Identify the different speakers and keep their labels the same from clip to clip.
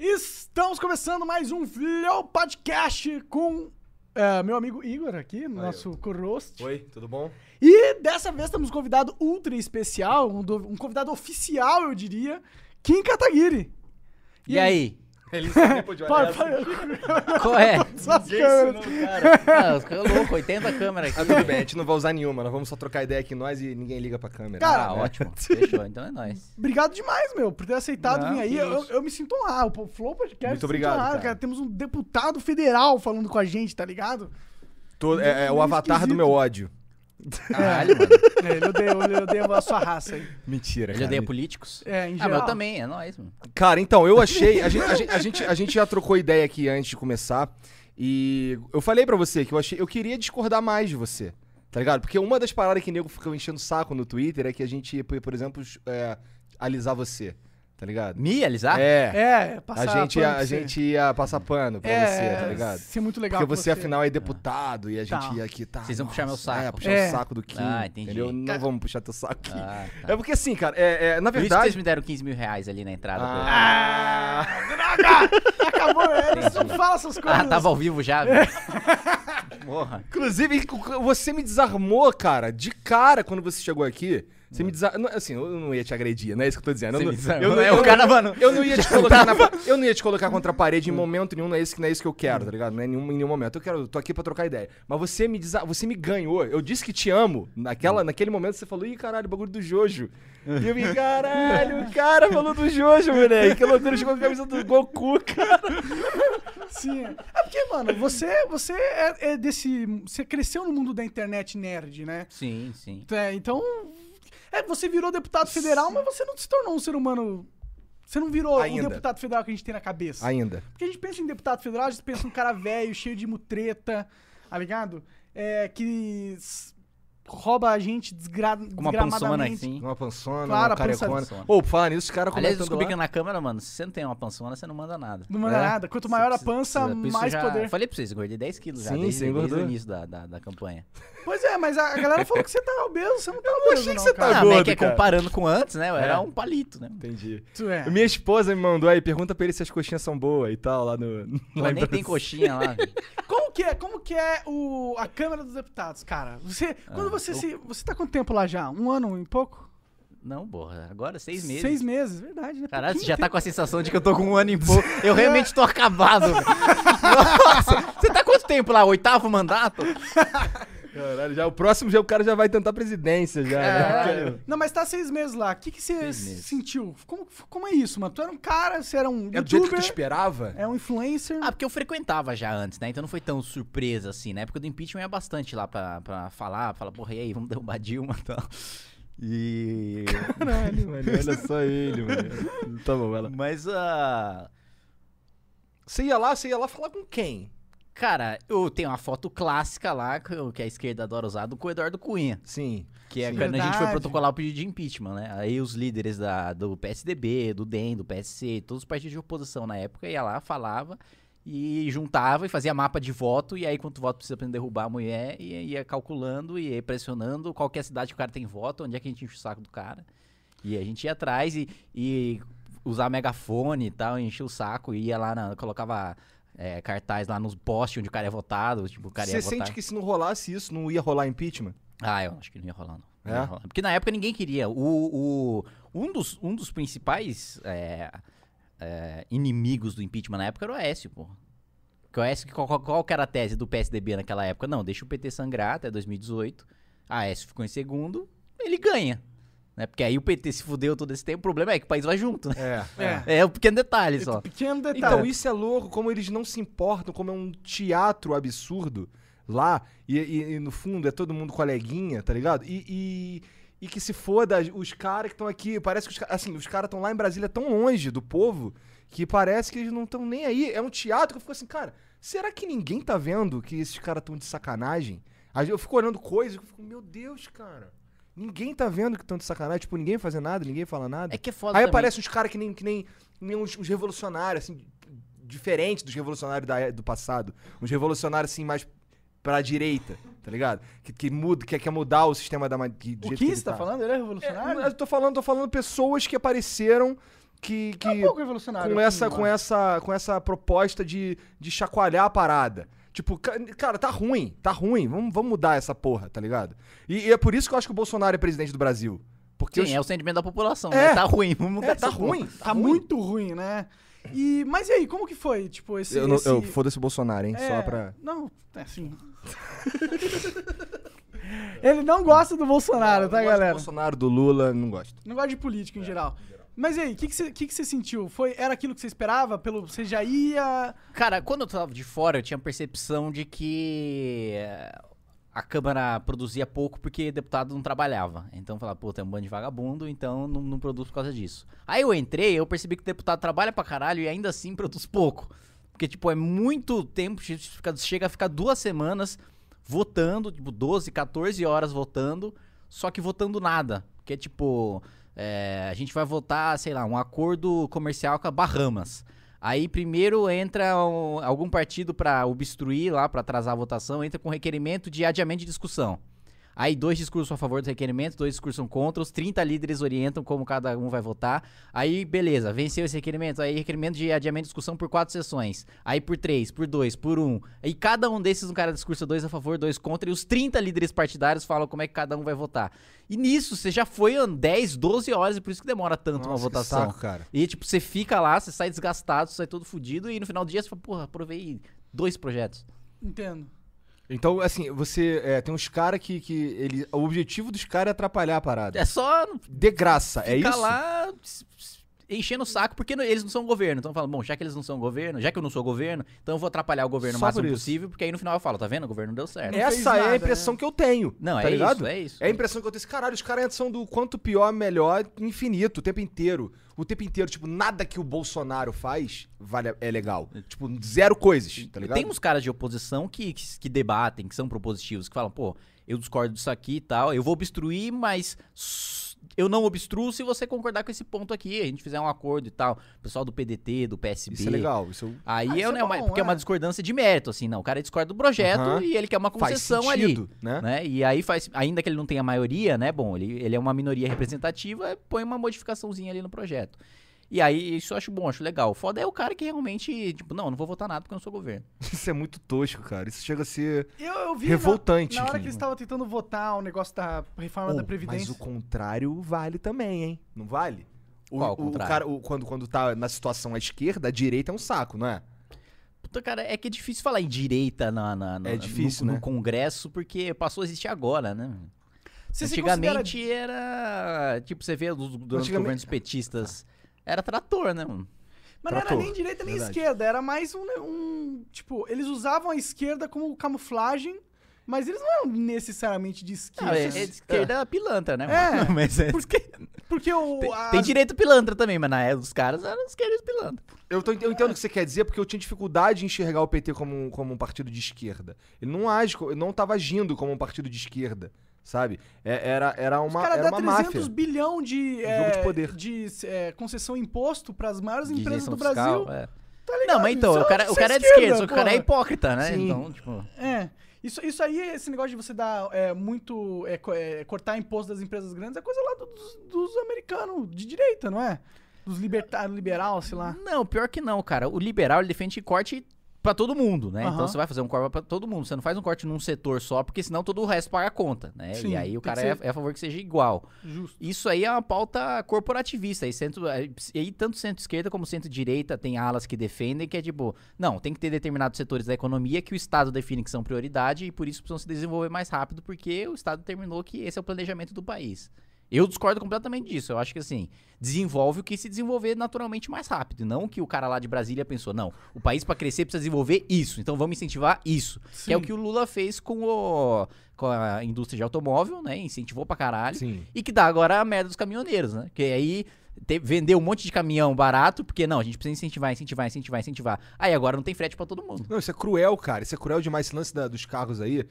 Speaker 1: Estamos começando mais um Flow Podcast com eh, meu amigo Igor aqui, nosso co-host.
Speaker 2: Oi, tudo bom?
Speaker 1: E dessa vez temos um convidado ultra especial, um, do- um convidado oficial, eu diria, Kim Kataguiri.
Speaker 3: E aí?
Speaker 2: Ele sempre pôde
Speaker 1: Para,
Speaker 2: olhar assim.
Speaker 1: para,
Speaker 3: Qual é?
Speaker 1: só as câmeras.
Speaker 3: Ah, os caras loucos, 80 câmeras
Speaker 2: Ah,
Speaker 3: aqui.
Speaker 2: tudo bem, a gente não vai usar nenhuma, nós vamos só trocar ideia aqui nós e ninguém liga pra câmera.
Speaker 1: Cara,
Speaker 3: Ah, ótimo. Fechou, então é nóis.
Speaker 1: Obrigado demais, meu, por ter aceitado
Speaker 3: Não,
Speaker 1: vir aí.
Speaker 3: que
Speaker 1: Eu,
Speaker 3: isso.
Speaker 1: eu me sinto um honrado. O Flow Podcast.
Speaker 2: Muito
Speaker 1: se sinto
Speaker 2: obrigado,
Speaker 1: honrado,
Speaker 2: cara.
Speaker 1: Temos um deputado federal falando com a gente, tá ligado?
Speaker 2: Tô- é, é o
Speaker 1: meio
Speaker 2: avatar do
Speaker 1: esquisito.
Speaker 2: meu ódio.
Speaker 3: Caralho, mano.
Speaker 1: É, ele odeia, ele odeia a sua raça aí.
Speaker 2: Mentira,
Speaker 3: Ele odeia políticos?
Speaker 1: É, em
Speaker 3: Ah, mas
Speaker 1: geral.
Speaker 3: eu também, é nóis, mano.
Speaker 2: Cara, então, eu achei. A gente, a, gente, a, gente, a gente já trocou ideia aqui antes de começar. E eu falei pra você que eu achei. Eu queria discordar mais de você. Tá ligado? Porque uma das paradas que nego fica enchendo o saco no Twitter é que a gente, por por exemplo, é, alisar você. Tá ligado?
Speaker 3: Me alisar?
Speaker 2: É.
Speaker 1: É,
Speaker 2: A
Speaker 1: passar
Speaker 2: gente,
Speaker 1: pano
Speaker 2: ia,
Speaker 1: pra
Speaker 2: a
Speaker 1: você.
Speaker 2: gente ia passar pano pra você, tá ligado?
Speaker 1: Ser É, muito legal.
Speaker 2: Porque
Speaker 1: com
Speaker 2: você, afinal, é deputado e a gente
Speaker 1: Tá.
Speaker 2: ia aqui, tá?
Speaker 3: Vocês vão puxar meu
Speaker 2: nossa,
Speaker 3: saco.
Speaker 2: É, puxar
Speaker 1: É.
Speaker 2: o saco do Kim.
Speaker 3: Ah, entendi.
Speaker 2: Entendeu? Não
Speaker 1: Cara-
Speaker 2: vamos puxar teu saco aqui.
Speaker 3: Ah, tá.
Speaker 2: É porque assim, cara, é, é, na
Speaker 3: Por isso que vocês
Speaker 2: verdade.
Speaker 3: me deram 15 mil reais ali na entrada. pra-
Speaker 2: Ah,
Speaker 1: Acabou, é, eles não falam essas coisas.
Speaker 3: Ah, tava ao vivo
Speaker 2: É.
Speaker 3: já, velho. Porra.
Speaker 2: Inclusive, você me desarmou, cara, de cara quando você chegou aqui. Você me desarmou. Assim, eu não ia te agredir, não é isso que eu tô dizendo.
Speaker 3: Você
Speaker 2: eu
Speaker 3: me
Speaker 2: não,
Speaker 3: desarmou,
Speaker 2: eu não-
Speaker 3: né?
Speaker 2: eu
Speaker 3: O
Speaker 2: não-
Speaker 3: cara, mano, Tá
Speaker 2: Eu não ia te colocar na, eu não ia te colocar contra a parede em momento nenhum, não é isso que não é isso que eu quero, tá ligado? Não é em nenhum, em nenhum momento. Eu quero, eu tô aqui pra trocar ideia. Mas você me desa- você me ganhou. Eu disse que te amo. Naquela, naquele momento você falou: "Ih, caralho, bagulho do Jojo". E eu vi, caralho, o cara falou do Jojo, moleque. Que loucura, chegou com a camisa do Goku, cara.
Speaker 1: Sim. É É porque, mano, você, você é, é desse. Você cresceu no mundo da internet nerd, né?
Speaker 3: Sim, sim.
Speaker 1: É, então. É, você virou deputado federal, mas você não se tornou um ser humano. Você não virou
Speaker 2: Ainda.
Speaker 1: o deputado federal que a gente tem na cabeça.
Speaker 2: Ainda.
Speaker 1: Porque a gente pensa em deputado federal, a gente pensa num cara velho, cheio de mutreta, tá ligado? É, que s- rouba a gente desgra
Speaker 3: Uma pançona
Speaker 1: desgramadamente.
Speaker 3: assim.
Speaker 2: Uma pançona,
Speaker 1: Claro,
Speaker 2: uma
Speaker 1: a pança- é
Speaker 2: carecona. Ô, pra falar nisso, os caras
Speaker 3: Aliás, eu
Speaker 2: comentando
Speaker 3: descobri que
Speaker 2: lá.
Speaker 3: na câmera, mano, se você não tem uma pançona, você não manda nada.
Speaker 1: Não manda
Speaker 2: É.
Speaker 1: nada. Quanto maior a
Speaker 3: Você precisa-
Speaker 1: pança,
Speaker 3: por isso
Speaker 1: mais
Speaker 3: já-
Speaker 1: poder.
Speaker 3: Falei pra vocês, engordei 10 quilos já
Speaker 2: Sim,
Speaker 3: desde,
Speaker 2: você
Speaker 3: desde
Speaker 2: engordou.
Speaker 3: o início da, da, da campanha.
Speaker 1: Pois é, mas a a galera falou que você tá obeso, você não tá obeso.
Speaker 2: achei que
Speaker 1: não, cara.
Speaker 2: você tá
Speaker 3: ah, mas é
Speaker 2: gordo,
Speaker 3: que é
Speaker 2: cara.
Speaker 3: comparando com antes, né? Eu
Speaker 2: É.
Speaker 3: Era um palito, né?
Speaker 2: Entendi.
Speaker 1: Tu é.
Speaker 2: Minha esposa tá- me mandou aí, pergunta pra ele se as coxinhas são boas e tal, lá no.
Speaker 3: Pô,
Speaker 2: lá em
Speaker 3: nem tem
Speaker 2: Brasília.
Speaker 3: coxinha lá. velho.
Speaker 1: Como que é, como que é o, a Câmara dos Deputados, cara? Você,
Speaker 2: Ah,
Speaker 1: quando você se. Você tá quanto tempo lá já? Um ano e pouco?
Speaker 3: Não, porra. Agora é seis meses.
Speaker 1: Seis meses, verdade, né?
Speaker 3: Caralho, você
Speaker 1: Pouquinho
Speaker 3: já tá com a sensação de que eu tô com um ano e pouco. Eu realmente tô acabado. velho. Nossa, você tá quanto tempo lá? Oitavo mandato?
Speaker 2: Caralho, já, o próximo já o cara já vai tentar presidência já. né?
Speaker 1: tempo. Não, mas tá seis meses lá. O que, que você
Speaker 3: Seis meses.
Speaker 1: sentiu? Como, como é isso, mano? Tu era um cara, você era um
Speaker 2: É do jeito que tu
Speaker 1: youtuber,
Speaker 2: esperava?
Speaker 1: é um influencer.
Speaker 3: Ah, porque eu frequentava já antes, né? Então não foi tão surpresa assim. Na época do impeachment eu ia bastante lá pra, pra falar. Falar, porra, e aí, vamos derrubar a Dilma e tal. E...
Speaker 2: Caralho, mano, olha só ele, mano. Tá bom, vai lá.
Speaker 3: Mas, ah...
Speaker 2: Você ia lá, você ia lá falar com quem?
Speaker 3: Cara, eu tenho uma foto clássica lá, que eu- que a esquerda adora usar, do com o Eduardo Cunha.
Speaker 2: Sim.
Speaker 3: Que é
Speaker 2: Sim.
Speaker 3: quando a gente foi
Speaker 1: Verdade.
Speaker 3: protocolar o pedido de impeachment, né? Aí os líderes da, do PSDB, do DEM, do PSC, todos os partidos de oposição na época, ia lá, falava e juntava e fazia mapa de voto. E aí, quanto voto precisa pra derrubar a mulher, e ia calculando e ia pressionando qual que é a cidade que o cara tem voto, onde é que a gente enche o saco do cara. E a gente ia atrás e, e usar megafone e tal, enchia o saco, e ia lá, na- colocava é, cartaz lá nos postes onde o cara é votado, tipo, o cara
Speaker 2: Você
Speaker 3: ia votar.
Speaker 2: sente que se não rolasse isso, não ia rolar impeachment?
Speaker 3: Ah, eu acho que não ia rolar, não. Não
Speaker 2: É?
Speaker 3: ia rolar. Porque na época ninguém queria. O, o- um, dos, um dos principais é, é, inimigos do impeachment na época era o Aécio, pô. Porque o Aécio, qual, qual- qual que era a tese do PSDB naquela época? Não, deixa o PT sangrar até 2018. A Ah, Aécio ficou em segundo, ele ganha. Né? Porque aí o PT se fudeu todo esse tempo, o problema é que o país vai junto, né?
Speaker 2: É.
Speaker 1: É.
Speaker 3: É um pequeno detalhe só.
Speaker 1: Pequeno detalhe.
Speaker 2: Então, isso é louco, como eles não se importam, como é um teatro absurdo lá, e, e- e no fundo é todo mundo coleguinha, tá ligado? E, e- e que se foda os caras que estão aqui, parece que os, ca- assim, os caras estão lá em Brasília tão longe do povo, que parece que eles não estão nem aí. É um teatro que eu fico assim, cara, será que ninguém tá vendo que esses caras estão de sacanagem? Aí Eu fico olhando coisas que eu fico, meu Deus, cara. Ninguém tá vendo que estão de sacanagem, tipo, ninguém fazendo nada, ninguém fala nada.
Speaker 3: É que é foda
Speaker 2: Aí
Speaker 3: também.
Speaker 2: aparecem uns caras que nem, que nem, que nem uns, uns revolucionários, assim, diferente dos revolucionários da é- do passado. Uns revolucionários, assim, mais pra direita, tá ligado? Que, que muda, que quer mudar o sistema da... ma- Que, do
Speaker 1: o
Speaker 2: jeito
Speaker 1: que tá
Speaker 2: ele tá.
Speaker 1: você tá falando? Ele é revolucionário?
Speaker 2: É, eu tô falando, tô falando pessoas que apareceram que, que
Speaker 1: É um pouco revolucionário.
Speaker 2: com
Speaker 1: assim,
Speaker 2: essa,
Speaker 1: eu
Speaker 2: com
Speaker 1: acho.
Speaker 2: essa, com essa proposta de, de chacoalhar a parada. Tipo, ca- cara, tá ruim, tá ruim. Vamos, vamos mudar essa porra, tá ligado? E, e é por isso que eu acho que o Bolsonaro é presidente do Brasil. Porque
Speaker 3: Sim,
Speaker 2: os-
Speaker 3: é o sentimento da população,
Speaker 2: É.
Speaker 3: né? Tá ruim, vamos
Speaker 2: é,
Speaker 3: mudar
Speaker 2: tá
Speaker 3: essa porra.
Speaker 2: ruim.
Speaker 1: Tá muito ruim, né? E, mas e aí, como que foi? Tipo, esse.
Speaker 2: Eu, não-
Speaker 1: esse...
Speaker 2: eu foda-se o Bolsonaro, hein?
Speaker 1: É,
Speaker 2: Só pra.
Speaker 1: Não, é assim. Ele não gosta do Bolsonaro, tá,
Speaker 2: Eu gosto Do
Speaker 1: galera?
Speaker 2: Bolsonaro, É, do Lula, não gosto.
Speaker 1: Não gosta de política em geral. Mas e aí, o que que você que que você sentiu? Foi, era aquilo que você esperava? Pelo, você já ia.
Speaker 3: Cara, quando eu tava de fora, eu tinha a percepção de que eh, a Câmara produzia pouco porque deputado não trabalhava. Então eu falava, pô, tem um bando de vagabundo, então não, não produz por causa disso. Aí eu entrei, eu percebi que o deputado trabalha pra caralho e ainda assim produz pouco. Porque, tipo, é muito tempo, che- fica- chega a ficar duas semanas votando, tipo, 12, 14 horas votando, só que votando nada. Porque, tipo, eh, a gente vai votar, sei lá, um acordo comercial com a Bahamas. Aí primeiro entra um- algum partido pra obstruir lá, pra atrasar a votação, entra com requerimento de adiamento de discussão. Aí dois discursos a favor do requerimento, dois discursos são contra, os 30 líderes orientam como cada um vai votar. Aí, beleza, venceu esse requerimento, aí requerimento de adiamento de discussão por quatro sessões, aí por três, por dois, por um. Aí cada um desses, um cara discursa dois a favor, dois contra, e os 30 líderes partidários falam como é que cada um vai votar. E nisso, você já foi ó, 10, 12 horas, e por isso que demora tanto uma
Speaker 2: Nossa, que
Speaker 3: votação.
Speaker 2: saco, cara.
Speaker 3: E, tipo, você fica lá, você sai desgastado, você sai todo fudido, e no final do dia você fala, porra, aprovei dois projetos.
Speaker 1: Entendo.
Speaker 2: Então, assim, você. é, tem uns caras que. que ele, o objetivo dos caras é atrapalhar a parada.
Speaker 3: É só ficar
Speaker 2: De graça, é isso?
Speaker 3: lá s- s- enchendo o saco, porque não- eles não são governo. Então falam, bom, já que eles não são governo, já que eu não sou governo, então eu vou atrapalhar o governo o
Speaker 2: Só
Speaker 3: máximo
Speaker 2: por isso.
Speaker 3: possível, porque aí no final eu falo, tá vendo? O governo não deu certo.
Speaker 1: É. fez
Speaker 2: Essa é
Speaker 1: nada,
Speaker 2: a impressão
Speaker 1: né?
Speaker 2: que eu tenho.
Speaker 3: Não,
Speaker 2: tá
Speaker 3: é
Speaker 2: ligado?
Speaker 3: isso, é isso.
Speaker 2: É a impressão que eu tenho assim, caralho, os caras são do quanto pior, melhor, infinito, o tempo inteiro. O tempo inteiro, tipo, nada que o Bolsonaro faz vale, é legal. Tipo, zero coisas, tá ligado?
Speaker 3: Tem uns caras de oposição que, que, que debatem, que são propositivos, que falam, pô, eu discordo disso aqui e tal, eu vou obstruir, mas s- eu não obstruo se você concordar com esse ponto aqui, a gente fizer um acordo e tal. O pessoal do PDT, do PSB.
Speaker 2: Isso é legal, isso eu-
Speaker 3: Aí
Speaker 1: Ah,
Speaker 3: é,
Speaker 1: isso
Speaker 3: né,
Speaker 1: é
Speaker 3: uma-
Speaker 1: bom,
Speaker 3: porque é
Speaker 1: é.
Speaker 3: uma discordância de mérito, assim, não. O cara discorda do projeto
Speaker 2: Aham.
Speaker 3: e ele quer uma
Speaker 2: faz
Speaker 3: concessão
Speaker 2: sentido, né?
Speaker 3: ali. Né? E aí faz. Ainda que ele não tenha maioria, né? Bom, ele, ele é uma minoria representativa, é, põe uma modificaçõezinha ali no projeto. E aí, isso eu acho bom, acho legal. O foda é o cara que realmente, tipo, não, não vou votar nada porque eu não sou governo.
Speaker 2: Isso é muito tosco, cara. Isso chega a ser
Speaker 1: Eu, eu vi. na-
Speaker 2: revoltante.
Speaker 1: Na, hora
Speaker 2: Kim.
Speaker 1: que eles estavam tentando votar o negócio da reforma
Speaker 2: Oh,
Speaker 1: da
Speaker 2: mas
Speaker 1: Previdência.
Speaker 2: o contrário vale também, hein? Não vale? O,
Speaker 3: Qual o
Speaker 2: o- o
Speaker 3: contrário?
Speaker 2: cara, o- quando, quando tá na situação à esquerda, a direita é um saco, não é?
Speaker 3: Puta, cara, é que é difícil falar em direita na, na- na-
Speaker 2: É difícil,
Speaker 3: no,
Speaker 2: né?
Speaker 3: no Congresso, porque passou a existir agora, né?
Speaker 1: Você se considera
Speaker 3: Antigamente era. Tipo, você vê dos- durante os
Speaker 2: Antigamente-
Speaker 3: governos petistas. Era trator, né, mano?
Speaker 1: Ah, Mas não era
Speaker 2: Trator,
Speaker 1: nem direita nem
Speaker 2: verdade.
Speaker 1: esquerda, era mais um, ne- um- Tipo, eles usavam a esquerda como camuflagem, mas eles não eram necessariamente de
Speaker 3: Não, é, é
Speaker 1: esquerda.
Speaker 3: de esquerda pilantra, né?
Speaker 1: É,
Speaker 3: mano? mas é,
Speaker 1: porque o.
Speaker 3: tem,
Speaker 1: as-
Speaker 3: tem direito pilantra também, mas na época dos caras eram esquerdos pilantra.
Speaker 2: Eu, tô ent- eu entendo o que você quer dizer, porque eu tinha dificuldade em enxergar o PT como um, como um partido de esquerda. Ele não age, co- ele não tava agindo como um partido de esquerda, sabe? É- era, era
Speaker 1: os
Speaker 2: uma,
Speaker 1: caras
Speaker 2: era
Speaker 1: dão
Speaker 2: uma
Speaker 1: 300
Speaker 2: máfia.
Speaker 1: bilhão de.
Speaker 2: jogo de poder.
Speaker 1: de, é, concessão e imposto para as maiores
Speaker 3: de
Speaker 1: empresas
Speaker 3: isenção
Speaker 1: do Brasil.
Speaker 3: fiscal, é.
Speaker 1: Tá ligado?
Speaker 3: Não, mas então,
Speaker 1: Isso
Speaker 3: o cara,
Speaker 1: isso
Speaker 3: o cara é de esquerda, só que o cara é
Speaker 1: porra.
Speaker 3: hipócrita, né?
Speaker 2: Sim.
Speaker 3: Então, tipo.
Speaker 1: É. Isso, isso aí, esse negócio de você dar é, muito. é, co- é, cortar imposto das empresas grandes é coisa lá do- dos, dos americanos de direita, não é? Dos libertários, liberal, sei lá.
Speaker 3: Não, pior que não, cara. O liberal ele defende corte pra todo mundo, né? Então
Speaker 1: Aham.
Speaker 3: você vai fazer um corte pra todo mundo. Você não faz um corte num setor só, porque senão todo o resto paga a conta, né?
Speaker 1: Sim,
Speaker 3: e aí
Speaker 1: tem
Speaker 3: o
Speaker 1: que
Speaker 3: cara
Speaker 1: ser-
Speaker 3: é, é a favor que seja igual.
Speaker 1: Justo.
Speaker 3: Isso aí é uma pauta corporativista. E, centro, é, e aí, tanto centro-esquerda como centro-direita tem alas que defendem que é tipo, não, tem que ter determinados setores da economia que o Estado define que são prioridade e por isso precisam se desenvolver mais rápido, porque o Estado determinou que esse é o planejamento do país. Eu discordo completamente disso. Eu acho que assim, desenvolve o que se desenvolver naturalmente mais rápido. e Não o que o cara lá de Brasília pensou, não, o país para crescer precisa desenvolver isso, então vamos incentivar isso. Que é o que o Lula fez com, o, com a indústria de automóvel, né? Incentivou pra caralho.
Speaker 2: Sim.
Speaker 3: E que dá agora a merda dos caminhoneiros, né? Que aí te, vendeu um monte de caminhão barato, porque não, a gente precisa incentivar, incentivar, incentivar, incentivar. Aí agora não tem frete pra todo mundo.
Speaker 2: Não, isso é cruel, cara. Isso é cruel demais, esse lance da- dos carros aí.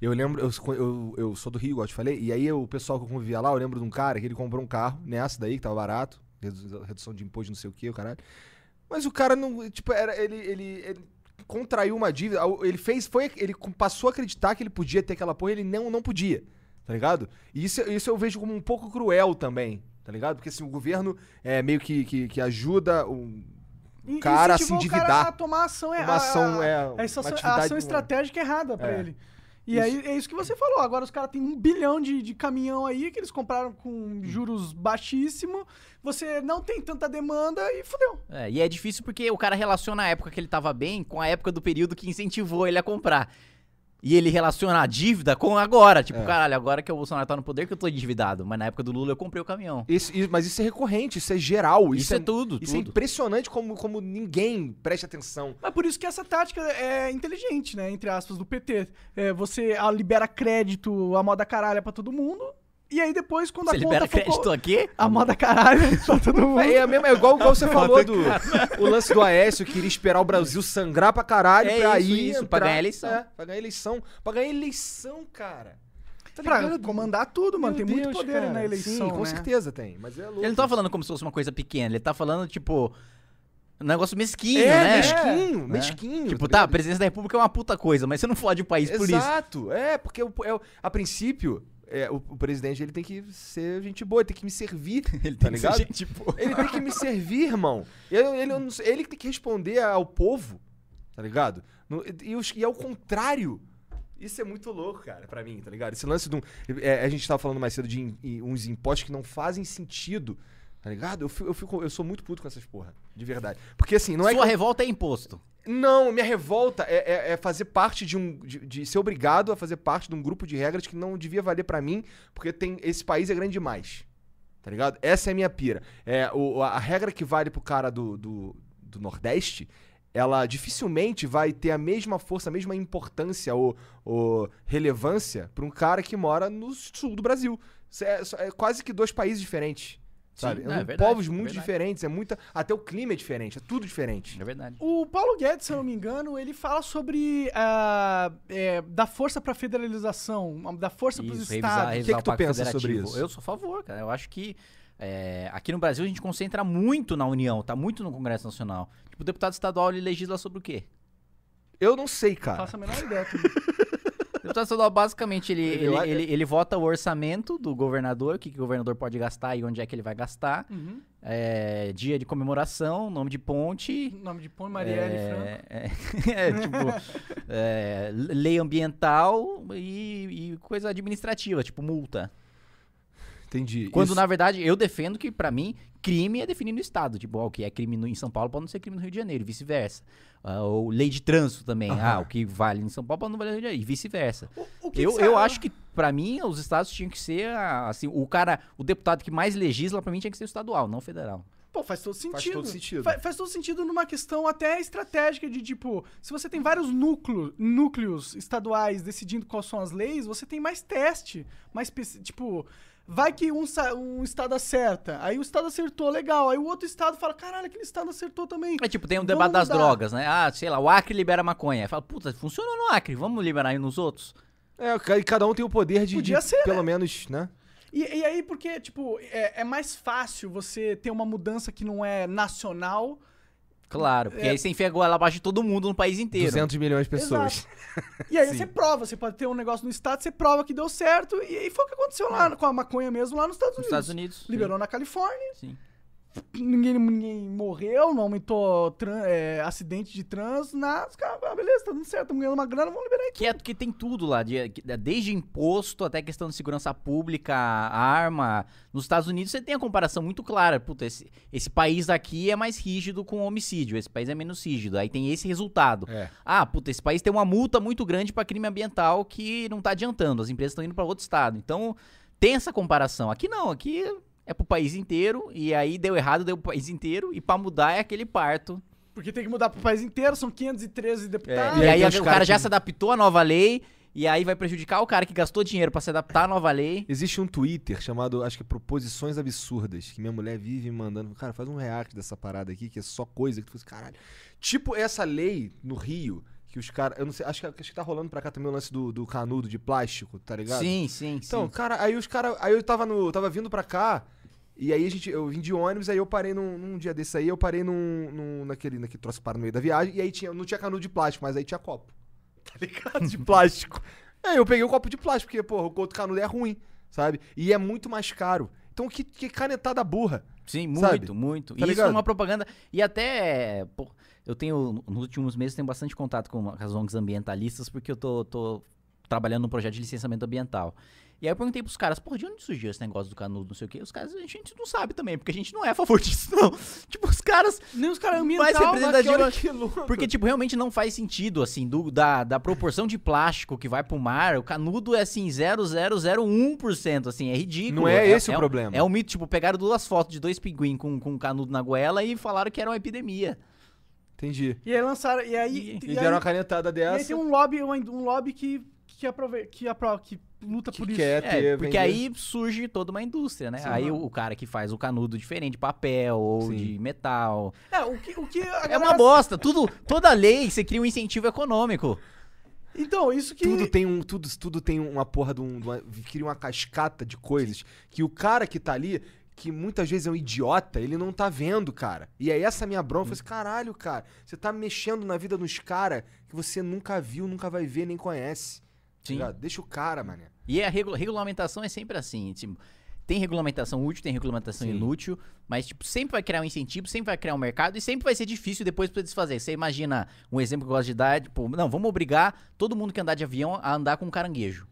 Speaker 2: Eu lembro, eu, sou- eu, eu sou do Rio, igual eu te falei, e aí o pessoal que eu convivia lá, eu lembro de um cara que ele comprou um carro nessa daí, que tava barato, redu- redução de imposto, não sei o que, o caralho. Mas o cara não, tipo, era, ele, ele, ele contraiu uma dívida, ele fez, foi, ele passou a acreditar que ele podia ter aquela porra, ele não, não podia. tá ligado? E isso, isso eu vejo como um pouco cruel também, tá ligado? Porque assim, o governo é meio que, que, que ajuda o
Speaker 1: E-
Speaker 2: cara a se
Speaker 1: incentivou o
Speaker 2: endividar.
Speaker 1: cara a tomar ação errada.
Speaker 2: uma ação, é,
Speaker 1: a, essa
Speaker 2: uma
Speaker 1: ação- a
Speaker 2: atividade-
Speaker 1: ação estratégica errada pra
Speaker 2: É.
Speaker 1: ele. E aí é isso que você falou. Agora os caras têm um bilhão de, de caminhão aí que eles compraram com juros baixíssimo. Você não tem tanta demanda e fudeu.
Speaker 3: É, e é difícil porque o cara relaciona a época que ele tava bem com a época do período que incentivou ele a comprar. E ele relaciona a dívida com agora. Tipo,
Speaker 2: É.
Speaker 3: caralho, agora que o Bolsonaro tá no poder que eu tô endividado. Mas na época do Lula eu comprei o caminhão.
Speaker 2: Isso- isso- mas isso é recorrente, isso é geral.
Speaker 3: Isso,
Speaker 2: Isso,
Speaker 3: é, tudo,
Speaker 2: isso é
Speaker 3: tudo.
Speaker 2: impressionante como, como ninguém presta atenção.
Speaker 1: Mas por isso que essa tática é inteligente, né? Entre aspas, do PT. É, você ah, libera crédito, a moda caralha pra todo mundo. E aí depois, quando
Speaker 3: Você
Speaker 1: a
Speaker 3: libera
Speaker 1: conta for...
Speaker 3: crédito aqui?
Speaker 1: A moda caralho pra todo mundo.
Speaker 2: É, é, mesmo, é igual, igual você falou do o lance do Aécio, que iria esperar o Brasil sangrar pra caralho
Speaker 3: É
Speaker 2: pra
Speaker 3: isso,
Speaker 2: ir
Speaker 3: isso,
Speaker 2: entrar-
Speaker 3: pra ganhar eleição.
Speaker 2: É, pra ganhar eleição. Pra ganhar eleição, cara. Tá
Speaker 1: pra
Speaker 2: ligado?
Speaker 1: comandar tudo, mano.
Speaker 2: Meu
Speaker 1: tem muito
Speaker 2: Deus,
Speaker 1: poder aí
Speaker 2: cara.
Speaker 1: na eleição,
Speaker 2: Sim, com
Speaker 1: né?
Speaker 2: certeza tem. Mas é louco.
Speaker 3: Ele não tá falando como se fosse uma coisa pequena. Ele tá falando, tipo, um negócio mesquinho,
Speaker 2: é,
Speaker 3: né?
Speaker 2: mesquinho,
Speaker 3: Né?
Speaker 2: mesquinho.
Speaker 3: Tipo,
Speaker 2: ligado?
Speaker 3: tá, a presidência da república é uma puta coisa, mas você não fode o país por isso.
Speaker 2: Exato, é, porque o- é o- a princípio, é, o, o presidente ele tem que ser gente boa, ele tem que me servir,
Speaker 3: Ele
Speaker 2: tá
Speaker 3: tem que ser tipo,
Speaker 2: ligado?
Speaker 3: gente boa.
Speaker 2: Ele tem que me servir, irmão. Eu- ele, eu não sei- ele que tem que responder ao povo, tá ligado? No- e, os- e é o contrário. Isso é muito louco, cara, pra mim, tá ligado? Esse lance de um. é, a gente tava falando mais cedo de im- e uns impostos que não fazem sentido, tá ligado? Eu, fico, eu, fico- eu sou muito puto com essas porra, de verdade. Porque assim, não é. que
Speaker 3: Sua revolta é imposto.
Speaker 2: não, minha revolta é, é- é fazer parte de um. De, de ser obrigado a fazer parte de um grupo de regras que não devia valer pra mim, porque tem, esse país é grande demais. Tá ligado? Essa é a minha pira. É, o- a a regra que vale pro cara do, do, do Nordeste, ela dificilmente vai ter a mesma força, a mesma importância ou, ou relevância pra um cara que mora no sul do Brasil. Isso É, isso é quase que dois países diferentes.
Speaker 3: Sim,
Speaker 2: Sabe?
Speaker 3: não, é
Speaker 2: Um-
Speaker 3: verdade,
Speaker 2: povos
Speaker 3: é
Speaker 2: muito
Speaker 3: verdade.
Speaker 2: diferentes, é muita. Até o clima é diferente, é tudo diferente.
Speaker 3: É verdade.
Speaker 1: O Paulo Guedes, se eu não me engano, ele fala sobre ah, é, dar força pra federalização, dar força pros
Speaker 3: Isso,
Speaker 1: estados.
Speaker 3: revisar,
Speaker 2: que
Speaker 3: revisar
Speaker 2: que
Speaker 3: o
Speaker 2: tu
Speaker 3: Pacto
Speaker 2: pensa sobre
Speaker 3: Federativo.
Speaker 2: isso?
Speaker 3: Eu sou a favor, cara. Eu acho que é, aqui no Brasil a gente concentra muito na União, tá muito no Congresso Nacional. Tipo, o deputado estadual ele legisla sobre o quê?
Speaker 2: Eu não sei, cara.
Speaker 1: Faça a menor ideia. tudo.
Speaker 3: O deputado estadual, basicamente, ele,
Speaker 2: Ele
Speaker 3: ele,
Speaker 2: olha-
Speaker 3: ele- ele vota o orçamento do governador, o que, que o governador pode gastar e onde é que ele vai gastar.
Speaker 1: Uhum.
Speaker 3: É, dia de comemoração, nome de ponte.
Speaker 1: Nome de Põe Marielle Franco.
Speaker 3: é, é, tipo, é, lei ambiental e- e coisa administrativa, tipo multa.
Speaker 2: Entendi.
Speaker 3: Quando,
Speaker 2: Isso-
Speaker 3: na verdade, eu defendo que, pra mim, crime é definido no Estado. Tipo, ó, o que é crime no- em São Paulo pode não ser crime no Rio de Janeiro, e vice-versa. Ah, ou lei de trânsito também.
Speaker 2: Aham.
Speaker 3: Ah, o que vale em São Paulo pode não valer no Rio de Janeiro, e vice-versa.
Speaker 1: O- o que
Speaker 3: Eu,
Speaker 1: que
Speaker 3: eu
Speaker 1: você-
Speaker 3: acho que, pra mim, os estados tinham que ser, ah, assim, o cara, o deputado que mais legisla, pra mim, tinha que ser o estadual, não o federal.
Speaker 1: Pô, faz todo sentido.
Speaker 2: Faz todo sentido.
Speaker 1: Fa- faz todo sentido numa questão até estratégica de tipo, se você tem vários núcleo, núcleos estaduais decidindo quais são as leis, você tem mais teste, mais pes- tipo, vai que um, sa- um estado acerta, aí o estado acertou, legal, aí o outro estado fala, caralho, aquele estado acertou também.
Speaker 3: É tipo, tem um
Speaker 1: Vamos
Speaker 3: debate das
Speaker 1: mudar.
Speaker 3: drogas, né? Ah, sei lá, o Acre libera maconha. Fala, puta, funcionou no Acre, vamos liberar aí nos outros?
Speaker 2: É, ca- e cada um tem o poder de,
Speaker 1: Podia
Speaker 2: de
Speaker 1: ser,
Speaker 2: pelo menos, né?
Speaker 1: E, e aí, porque, tipo, é, é mais fácil você ter uma mudança que não é nacional.
Speaker 3: Claro, porque
Speaker 1: É.
Speaker 3: aí você enfia a goela abaixo de todo mundo no país inteiro.
Speaker 2: 200 milhões de pessoas.
Speaker 1: E aí você prova, você pode ter um negócio no estado, você prova que deu certo, e, e foi o que aconteceu lá com a maconha mesmo lá nos Estados
Speaker 3: Nos
Speaker 1: Unidos.
Speaker 3: Estados Unidos. sim,
Speaker 1: Liberou na Califórnia,
Speaker 3: Sim.
Speaker 1: ninguém, ninguém morreu, não aumentou tran- é, acidente de trânsito, nada. Os caras, ah, beleza, tá dando certo, estamos ganhando uma grana, vamos liberar aqui.
Speaker 3: Que, é, que tem tudo lá, de- desde imposto até questão de segurança pública, arma. Nos Estados Unidos você tem a comparação muito clara. Puta, esse, esse país aqui é mais rígido com homicídio, esse país é menos rígido. Aí tem esse resultado.
Speaker 2: É.
Speaker 3: Ah, puta, esse país tem uma multa muito grande pra crime ambiental que não tá adiantando, as empresas estão indo pra outro estado. Então tem essa comparação. Aqui não, aqui é pro país inteiro, e aí deu errado, deu pro país inteiro, e pra mudar é aquele parto.
Speaker 1: Porque tem que mudar pro país inteiro, são 513 deputados.
Speaker 3: E
Speaker 2: E aí
Speaker 3: aí,
Speaker 2: tem
Speaker 3: a-
Speaker 2: os
Speaker 3: o
Speaker 2: cara
Speaker 3: cara já
Speaker 2: que-
Speaker 3: se adaptou à nova lei, e aí vai prejudicar o cara que gastou dinheiro pra se adaptar à nova lei.
Speaker 2: Existe um Twitter chamado, acho que é Proposições Absurdas, que minha mulher vive me mandando. Cara, faz um react dessa parada aqui, que é só coisa que tu faz, caralho. Tipo essa lei no Rio, que os caras. Eu não sei, acho que, acho que tá rolando pra cá também o lance do, do canudo de plástico, tá ligado?
Speaker 3: Sim, sim,
Speaker 2: Então,
Speaker 3: sim.
Speaker 2: cara, aí os caras. Aí eu tava no. Eu tava vindo pra cá. E aí a gente, eu vim de ônibus, aí eu parei num, num dia desse aí, eu parei num. num- naquele, naquele troço que para no meio da viagem, e aí tinha, não tinha canudo de plástico, mas aí tinha copo. Tá ligado? De plástico. É, eu peguei o copo de plástico, porque, porra, o outro canudo é ruim, sabe? E é muito mais caro. Então, que, que canetada burra.
Speaker 3: Sim,
Speaker 2: Sabe?
Speaker 3: muito, muito.
Speaker 2: Tá
Speaker 3: E isso
Speaker 2: ligado?
Speaker 3: é uma propaganda. E até. pô, eu tenho. Nos últimos meses tenho bastante contato com as ONGs ambientalistas, porque eu tô, tô trabalhando num projeto de licenciamento ambiental. E aí eu perguntei pros caras, pô, de onde surgiu esse negócio do canudo, não sei o quê? Os caras, a gente não sabe também, porque a gente não é a favor disso, não. Tipo, os caras.
Speaker 1: Nem os caras
Speaker 3: Mas
Speaker 1: ambiental,
Speaker 2: Mas
Speaker 3: representa-
Speaker 2: que
Speaker 3: Tentativa-
Speaker 2: olha que louco.
Speaker 3: Porque, tipo, realmente não faz sentido, assim, do- da, da proporção de plástico que vai pro mar, o canudo é, assim, 0,001%, assim, é ridículo.
Speaker 2: Não é esse o
Speaker 3: um-
Speaker 2: problema.
Speaker 3: É um mito, tipo, pegaram duas fotos de dois pinguim com, com um canudo na goela e falaram que era uma epidemia.
Speaker 2: Entendi.
Speaker 1: E aí lançaram. E aí.
Speaker 2: E,
Speaker 1: e
Speaker 2: deram
Speaker 1: aí-
Speaker 2: uma canetada
Speaker 1: E aí
Speaker 2: dessa.
Speaker 1: tem um lobby, um, um lobby que, que, aprove, que, apro- que luta
Speaker 2: que
Speaker 1: por isso.
Speaker 2: quer
Speaker 3: É,
Speaker 2: ter,
Speaker 3: porque
Speaker 2: vender.
Speaker 3: aí surge toda uma indústria, né?
Speaker 1: Sim.
Speaker 3: aí o, o cara que faz o canudo diferente, de papel ou
Speaker 2: Sim.
Speaker 3: de metal.
Speaker 1: É, o que, o que a
Speaker 3: É
Speaker 1: galera-
Speaker 3: uma bosta, tudo, toda lei você cria um incentivo econômico.
Speaker 1: Então, isso que.
Speaker 2: Tudo tem um. Tudo, tudo tem uma porra de um. de uma- cria uma cascata de coisas que o cara que tá ali, que muitas vezes é um idiota, ele não tá vendo, cara. E aí essa minha bronca, eu falei assim, caralho, cara, você tá mexendo na vida dos caras que você nunca viu, nunca vai ver, nem conhece. tá
Speaker 3: Sim.
Speaker 2: ligado? Deixa o cara, mané.
Speaker 3: E a regu- regulamentação é sempre assim, tipo, tem regulamentação útil, tem regulamentação
Speaker 2: Sim.
Speaker 3: inútil, mas tipo, sempre vai criar um incentivo, sempre vai criar um mercado e sempre vai ser difícil depois pra desfazer. Você imagina um exemplo que eu gosto de dar, é, tipo, não, vamos obrigar todo mundo que andar de avião a andar com um caranguejo.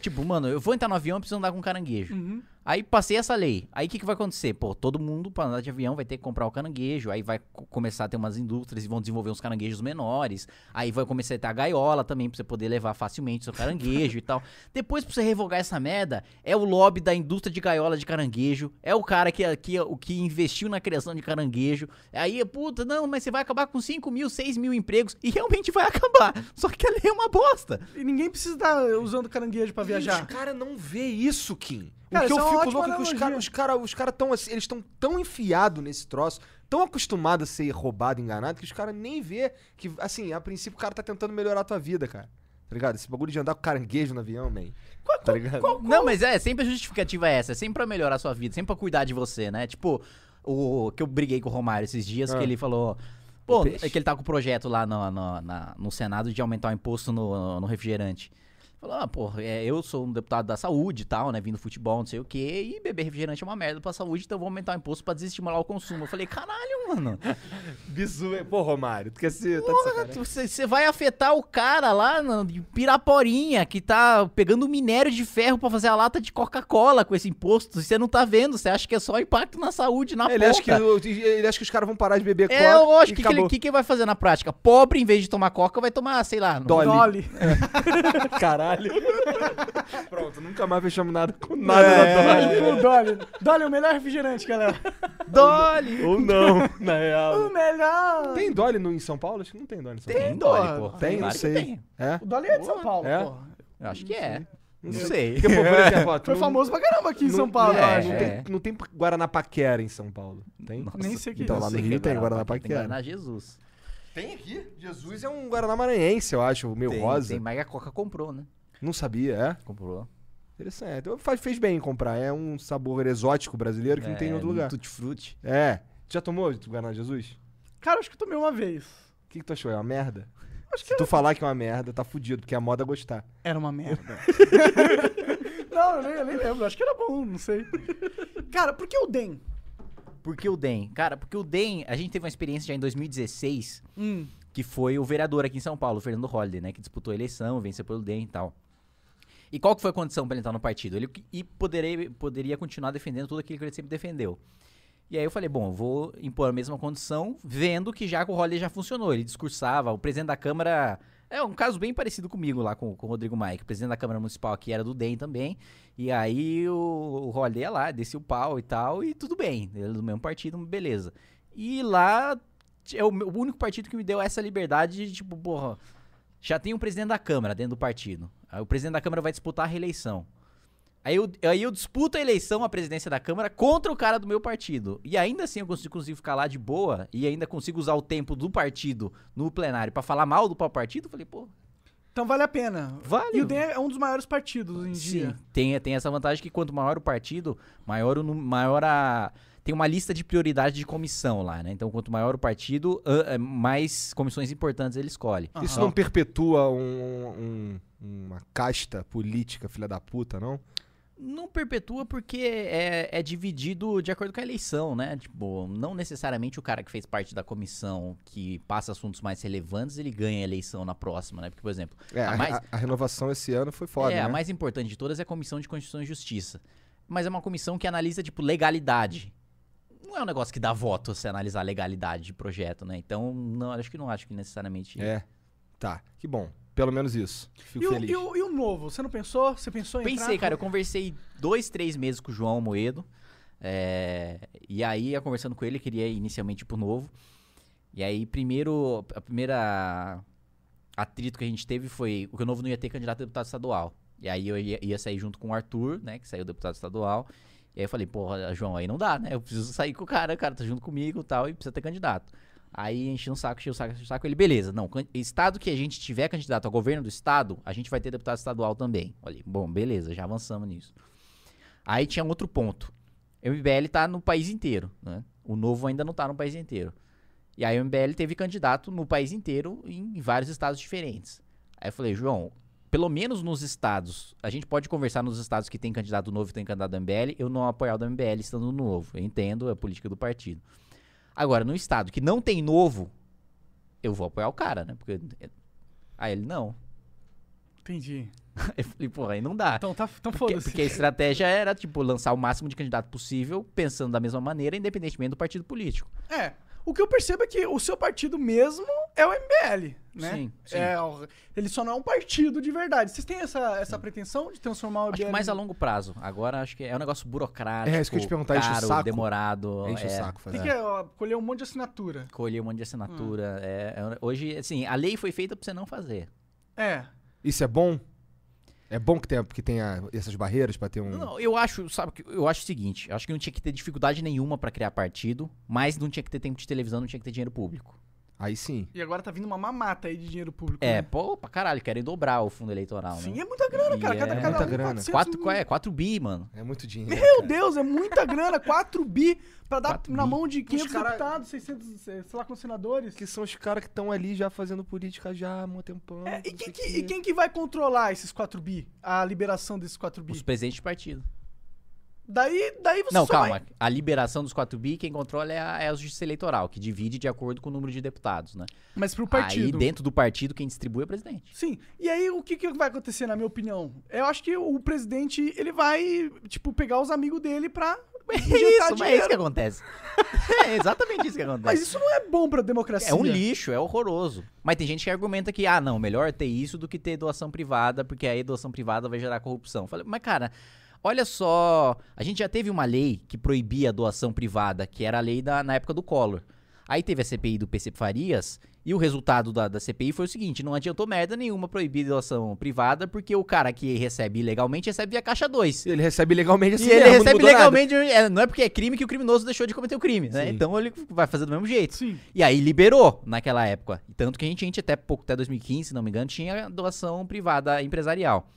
Speaker 3: tipo, mano, eu vou entrar no avião, eu preciso andar com um caranguejo.
Speaker 1: Uhum.
Speaker 3: Aí passei essa lei. Aí o que, que vai acontecer? Pô, todo mundo pra andar de avião vai ter que comprar o caranguejo. Aí vai co- começar a ter umas indústrias e vão desenvolver uns caranguejos menores. Aí vai começar a ter a gaiola também pra você poder levar facilmente seu caranguejo e tal. Depois pra você revogar essa merda, é o lobby da indústria de gaiola de caranguejo. É o cara que, que, o que investiu na criação de caranguejo. Aí, puta, não, mas você vai acabar com 5 mil, 6 mil empregos. E realmente vai acabar. Só que a lei é uma bosta.
Speaker 1: E ninguém precisa estar usando caranguejo pra
Speaker 2: Os
Speaker 1: viajar.
Speaker 2: caras não vê isso, Kim. O
Speaker 1: Cara,
Speaker 2: que eu
Speaker 1: isso é uma
Speaker 2: fico
Speaker 1: ótima
Speaker 2: louco é que os
Speaker 1: analogia.
Speaker 2: caras os cara, os cara tão, assim, eles estão tão enfiados nesse troço, tão acostumados a ser roubado, enganado, que os caras nem vê que, assim, a princípio o cara tá tentando melhorar a tua vida, cara. Tá ligado? Esse bagulho de andar com caranguejo no avião, man. Tá ligado?
Speaker 3: Não, mas é, sempre a justificativa é essa. É sempre pra melhorar a sua vida, sempre pra cuidar de você, né? Tipo, o que eu briguei com o Romário esses dias,
Speaker 2: Ah.
Speaker 3: que ele falou.
Speaker 2: O
Speaker 3: Pô,
Speaker 2: peixe?
Speaker 3: é que ele tá com o projeto lá no, no, na- no Senado de aumentar o imposto no, no refrigerante. Falou, ah, pô, é, eu sou um deputado da saúde e tal, né? Vindo do futebol, não sei o quê, e beber refrigerante é uma merda pra saúde, então vou aumentar o imposto pra desestimular o consumo. Eu falei, caralho, mano.
Speaker 2: Bizu, é- pô, Romário, tu quer ser. Tá de
Speaker 3: Porra,
Speaker 2: sacanagem.
Speaker 3: tu- você você vai afetar o cara lá na em Piraporinha que tá pegando minério de ferro pra fazer a lata de Coca-Cola com esse imposto. Você não tá vendo, você acha que é só impacto na saúde, na
Speaker 2: ele,
Speaker 3: ponta.
Speaker 2: acha que, o- ele acha que os caras vão parar de beber coca.
Speaker 3: tá É
Speaker 2: e
Speaker 3: lógico, o que, que, ele-
Speaker 2: acabou.
Speaker 3: que que vai fazer na prática? Pobre, em vez de tomar Coca, vai tomar, sei lá...
Speaker 2: Dolly.
Speaker 1: Dolly.
Speaker 2: Caralho. Pronto, nunca mais fechamos nada com nada
Speaker 1: Dolly,
Speaker 2: na
Speaker 1: Dolly, o Dolly. Dolly é o melhor refrigerante, galera.
Speaker 3: Dolly!
Speaker 2: Ou não, na
Speaker 1: O
Speaker 2: real.
Speaker 1: melhor.
Speaker 2: Tem Dolly no, em São Paulo? Acho que não tem Dolly em São Paulo.
Speaker 3: Tem
Speaker 1: porra.
Speaker 3: Dolly, pô.
Speaker 2: Tem, não
Speaker 3: claro que
Speaker 2: sei.
Speaker 3: tem.
Speaker 2: É?
Speaker 1: O Dolly é de São Paulo,
Speaker 2: É?
Speaker 1: porra.
Speaker 3: Eu acho que é. Não
Speaker 2: sei.
Speaker 3: sei.
Speaker 2: Daqui a pouco ele quer foto.
Speaker 1: Foi
Speaker 2: Não-
Speaker 1: famoso pra caramba aqui em
Speaker 2: não-
Speaker 1: São Paulo,
Speaker 2: não,
Speaker 1: eu
Speaker 3: é,
Speaker 1: acho.
Speaker 2: Não,
Speaker 3: é.
Speaker 2: tem, não tem Guaranapaquera em São Paulo. Tem?
Speaker 1: Nem sei o que
Speaker 2: então,
Speaker 1: é
Speaker 2: lá
Speaker 1: isso.
Speaker 2: no Rio tem é. Guaranapaquera.
Speaker 3: Tem Guaraná Jesus.
Speaker 2: Tem aqui? Jesus é um Guaraná maranhense, eu acho, o meu rosa.
Speaker 3: Tem, mas a Coca comprou, né?
Speaker 2: Não sabia, é?
Speaker 3: Comprou.
Speaker 2: Interessante. Então, faz- fez bem em comprar. É um sabor exótico brasileiro que não tem em
Speaker 3: É,
Speaker 2: outro lugar.
Speaker 3: Tutti Frutti.
Speaker 2: É. Tu Já tomou o Guaraná Jesus?
Speaker 1: Cara, acho que eu tomei uma vez.
Speaker 2: O que, que tu achou? É uma merda?
Speaker 1: Acho que
Speaker 2: Se tu falar que é uma merda, tá fudido, porque a moda é gostar.
Speaker 1: Era uma merda. não, eu nem, eu nem lembro. Acho que era bom, não sei. Cara, por que o DEM?
Speaker 3: Por que o DEM? Cara, porque o DEM, a gente teve uma experiência já em 2016,
Speaker 1: Hum.
Speaker 3: que foi o vereador aqui em São Paulo, o Fernando Holliday, né? Que disputou a eleição, venceu pelo DEM e tal. E qual que foi a condição para ele entrar no partido? Ele que- e poderei, poderia continuar defendendo tudo aquilo que ele sempre defendeu. E aí eu falei, bom, eu vou impor a mesma condição, vendo que já com o Holliday já funcionou. Ele discursava, o presidente da Câmara... É um caso bem parecido comigo lá com, com o Rodrigo Maia, o presidente da Câmara Municipal aqui era do DEM também. E aí o, o Holliday ia lá, descia o pau e tal, e tudo bem. Ele é do mesmo partido, beleza. E lá é o, meu- o único partido que me deu essa liberdade de, tipo, porra, já tem um presidente da Câmara dentro do partido. Aí o presidente da Câmara vai disputar a reeleição. Aí eu, aí eu disputo a eleição à presidência da Câmara contra o cara do meu partido. E ainda assim eu consigo, consigo ficar lá de boa e ainda consigo usar o tempo do partido no plenário pra falar mal do próprio partido. Eu Falei, pô,
Speaker 1: Então vale a pena.
Speaker 3: vale.
Speaker 1: E o DEM é um dos maiores partidos em
Speaker 3: Sim,
Speaker 1: dia.
Speaker 3: tem, tem essa vantagem que quanto maior o partido, maior o nu- maior a tem uma lista de prioridade de comissão lá, né? Então, quanto maior o partido, ah, ah, mais comissões importantes ele escolhe.
Speaker 2: Isso não perpetua um- um- uma casta política, filha da puta, não?
Speaker 3: Não perpetua porque é, é dividido de acordo com a eleição, né? Tipo, não necessariamente o cara que fez parte da comissão que passa assuntos mais relevantes, ele ganha a eleição na próxima, né? Porque, por exemplo,
Speaker 2: É,
Speaker 3: A
Speaker 2: a,
Speaker 3: mais-
Speaker 2: a- a renovação esse ano foi foda,
Speaker 3: é,
Speaker 2: né?
Speaker 3: a mais importante de todas é a Comissão de Constituição e Justiça. Mas é uma comissão que analisa, tipo, legalidade. Não é um negócio que dá voto você analisar a legalidade de projeto, né? Então, não, acho que não acho que necessariamente.
Speaker 2: É. Tá, que bom. Pelo menos isso. Fico
Speaker 1: E o,
Speaker 2: feliz.
Speaker 1: e, o, e o novo? Você não pensou? Você pensou em
Speaker 3: Pensei,
Speaker 1: entrar?
Speaker 3: cara, eu conversei dois, três meses com o João Moedo. é, e aí, ia conversando com ele, queria ir inicialmente pro novo. E aí, primeiro, a primeira atrito que a gente teve foi o que o novo não ia ter candidato a deputado estadual. E aí eu ia, ia sair junto com o Arthur, né, que saiu deputado estadual. E aí eu falei, porra, João, aí não dá, né? Eu preciso sair com o cara, o cara tá junto comigo e tal, e precisa ter candidato. Aí enchi um saco, enchi o saco, enchi o saco. Ele, beleza, não, can- estado que a gente tiver candidato ao governo do estado, a gente vai ter deputado estadual também. Olha, bom, beleza, já avançamos nisso. Aí tinha outro ponto. O MBL tá no país inteiro, né? O novo ainda não tá no país inteiro. E aí o MBL teve candidato no país inteiro em vários estados diferentes. Aí eu falei, João, pelo menos nos estados, a gente pode conversar nos estados que tem candidato novo e tem candidato do MBL, eu não apoiar o do MBL estando no novo. Eu entendo é a política do partido. Agora, no estado que não tem novo, eu vou apoiar o cara, né? Porque. Aí ele, não.
Speaker 1: Entendi.
Speaker 3: Eu falei, porra, aí não dá.
Speaker 1: Então, tá, então
Speaker 3: Porque,
Speaker 1: foda-se.
Speaker 3: porque a estratégia era, tipo, lançar o máximo de candidato possível, pensando da mesma maneira, independentemente do partido político.
Speaker 1: É. O que eu percebo é que o seu partido mesmo é o MBL, né?
Speaker 3: Sim, sim.
Speaker 1: É, o- ele só não é um partido de verdade. Vocês têm essa, essa pretensão de transformar o MBL?
Speaker 3: Acho que mais a
Speaker 1: em-
Speaker 3: longo prazo. Agora acho que é um negócio burocrático.
Speaker 2: É, isso que eu ia te perguntar, enche o
Speaker 3: caro,
Speaker 2: saco?
Speaker 3: demorado.
Speaker 2: Enche
Speaker 3: é,
Speaker 2: o saco, fazer.
Speaker 1: Tem que ó, colher um monte de assinatura.
Speaker 3: Colher um monte de assinatura.
Speaker 2: Hum.
Speaker 3: é, é um- hoje, assim, a lei foi feita pra você não fazer.
Speaker 1: É.
Speaker 2: Isso é bom? É bom que tenha, que tenha essas barreiras pra ter
Speaker 1: Hum.
Speaker 2: um.
Speaker 3: Não, eu acho, sabe, que- eu acho o seguinte: eu acho que não tinha que ter dificuldade nenhuma pra criar partido, mas não tinha que ter tempo de televisão, não tinha que ter dinheiro público.
Speaker 2: Aí sim.
Speaker 1: E agora tá vindo uma mamata aí de dinheiro público.
Speaker 3: É,
Speaker 1: né?
Speaker 3: pô, pra caralho, querem dobrar o fundo eleitoral,
Speaker 1: Sim,
Speaker 3: né?
Speaker 1: é muita grana,
Speaker 3: E
Speaker 1: cara. Cada,
Speaker 3: é
Speaker 1: cada
Speaker 2: muita
Speaker 1: um,
Speaker 2: grana.
Speaker 1: 400
Speaker 3: Quatro,
Speaker 1: mil.
Speaker 3: qual é? 4 bi, mano.
Speaker 2: É muito dinheiro.
Speaker 1: Meu Deus, é muita grana. 4 bi pra dar
Speaker 3: Quatro
Speaker 1: na
Speaker 3: bi.
Speaker 1: mão de 500
Speaker 2: cara-
Speaker 1: deputados, 600, sei lá, com senadores.
Speaker 2: Que são os caras que estão ali já fazendo política já há muito tempão.
Speaker 1: É, e, quem
Speaker 2: não sei
Speaker 1: que,
Speaker 2: o quê.
Speaker 1: e quem que vai controlar esses 4 bi? A liberação desses 4 bi?
Speaker 3: Os presidentes de partido.
Speaker 1: Daí, daí você
Speaker 3: Não,
Speaker 1: só
Speaker 3: calma.
Speaker 1: vai-
Speaker 3: A liberação dos 4 bi, quem controla é a, é a justiça eleitoral, que divide de acordo com o número de deputados, né?
Speaker 1: Mas pro partido.
Speaker 3: Aí, dentro do partido, quem distribui é o presidente.
Speaker 1: Sim. E aí, o que, que vai acontecer, na minha opinião? Eu acho que o presidente, ele vai, tipo, pegar os amigos dele pra injetar
Speaker 3: Isso, mas é
Speaker 1: dinheiro.
Speaker 3: isso que acontece. é exatamente isso que acontece.
Speaker 1: Mas isso não é bom pra democracia.
Speaker 3: É um lixo, é horroroso. Mas tem gente que argumenta que, ah, não, melhor ter isso do que ter doação privada, porque aí doação privada vai gerar corrupção. Falei, mas cara, olha só, a gente já teve uma lei que proibia a doação privada, que era a lei da, na época do Collor. Aí teve a CPI do PC Farias, e o resultado da, da CPI foi o seguinte: não adiantou merda nenhuma proibir doação privada, porque o cara que recebe ilegalmente recebe via caixa 2.
Speaker 2: Ele recebe legalmente assim
Speaker 3: E ele
Speaker 2: mesmo, não
Speaker 3: recebe
Speaker 2: mudou nada.
Speaker 3: legalmente, é, não é porque é crime que o criminoso deixou de cometer o crime, né?
Speaker 2: Sim.
Speaker 3: Então ele vai fazer do mesmo jeito.
Speaker 1: Sim.
Speaker 3: E aí liberou naquela época. Tanto que a gente, a gente até pouco, até 2015, se não me engano, tinha doação privada empresarial.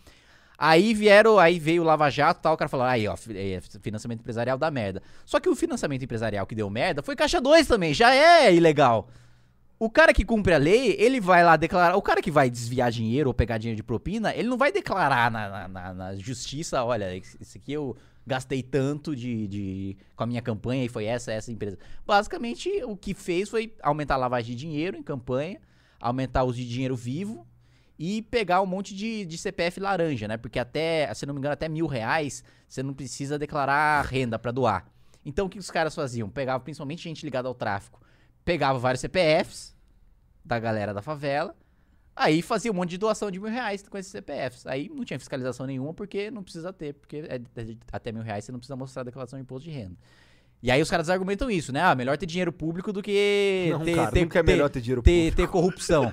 Speaker 3: Aí vieram, aí veio o Lava Jato e tal, o cara falou, aí ó, fi- é, financiamento empresarial dá merda. Só que o financiamento empresarial que deu merda foi Caixa 2 também, já é ilegal. O cara que cumpre a lei, ele vai lá declarar. O cara que vai desviar dinheiro ou pegar dinheiro de propina, ele não vai declarar na, na- na- na justiça, olha, esse esse aqui eu gastei tanto de, de- com a minha campanha e foi essa, essa empresa. Basicamente, o que fez foi aumentar a lavagem de dinheiro em campanha, aumentar o uso de dinheiro vivo e pegar um monte de, de CPF laranja, né? Porque até, se não me engano, até mil reais você não precisa declarar renda pra doar. Então, o que os caras faziam? Pegava principalmente gente ligada ao tráfico. Pegava vários CPFs da galera da favela, aí fazia um monte de doação de mil reais com esses CPFs. Aí não tinha fiscalização nenhuma porque não precisa ter, porque é de- até mil reais você não precisa mostrar a declaração de imposto de renda. E aí os caras argumentam isso, né? Ah, melhor ter dinheiro público do que
Speaker 2: Não,
Speaker 3: ter,
Speaker 2: cara,
Speaker 3: ter-
Speaker 2: nunca é
Speaker 3: ter-
Speaker 2: melhor ter dinheiro
Speaker 3: ter, ter corrupção.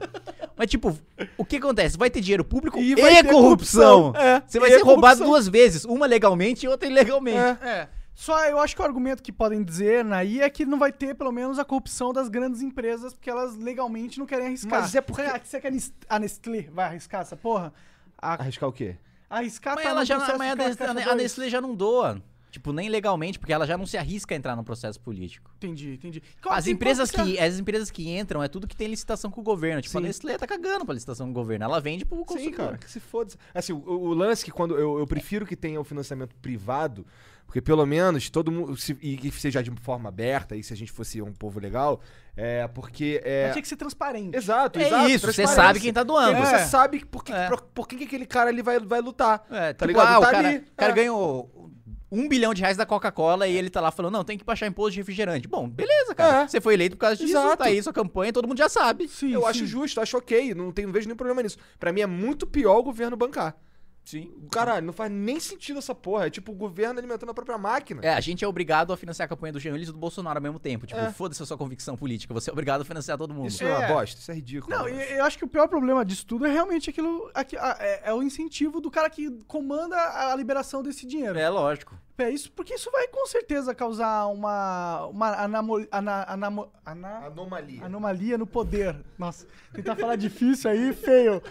Speaker 3: Mas, tipo, o que acontece? Vai ter dinheiro público e,
Speaker 2: vai ter
Speaker 3: corrupção.
Speaker 2: corrupção. É,
Speaker 3: Você vai
Speaker 2: e
Speaker 3: ser
Speaker 2: corrupção.
Speaker 3: roubado duas vezes, uma legalmente e outra ilegalmente.
Speaker 2: É.
Speaker 1: É. Só eu acho que o argumento que podem dizer aí é que não vai ter, pelo menos, a corrupção das grandes empresas, porque elas legalmente não querem arriscar.
Speaker 2: Mas é porque-
Speaker 1: Será que será que a Nes- a Nestlé vai arriscar essa porra? A-
Speaker 2: Arriscar o quê?
Speaker 1: Arriscar
Speaker 3: Mas
Speaker 1: tá
Speaker 3: ela
Speaker 1: no
Speaker 3: já,
Speaker 1: processo
Speaker 3: mas a
Speaker 1: de
Speaker 3: Nestlé-
Speaker 1: caixa
Speaker 3: a
Speaker 1: dois.
Speaker 3: Nestlé já não doa. Tipo, nem legalmente, porque ela já não se arrisca a entrar no processo político.
Speaker 1: Entendi, entendi.
Speaker 3: As
Speaker 1: Assim,
Speaker 3: empresas,
Speaker 1: quanto
Speaker 3: que, as empresas que entram é tudo que tem licitação com o governo. Tipo,
Speaker 2: Sim.
Speaker 3: a Nestlé tá cagando pra licitação com o governo. Ela vende pro
Speaker 2: Sim,
Speaker 3: consumidor.
Speaker 2: cara, que se foda. Assim, o, o lance que quando eu, eu prefiro que tenha o financiamento privado, porque pelo menos todo mundo. se- e que seja de forma aberta, e se a gente fosse um povo legal, é porque. É,
Speaker 1: Mas tinha que ser transparente.
Speaker 2: Exato,
Speaker 3: É
Speaker 2: exato.
Speaker 3: isso, você
Speaker 2: transparência.
Speaker 3: sabe quem tá doando.
Speaker 2: Porque
Speaker 1: É.
Speaker 2: Você sabe por, que,
Speaker 3: É.
Speaker 2: por, por que, que aquele cara ali vai, vai lutar.
Speaker 3: É,
Speaker 2: Tá
Speaker 3: tá
Speaker 2: ligado?
Speaker 3: ligado?
Speaker 2: Tá
Speaker 3: o cara,
Speaker 2: ali,
Speaker 3: o cara
Speaker 2: é.
Speaker 3: ganhou um bilhão de reais da Coca-Cola e ele tá lá falando, não, tem que baixar imposto de refrigerante. Bom, beleza, cara.
Speaker 2: É.
Speaker 3: Você foi eleito por causa disso,
Speaker 2: Exato.
Speaker 3: tá aí sua campanha, todo mundo já sabe.
Speaker 1: Sim,
Speaker 2: eu
Speaker 1: sim.
Speaker 2: acho justo, acho ok, não, tem, não vejo nenhum problema nisso. Pra mim é muito pior o governo bancar.
Speaker 3: Sim.
Speaker 2: Caralho, não faz nem sentido essa porra. É tipo o governo alimentando a própria máquina.
Speaker 3: É, a gente é obrigado a financiar a campanha do Jean Willis e do Bolsonaro ao mesmo tempo. Tipo,
Speaker 2: É.
Speaker 3: foda-se a sua convicção política, você é obrigado a financiar todo mundo.
Speaker 2: Isso é uma
Speaker 1: É.
Speaker 2: bosta, isso é ridículo.
Speaker 1: Não,
Speaker 2: eu acho.
Speaker 1: e- eu acho que o pior problema disso tudo é realmente aquilo. aqui- a- é, é o incentivo do cara que comanda a liberação desse dinheiro. É.
Speaker 3: É lógico.
Speaker 1: isso, porque isso vai com certeza causar uma. uma anamo, ana, anamo, ana-
Speaker 2: Anomalia.
Speaker 1: anomalia no poder. Nossa, tentar falar difícil aí, feio.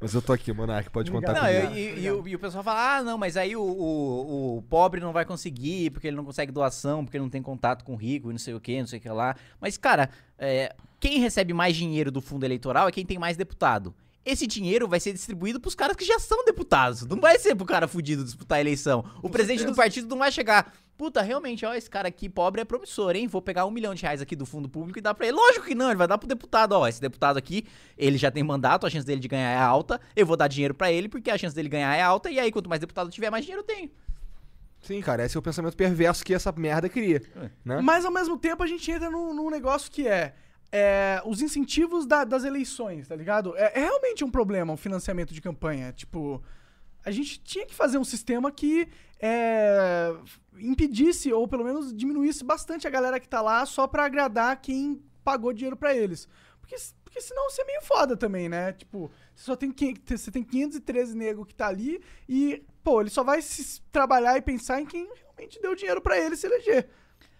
Speaker 2: Mas eu tô aqui, Monark, pode
Speaker 1: Obrigado.
Speaker 2: contar
Speaker 3: Não,
Speaker 2: comigo.
Speaker 3: e, e- e o, e o pessoal fala, ah, não, mas aí o, o- o pobre não vai conseguir, porque ele não consegue doação, porque ele não tem contato com o rico e não sei o que, não sei o que lá. Mas, cara, é, quem recebe mais dinheiro do fundo eleitoral é quem tem mais deputado. Esse dinheiro vai ser distribuído pros caras que já são deputados. Não vai ser pro cara fudido disputar a eleição. O presidente do partido não vai chegar. Puta, realmente, ó, esse cara aqui pobre é promissor, hein? Vou pegar um milhão de reais aqui do fundo público e dar pra ele. Lógico que não, ele vai dar pro deputado, ó. Esse deputado aqui, ele já tem mandato, a chance dele de ganhar é alta. Eu vou dar dinheiro pra ele, porque a chance dele ganhar é alta. E aí, quanto mais deputado tiver, mais dinheiro eu tenho.
Speaker 2: Sim, cara, esse é o pensamento perverso que essa merda cria.
Speaker 3: É.
Speaker 2: Né?
Speaker 1: Mas ao mesmo tempo a gente entra num, num negócio que é. é, os incentivos da- das eleições, tá ligado? É, é realmente um problema o financiamento de campanha. Tipo, a gente tinha que fazer um sistema que é, impedisse ou pelo menos diminuísse bastante a galera que tá lá só pra agradar quem pagou dinheiro pra eles. Porque, porque senão você é meio foda também, né? Tipo, você só tem, quin- você tem 513 nego que tá ali e, pô, ele só vai se trabalhar e pensar em quem realmente deu dinheiro pra ele se eleger.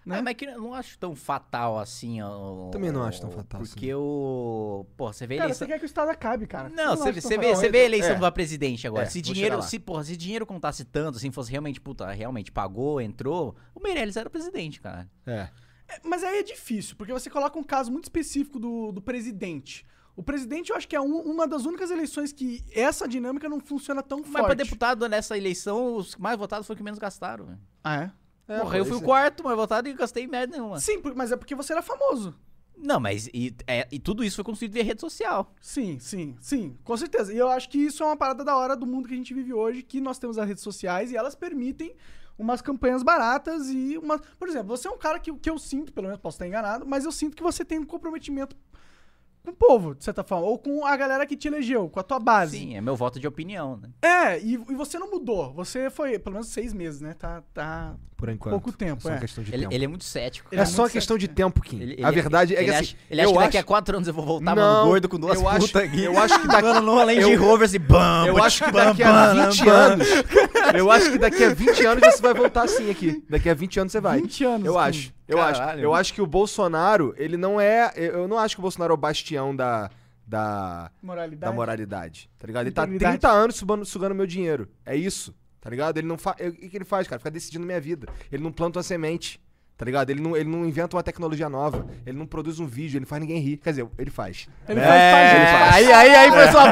Speaker 1: Né?
Speaker 3: Ah, mas que eu não acho tão fatal assim. ó,
Speaker 2: Também não acho
Speaker 3: ó,
Speaker 2: tão fatal assim.
Speaker 3: Porque o. Pô, você vê
Speaker 1: Cara,
Speaker 3: eleição-
Speaker 1: você quer que o Estado acabe, cara.
Speaker 3: Não, você
Speaker 1: acho tão
Speaker 3: você
Speaker 1: fatal.
Speaker 3: vê, você vê a eleição
Speaker 2: é.
Speaker 3: pra presidente agora.
Speaker 2: É,
Speaker 3: se
Speaker 2: vou chegar
Speaker 3: dinheiro,
Speaker 2: lá.
Speaker 3: se, porra, se dinheiro contasse tanto, assim, fosse realmente, puta, realmente pagou, entrou, o Meirelles era presidente, cara.
Speaker 2: É.
Speaker 1: É, Mas aí é difícil, porque você coloca um caso muito específico do, do presidente. O presidente, eu acho que é um- uma das únicas eleições que essa dinâmica não funciona tão
Speaker 3: Mas
Speaker 1: forte.
Speaker 3: pra deputado nessa eleição, os mais votados foram os que menos gastaram. velho.
Speaker 1: Ah, é?
Speaker 2: É,
Speaker 3: Porra, eu fui o
Speaker 2: isso-
Speaker 3: quarto mais votado e gastei merda nenhuma.
Speaker 1: Sim, por- mas é porque você era famoso.
Speaker 3: Não, mas e, é, e tudo isso foi construído via rede social.
Speaker 1: Sim, sim, sim, com certeza. E eu acho que isso é uma parada da hora do mundo que a gente vive hoje, que nós temos as redes sociais e elas permitem umas campanhas baratas e uma. Por exemplo, você é um cara que, que eu sinto, pelo menos posso estar enganado, mas eu sinto que você tem um comprometimento com o povo, de certa forma, ou com a galera que te elegeu, com a tua base.
Speaker 3: Sim, é meu voto de opinião, né?
Speaker 1: É, e, e você não mudou. Você foi, pelo menos, seis meses, né? Tá. tá...
Speaker 2: Por
Speaker 3: um
Speaker 2: enquanto.
Speaker 1: Pouco tempo,
Speaker 2: só um uma
Speaker 1: é.
Speaker 2: questão de
Speaker 3: Ele,
Speaker 2: tempo.
Speaker 3: ele é muito cético.
Speaker 1: ele
Speaker 2: é
Speaker 1: é
Speaker 2: só uma
Speaker 1: muito
Speaker 2: questão de tempo, Kim.
Speaker 3: Ele- ele-
Speaker 2: a verdade é
Speaker 3: ele
Speaker 2: que
Speaker 3: acha,
Speaker 2: assim.
Speaker 3: ele acha
Speaker 2: eu
Speaker 3: que
Speaker 2: acho,
Speaker 3: daqui a quatro anos eu vou voltar,
Speaker 2: Não,
Speaker 3: mano, gordo com duas
Speaker 2: eu acho-
Speaker 3: putas aqui.
Speaker 2: eu acho que daqui-
Speaker 3: Mano, no Land
Speaker 2: eu-
Speaker 3: Rover, assim, bam,
Speaker 2: eu
Speaker 3: bam,
Speaker 2: acho que
Speaker 3: bam,
Speaker 2: daqui a
Speaker 3: bam,
Speaker 2: 20
Speaker 3: bam.
Speaker 2: anos. Eu acho que daqui a 20 anos você vai voltar assim aqui. Daqui a 20 anos você vai.
Speaker 1: 20 anos,
Speaker 2: Eu
Speaker 1: Kim.
Speaker 2: acho. Eu acho.
Speaker 3: Caralho.
Speaker 2: Eu acho que o Bolsonaro, ele não é. Eu eu não acho que o Bolsonaro é o bastião da. Da,
Speaker 1: Moralidade.
Speaker 2: da moralidade, tá ligado? Ele tá há
Speaker 1: Integridade.
Speaker 2: 30 anos sugando, sugando meu dinheiro. É isso, tá ligado? Ele não faz. O que que ele faz, cara? Fica decidindo minha vida. Ele não planta uma semente, tá ligado? Ele não, ele não inventa uma tecnologia nova. Ele não produz um vídeo, ele não faz ninguém rir. Quer dizer, ele faz.
Speaker 1: Ele
Speaker 3: É,
Speaker 1: faz mais
Speaker 2: ele
Speaker 1: gente.
Speaker 2: faz.
Speaker 3: Aí, aí, aí foi sua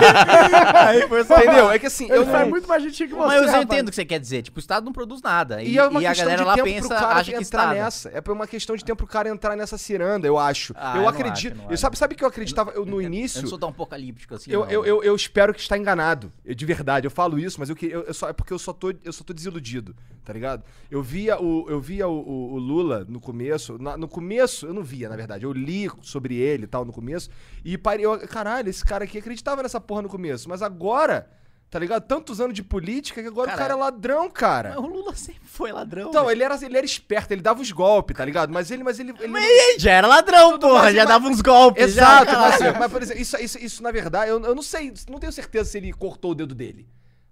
Speaker 3: barra. aí foi sua
Speaker 2: Entendeu? É que assim,
Speaker 1: Ele
Speaker 2: eu
Speaker 1: faz
Speaker 2: não.
Speaker 1: muito mais gente que você.
Speaker 3: Mas eu
Speaker 1: rapaz.
Speaker 3: entendo o que você quer dizer. Tipo, o Estado não produz nada. E,
Speaker 2: E é uma
Speaker 3: e a
Speaker 2: questão
Speaker 3: galera
Speaker 2: de
Speaker 3: lá
Speaker 2: tempo
Speaker 3: pensa,
Speaker 2: pro cara
Speaker 3: acha que
Speaker 2: entrar
Speaker 3: Estado.
Speaker 2: nessa. É por uma questão de tempo pro cara entrar nessa ciranda, eu acho.
Speaker 3: Ah,
Speaker 2: eu,
Speaker 3: eu não
Speaker 2: acredito.
Speaker 3: acho, eu não
Speaker 2: eu
Speaker 3: acho.
Speaker 2: sabe, sabe que eu acreditava eu, no
Speaker 3: Eu não
Speaker 2: início?
Speaker 3: sou tão apocalíptico assim.
Speaker 2: Eu,
Speaker 3: não.
Speaker 2: eu, eu, eu espero que está enganado. Eu, de verdade, eu falo isso, mas eu, que- eu, eu só, é porque eu só, tô, eu só tô desiludido, tá ligado? Eu via o, eu via o, o- o Lula no começo. na- no começo, eu não via, na verdade. Eu li sobre ele e tal no começo. E parei. Eu, caralho, esse cara aqui acreditava nessa porra no começo. Mas agora, tá ligado? Tantos anos de política que agora o
Speaker 3: Cara,
Speaker 2: cara é ladrão, cara.
Speaker 3: Mas o Lula sempre foi ladrão.
Speaker 2: Então,
Speaker 3: velho.
Speaker 2: ele era, ele era esperto, ele dava os golpes, tá ligado? Mas ele, mas ele. ele-
Speaker 3: Ei, já era ladrão, porra.
Speaker 2: mais,
Speaker 3: Já
Speaker 2: mas-
Speaker 3: dava uns golpes.
Speaker 2: Exato,
Speaker 3: já,
Speaker 2: mas, assim, mas, por exemplo, isso, isso, isso na verdade, eu, eu não sei, não tenho certeza se ele cortou o dedo dele.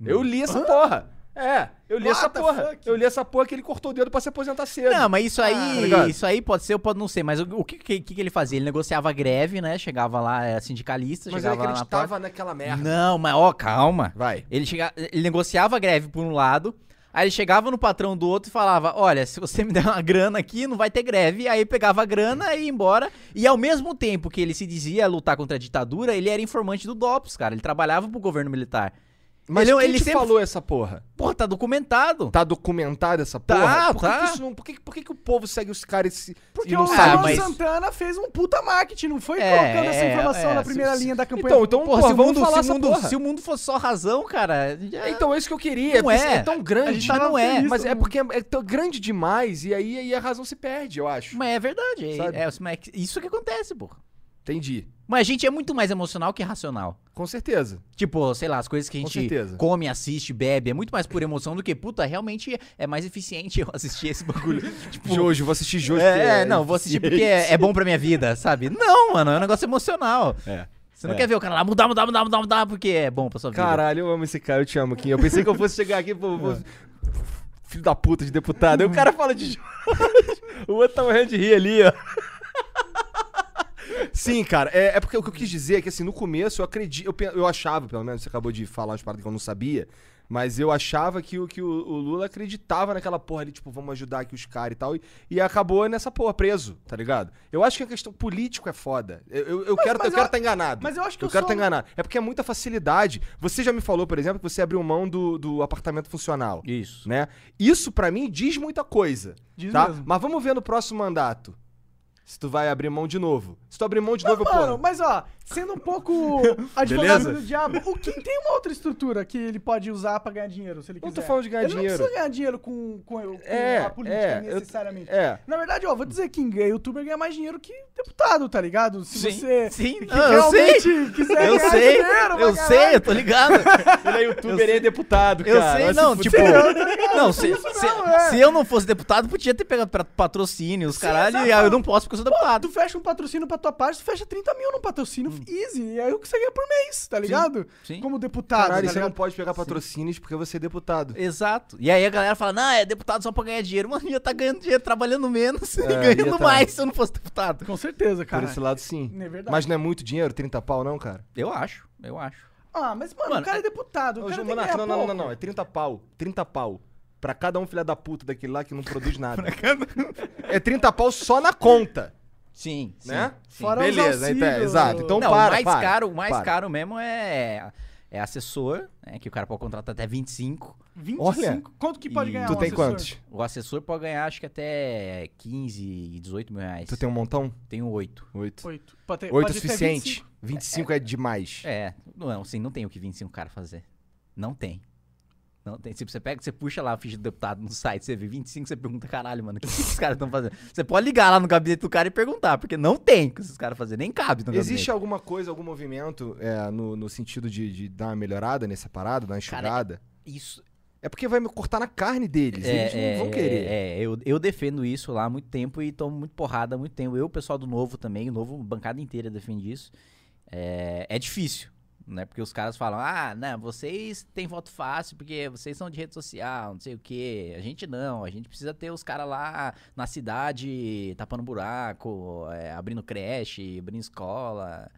Speaker 2: Eu li essa porra. É, eu li
Speaker 1: What
Speaker 2: essa
Speaker 1: the
Speaker 2: porra.
Speaker 1: fuck?
Speaker 2: Eu li essa porra que ele cortou o dedo pra se aposentar cedo.
Speaker 3: Não, mas isso
Speaker 2: tá
Speaker 3: aí,
Speaker 2: ligado?
Speaker 3: isso aí pode ser ou pode não ser. Mas o, o que, que, que ele fazia? Ele negociava greve, né? Chegava lá, era sindicalista,
Speaker 2: mas ele
Speaker 3: chegava lá na porta.
Speaker 2: acreditava naquela merda.
Speaker 3: Não, mas ó, calma.
Speaker 2: Vai.
Speaker 3: Ele, chega, ele negociava a greve por um lado, Aí ele chegava no patrão do outro e falava: Olha, se você me der uma grana aqui, não vai ter greve. Aí pegava a grana e ia embora. E ao mesmo tempo que ele se dizia lutar contra a ditadura, ele era informante do DOPS, cara. Ele trabalhava pro governo militar.
Speaker 2: Mas
Speaker 3: Ele- é um,
Speaker 2: ele, quem
Speaker 3: ele
Speaker 2: te
Speaker 3: sempre-
Speaker 2: falou essa porra?
Speaker 3: Porra, tá documentado.
Speaker 2: Tá documentada essa
Speaker 3: Tá,
Speaker 2: porra? por que
Speaker 3: tá.
Speaker 2: Que isso não, por que, por que, que o povo segue os caras e se-
Speaker 1: Porque
Speaker 2: e não
Speaker 1: o
Speaker 3: sabe
Speaker 1: Luan
Speaker 3: mas-
Speaker 1: Santana fez um puta marketing, não foi
Speaker 3: É,
Speaker 1: colocando essa
Speaker 3: é,
Speaker 1: informação
Speaker 3: é,
Speaker 1: na
Speaker 3: se-
Speaker 1: primeira
Speaker 3: se-
Speaker 1: linha da campanha.
Speaker 2: Então, então,
Speaker 3: Porra,
Speaker 2: porra,
Speaker 3: se, o
Speaker 2: vamos
Speaker 3: mundo,
Speaker 2: falar
Speaker 3: se,
Speaker 2: essa
Speaker 3: o mundo,
Speaker 2: porra.
Speaker 3: se o mundo fosse só razão, cara. já-
Speaker 2: Então, é isso que eu queria.
Speaker 3: Não
Speaker 2: é, porque
Speaker 3: é.
Speaker 2: é tão
Speaker 1: A
Speaker 2: grande.
Speaker 1: gente tava
Speaker 3: não é,
Speaker 1: feliz,
Speaker 2: Mas
Speaker 1: todo
Speaker 2: é
Speaker 1: mundo.
Speaker 2: porque é, é tão grande demais. E aí, aí a razão se perde, eu acho.
Speaker 3: Mas é verdade. é-
Speaker 2: Sabe?
Speaker 3: É, mas é isso que acontece, porra.
Speaker 2: Entendi.
Speaker 3: Mas a gente é muito mais emocional que racional.
Speaker 2: Com certeza.
Speaker 3: Tipo, sei lá, as coisas que a
Speaker 2: Com
Speaker 3: gente
Speaker 2: certeza.
Speaker 3: come, assiste, bebe, é muito mais por emoção do que, puta, realmente é mais eficiente eu assistir esse bagulho. tipo,
Speaker 2: Jojo, vou assistir Jojo. porque
Speaker 3: é, é, não, vou assistir porque é, é bom pra minha vida, sabe? Não, mano, é um negócio emocional.
Speaker 2: É.
Speaker 3: Você não
Speaker 2: É.
Speaker 3: quer ver o cara lá mudar, mudar, mudar, mudar, mudar, porque é bom pra sua vida.
Speaker 2: Caralho, eu amo esse cara, eu te amo, Kim. Eu pensei que eu fosse chegar aqui, pô, pô, filho da puta de deputado. Aí o cara fala de Jojo. o outro tá morrendo de rir ali, ó. Sim, cara, é, é porque o que eu quis dizer é que assim, no começo eu acredito, eu, pe- eu achava, pelo menos, você acabou de falar umas paradas que eu não sabia, mas eu achava que, o, que o, o Lula acreditava naquela porra ali, tipo, vamos ajudar aqui os caras e tal, e, e acabou nessa porra, preso, tá ligado? Eu acho que a questão político é foda. Eu, eu, eu quero
Speaker 1: mas
Speaker 2: estar quero
Speaker 1: eu-
Speaker 2: tá enganado.
Speaker 1: mas eu acho que eu
Speaker 2: quero
Speaker 1: sou
Speaker 2: tá enganado. É porque é muita facilidade. Você já me falou, por exemplo, que você abriu mão do, do apartamento funcional,
Speaker 3: Isso.
Speaker 2: né? Isso pra mim diz muita coisa,
Speaker 1: Diz
Speaker 2: tá?
Speaker 1: mesmo.
Speaker 2: Mas vamos ver no próximo mandato. Se tu vai abrir mão de novo. Se tu abrir mão de novo, eu
Speaker 1: Mano,
Speaker 2: pulo.
Speaker 1: mas ó, sendo um pouco advogado
Speaker 2: Beleza?
Speaker 1: do diabo, o Kim tem uma outra estrutura que ele pode usar pra ganhar dinheiro, se ele
Speaker 2: Não
Speaker 1: quiser.
Speaker 2: tô falando de ganhar
Speaker 1: ele não
Speaker 2: dinheiro.
Speaker 1: precisa ganhar dinheiro com, com, com
Speaker 2: É,
Speaker 1: a política
Speaker 2: é, eu-
Speaker 1: necessariamente.
Speaker 2: É.
Speaker 1: Na verdade, ó, vou dizer que youtuber ganha mais dinheiro que deputado, tá ligado? Se
Speaker 3: Sim,
Speaker 1: você
Speaker 3: sim,
Speaker 1: que
Speaker 3: não, eu sei.
Speaker 1: realmente
Speaker 2: é
Speaker 1: quiser
Speaker 3: Eu
Speaker 1: ganhar
Speaker 3: sei,
Speaker 1: dinheiro,
Speaker 3: eu
Speaker 1: pra
Speaker 3: sei,
Speaker 1: caralho.
Speaker 3: eu tô ligado.
Speaker 2: Ele é youtuber e é deputado,
Speaker 3: Eu sei,
Speaker 1: assim,
Speaker 3: não, tipo. Não, se, se-
Speaker 1: é.
Speaker 3: se eu não fosse deputado, podia ter pegado pra- patrocínio, os caralho, e aí eu não posso porque eu sou deputado.
Speaker 1: Tu fecha um patrocínio pra tua parte, tu fecha 30 mil num patrocínio easy. E aí o que você ganha por mês, tá ligado?
Speaker 3: sim.
Speaker 1: Como deputado,
Speaker 2: Caralho, é
Speaker 1: tá
Speaker 2: você não
Speaker 1: ligado?
Speaker 2: pode pegar patrocínios porque você é deputado.
Speaker 3: Exato. E aí a galera fala, não, é deputado só pra ganhar dinheiro. Mano, ia tá ganhando dinheiro trabalhando menos É, e ganhando
Speaker 2: ia tá.
Speaker 3: mais se eu não fosse deputado.
Speaker 1: Com certeza, cara.
Speaker 2: um Por esse lado, sim.
Speaker 1: É verdade.
Speaker 2: Mas não é muito dinheiro, 30 pau, não, cara?
Speaker 3: Eu acho, eu acho.
Speaker 1: Ah, mas mano,
Speaker 3: Mano,
Speaker 1: o cara
Speaker 3: é-
Speaker 1: é deputado. O
Speaker 2: Ô,
Speaker 1: cara
Speaker 2: Gil,
Speaker 1: tem que
Speaker 2: Monaco,
Speaker 1: ganhar
Speaker 2: não, não, não,
Speaker 1: pouco.
Speaker 2: não, não. É 30 pau. 30 pau. Pra cada um filha da puta daquele lá que não produz nada. é 30 pau só na conta,
Speaker 3: Sim, sim.
Speaker 2: né?
Speaker 3: sim.
Speaker 1: Fora os
Speaker 2: Beleza, então,
Speaker 1: auxílios.
Speaker 2: exato. Então
Speaker 3: não,
Speaker 2: para,
Speaker 3: o mais
Speaker 2: para,
Speaker 3: caro, o mais
Speaker 2: para.
Speaker 3: caro mesmo é, é assessor, né, que o cara pode contratar até 25.
Speaker 1: 25? Quanto que pode
Speaker 3: E
Speaker 1: ganhar
Speaker 2: Tu
Speaker 1: um
Speaker 2: tem
Speaker 1: assessor?
Speaker 2: quantos?
Speaker 3: O assessor pode ganhar acho que até 15, 18 mil reais.
Speaker 2: Tu tem um montão?
Speaker 3: Tenho 8.
Speaker 2: Oito.
Speaker 1: Oito. Pode ter-
Speaker 2: Oito é
Speaker 1: pode ter
Speaker 2: suficiente.
Speaker 1: 25.
Speaker 2: 25 é demais.
Speaker 3: É, não, assim, não tem o que 25 cara fazer. Não tem. Não tem. Se você pega, você puxa lá a ficha do deputado no site, você vê 25, você pergunta, caralho, mano, o que esses caras estão fazendo? Você pode ligar lá no gabinete do cara e perguntar, porque não tem o que esses caras fazerem, nem cabe no
Speaker 2: Existe
Speaker 3: gabinete.
Speaker 2: alguma coisa, algum movimento é, no, no sentido de, de dar uma melhorada nessa parada, dar uma
Speaker 3: Cara,
Speaker 2: enxugada?
Speaker 3: Isso.
Speaker 2: é porque vai me cortar na carne deles. eles não vão querer.
Speaker 3: É, é, eu, eu defendo isso lá há muito tempo e tomo muito porrada há muito tempo. Eu, o pessoal do Novo também, o Novo, bancada inteira defende isso. É, é difícil, né? Porque os caras falam, ah, né, vocês têm voto fácil porque vocês são de rede social, não sei o quê. A gente não, a gente precisa ter os caras lá na cidade tapando buraco, é, abrindo creche, abrindo escola.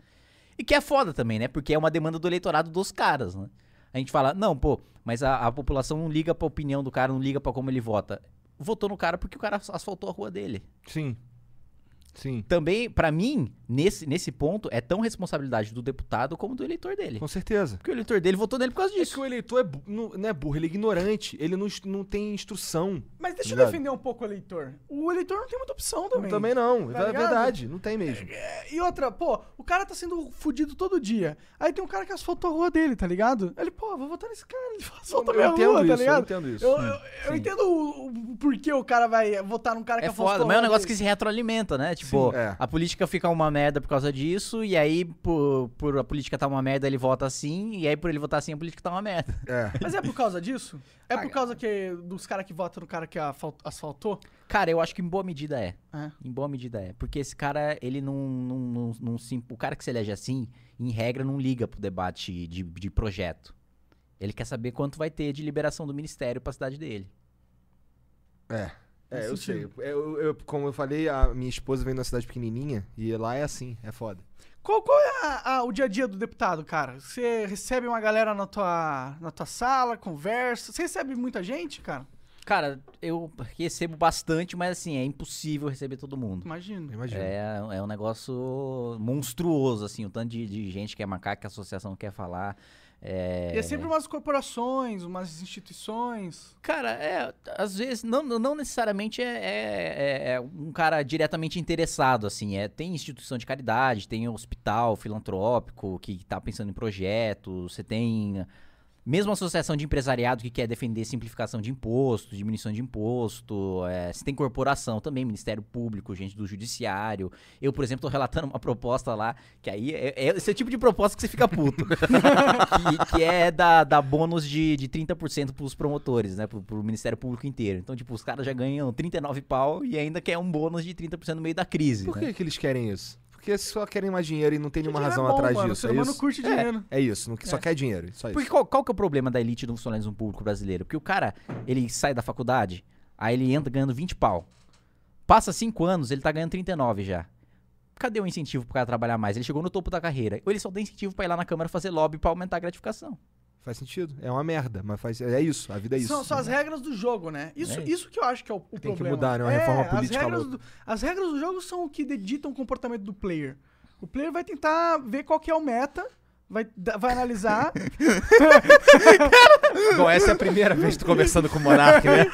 Speaker 3: E que é foda também, né? Porque é uma demanda do eleitorado dos caras, né? A gente fala, não, pô, mas a, a população não liga pra opinião do cara, não liga pra como ele vota. Votou no cara porque o cara asfaltou a rua dele.
Speaker 2: Sim. Sim.
Speaker 3: Também, pra mim, nesse, nesse ponto, é tão responsabilidade do deputado como do eleitor dele.
Speaker 2: Com certeza.
Speaker 3: Porque o eleitor dele votou nele por causa
Speaker 2: É que
Speaker 3: disso.
Speaker 2: o eleitor é bu- não, não é burro, ele é ignorante. Ele não, est- não tem instrução.
Speaker 1: Mas deixa eu
Speaker 2: Verdade.
Speaker 1: defender um pouco o eleitor. O eleitor não tem muita opção também.
Speaker 2: Também não.
Speaker 1: Tá
Speaker 2: é
Speaker 1: ligado? É,
Speaker 2: verdade. Não tem mesmo.
Speaker 1: E outra, pô, o cara tá sendo fudido todo dia. Aí tem um cara que asfaltou a rua dele, tá ligado? Ele, pô, vou votar nesse cara, ele asfalta a minha
Speaker 2: entendo
Speaker 1: rua,
Speaker 2: isso,
Speaker 1: tá ligado?
Speaker 2: eu entendo isso.
Speaker 1: Eu, eu, eu entendo o, o porquê o cara vai votar num cara que
Speaker 3: É
Speaker 1: afastou
Speaker 3: foda,
Speaker 1: a
Speaker 3: mas é um
Speaker 1: roda
Speaker 3: negócio que
Speaker 1: dele.
Speaker 3: se retroalimenta, né? Tipo,
Speaker 2: Sim, é.
Speaker 3: a política fica uma merda por causa disso, e aí por, por a política tá uma merda, ele vota assim, e aí por ele votar assim, a política tá uma merda.
Speaker 2: É.
Speaker 1: Mas é por causa disso? É
Speaker 3: Ah,
Speaker 1: por causa que dos caras que votam no cara que afal- asfaltou?
Speaker 3: Cara, eu acho que em boa medida é.
Speaker 1: É.
Speaker 3: Em boa medida é. Porque esse cara, ele não, não, não, não se. O cara que se elege assim, em regra, não liga pro debate de, de projeto. Ele quer saber quanto vai ter de liberação do ministério pra cidade dele.
Speaker 2: É,
Speaker 1: Faz
Speaker 2: eu sei.
Speaker 1: sentido.
Speaker 2: Eu- eu- como eu falei, a minha esposa vem de uma cidade pequenininha e lá é assim, é foda.
Speaker 1: Qual, qual é a- a- o dia a dia do deputado, cara? Você recebe uma galera na tua, na tua sala, conversa. Você recebe muita gente, cara?
Speaker 3: Cara, eu recebo bastante, mas assim, é impossível receber todo mundo.
Speaker 1: Imagino.
Speaker 2: Imagina.
Speaker 3: É, é um negócio monstruoso, assim, o tanto de, de gente que é macaco, que a associação quer falar. É,
Speaker 1: E é sempre umas corporações, umas instituições.
Speaker 3: Cara, é, às vezes, não, não não necessariamente é, é- é- é um cara diretamente interessado, assim, é, tem instituição de caridade, tem hospital filantrópico que tá pensando em projetos, você tem mesmo associação de empresariado que quer defender simplificação de imposto, diminuição de imposto, é, você tem corporação também, Ministério Público, gente do Judiciário. Eu, por exemplo, tô relatando uma proposta lá, que aí é, é esse é o tipo de proposta que você fica puto. que, que é dar dar bônus de, de 30% pros promotores, né? Pro, pro Ministério Público inteiro. Então, tipo, os caras já ganham 39 pau e ainda quer um bônus de 30% no meio da crise.
Speaker 2: Por
Speaker 3: né?
Speaker 2: que, que eles querem isso? Porque só querem mais dinheiro e não tem nenhuma
Speaker 1: Dinheiro é
Speaker 2: razão
Speaker 1: bom,
Speaker 2: atrás
Speaker 1: mano.
Speaker 2: disso.
Speaker 1: O
Speaker 2: É
Speaker 1: ser humano
Speaker 2: isso?
Speaker 1: curte dinheiro.
Speaker 2: É isso, não- só quer dinheiro. Só isso.
Speaker 3: Porque qual, qual que é o problema da elite do funcionalismo público brasileiro? Porque o cara, ele sai da faculdade, aí ele entra ganhando 20 pau. Passa 5 anos, ele tá ganhando 39 já. Cadê o incentivo pro cara trabalhar mais? Ele chegou no topo da carreira. Ou ele só tem incentivo pra ir lá na Câmara fazer lobby pra aumentar a gratificação.
Speaker 2: Faz sentido. É uma merda, mas faz... é isso. A vida é isso.
Speaker 1: são, são as regras do jogo, né? Isso,
Speaker 3: É.
Speaker 1: isso que eu acho que é o, o problema. É,
Speaker 2: que mudar, né? Uma reforma
Speaker 1: as
Speaker 2: política
Speaker 1: regras
Speaker 2: louca.
Speaker 1: do- as regras do jogo são o que ditam o comportamento do player. O player vai tentar ver qual que é o meta, vai, da- vai analisar,
Speaker 2: Bom, essa é a primeira vez que tu conversando com o Monark, né?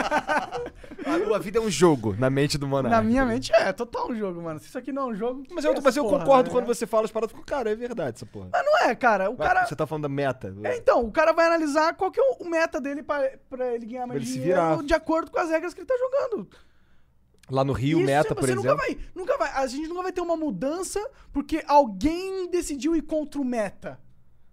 Speaker 2: a, a vida é um jogo na mente do Monark.
Speaker 1: Na minha mente é, total um jogo, mano. Se isso aqui não é um jogo.
Speaker 2: Mas eu, mas eu
Speaker 1: né?
Speaker 2: concordo quando você fala as paradas, eu fico, cara, é verdade essa porra.
Speaker 1: Mas não é, cara. O
Speaker 2: Vai,
Speaker 1: cara.
Speaker 2: Você tá falando da meta.
Speaker 1: É, então, o cara vai analisar qual que é o- o meta dele pra, pra ele ganhar mais
Speaker 2: Pra ele se
Speaker 1: dinheiro
Speaker 2: virar.
Speaker 1: de acordo com as regras que ele tá jogando.
Speaker 2: Lá no Rio,
Speaker 1: Isso,
Speaker 2: meta, por
Speaker 1: você
Speaker 2: exemplo.
Speaker 1: Nunca vai, nunca vai, a gente nunca vai ter uma mudança porque alguém decidiu ir contra o meta.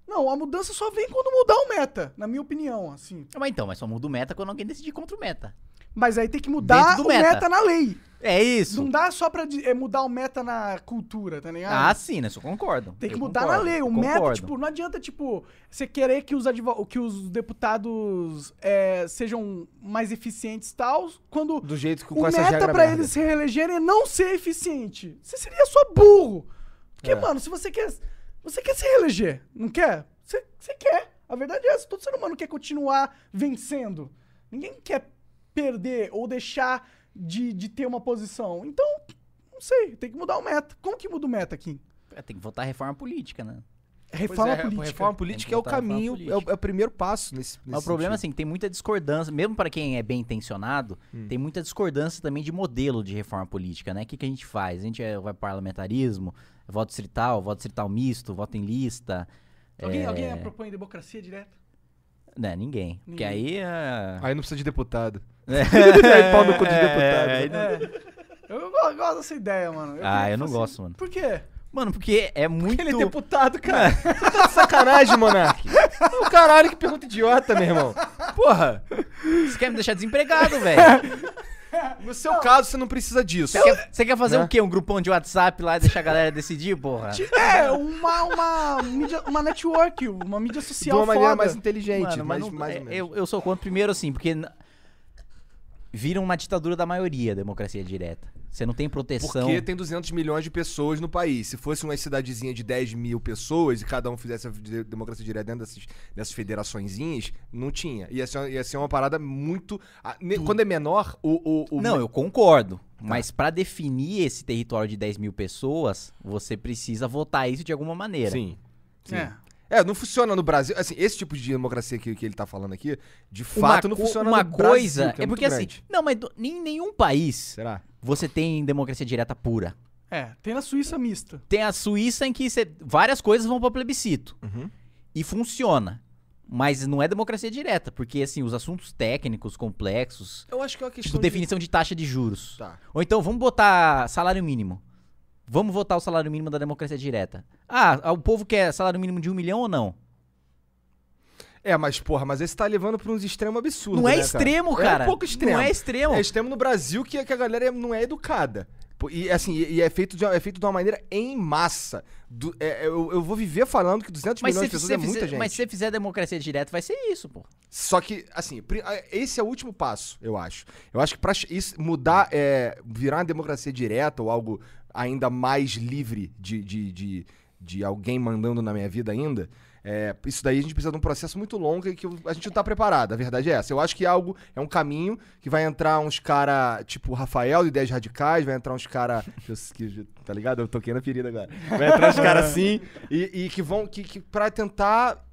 Speaker 1: Não, a mudança só vem quando mudar o meta, na minha opinião, assim.
Speaker 3: Mas então, mas só muda o meta quando alguém decidir contra o meta.
Speaker 1: Mas aí tem que mudar
Speaker 3: Dentro
Speaker 1: o
Speaker 3: do meta.
Speaker 1: meta na lei.
Speaker 3: É isso.
Speaker 1: Não dá só pra de- é, mudar o meta na cultura, tá ligado?
Speaker 3: Ah, sim, né? Isso eu concordo.
Speaker 1: Tem que
Speaker 3: Eu
Speaker 1: mudar
Speaker 3: concordo,
Speaker 1: na lei.
Speaker 3: eu
Speaker 1: O meta,
Speaker 3: concordo.
Speaker 1: tipo, não adianta, tipo, você querer que os, advo- que os deputados é, sejam mais eficientes e tal, quando
Speaker 2: Do jeito que
Speaker 1: o
Speaker 2: com essas
Speaker 1: meta
Speaker 2: regras.
Speaker 1: pra
Speaker 2: merda.
Speaker 1: eles se reelegerem é não ser eficiente. Você seria só burro. Porque,
Speaker 2: É.
Speaker 1: mano, se você quer. Você quer se reeleger, não quer? Você, você quer. A verdade é essa, todo ser humano quer continuar vencendo. Ninguém quer perder ou deixar de, de ter uma posição. Então, não sei, tem que mudar o meta. Como que muda o meta aqui?
Speaker 3: É, Tem que votar reforma política, né?
Speaker 1: É
Speaker 2: Pois
Speaker 1: reforma
Speaker 2: é,
Speaker 1: política.
Speaker 2: Reforma política é o
Speaker 3: Tem que voltar à reforma
Speaker 2: caminho, é o,
Speaker 3: política.
Speaker 2: é o primeiro passo nesse.
Speaker 3: Mas
Speaker 2: nesse
Speaker 3: o problema é
Speaker 2: sentido. Hum.
Speaker 3: assim, que tem muita discordância, mesmo para quem é bem intencionado, tem muita discordância também de modelo de reforma política, né? O que, que a gente faz? A gente é, vai parlamentarismo, voto distrital, voto distrital misto, voto em lista. É.
Speaker 1: Alguém, alguém propõe democracia direta?
Speaker 3: Né, ninguém. Porque aí
Speaker 1: Ninguém.
Speaker 3: é. né?
Speaker 2: Aí não precisa de deputado. Aí pau no cu de deputado. né?
Speaker 3: aí não-
Speaker 1: É. Eu go- gosto dessa ideia, mano.
Speaker 3: Ah,
Speaker 1: queria
Speaker 3: eu
Speaker 1: que
Speaker 3: não
Speaker 1: fosse-
Speaker 3: gosto, mano.
Speaker 1: Por quê?
Speaker 3: Mano, porque é muito.
Speaker 2: Assim. Ele é deputado, cara. Você tá de sacanagem, Monark. É O caralho, que pergunta idiota, meu irmão. Porra,
Speaker 3: Você quer me deixar desempregado, velho?
Speaker 2: no seu caso, você não precisa disso.
Speaker 3: Você quer- Você quer fazer
Speaker 2: Né?
Speaker 3: o quê? Um grupão de WhatsApp lá e deixar a galera decidir, porra?
Speaker 1: É, uma, uma, mídia, uma network, uma mídia
Speaker 2: De
Speaker 1: social
Speaker 2: uma maneira
Speaker 1: foda.
Speaker 2: mais inteligente,
Speaker 3: Mano, mas
Speaker 2: mais,
Speaker 3: não-
Speaker 2: mais
Speaker 3: é,
Speaker 2: ou menos.
Speaker 3: Eu, eu sou contra primeiro, assim, porque n- vira uma ditadura da maioria a democracia direta. Você não tem proteção.
Speaker 2: Porque tem 200 milhões de pessoas no país. Se fosse uma cidadezinha de 10 mil pessoas e cada um fizesse a de- democracia direta dentro dessas, dessas federaçõezinhas, não tinha. Ia ser, uma- ia ser uma parada muito. a- ne- Quando é menor, o. Tá. o, o
Speaker 3: Não, eu concordo. Mas pra definir esse território de 10 mil pessoas, você precisa votar isso de alguma maneira.
Speaker 2: Sim. sim.
Speaker 1: É.
Speaker 2: É, não funciona no Brasil. Assim, esse tipo de democracia que, que ele tá falando aqui, de
Speaker 3: Uma
Speaker 2: fato, não
Speaker 3: co-
Speaker 2: funciona
Speaker 3: Uma
Speaker 2: no
Speaker 3: coisa
Speaker 2: Brasil, que é,
Speaker 3: é, porque assim, não, mas do- em nenhum país
Speaker 2: Será?
Speaker 3: você tem democracia direta pura.
Speaker 1: É, tem na Suíça mista.
Speaker 3: Tem a Suíça em que cê- várias coisas vão pra plebiscito.
Speaker 2: Uhum.
Speaker 3: E funciona. Mas não é democracia direta, porque assim, os assuntos técnicos complexos
Speaker 2: Eu acho que é uma
Speaker 3: Tipo,
Speaker 2: questão.
Speaker 3: definição de taxa de juros.
Speaker 2: Tá.
Speaker 3: Ou então, vamos botar salário mínimo. Vamos votar o salário mínimo da democracia direta. Ah, o povo quer salário mínimo de um milhão ou não?
Speaker 2: É, mas porra, mas esse tá levando pra uns extremos absurdos.
Speaker 3: não é
Speaker 2: né, cara?
Speaker 3: extremo,
Speaker 2: É um
Speaker 3: cara.
Speaker 2: pouco extremo.
Speaker 3: Não é extremo.
Speaker 2: É extremo no Brasil que, que a galera é- não é educada. Pô, E assim, e e é feito de, é feito de uma maneira em massa. Du- é- é- eu, eu vou viver falando que 200
Speaker 3: Mas
Speaker 2: milhões
Speaker 3: se
Speaker 2: de pessoas
Speaker 3: você
Speaker 2: é muita
Speaker 3: fizer,
Speaker 2: gente.
Speaker 3: mas se você fizer democracia direta, vai ser isso, pô.
Speaker 2: Só que, assim, pri- a- esse é o último passo, eu acho. Eu acho que pra che- isso mudar, é, virar uma democracia direta ou algo ainda mais livre de, de, de, de alguém mandando na minha vida ainda, é, isso daí a gente precisa de um processo muito longo e que eu- a gente não tá preparado. A verdade é essa. Eu acho que é algo é um caminho que vai entrar uns cara tipo o Rafael de Ideias Radicais, vai entrar uns cara que eu- que- tá ligado? Eu toquei na ferida agora. Vai entrar uns cara assim e, e que vão que, que para tentar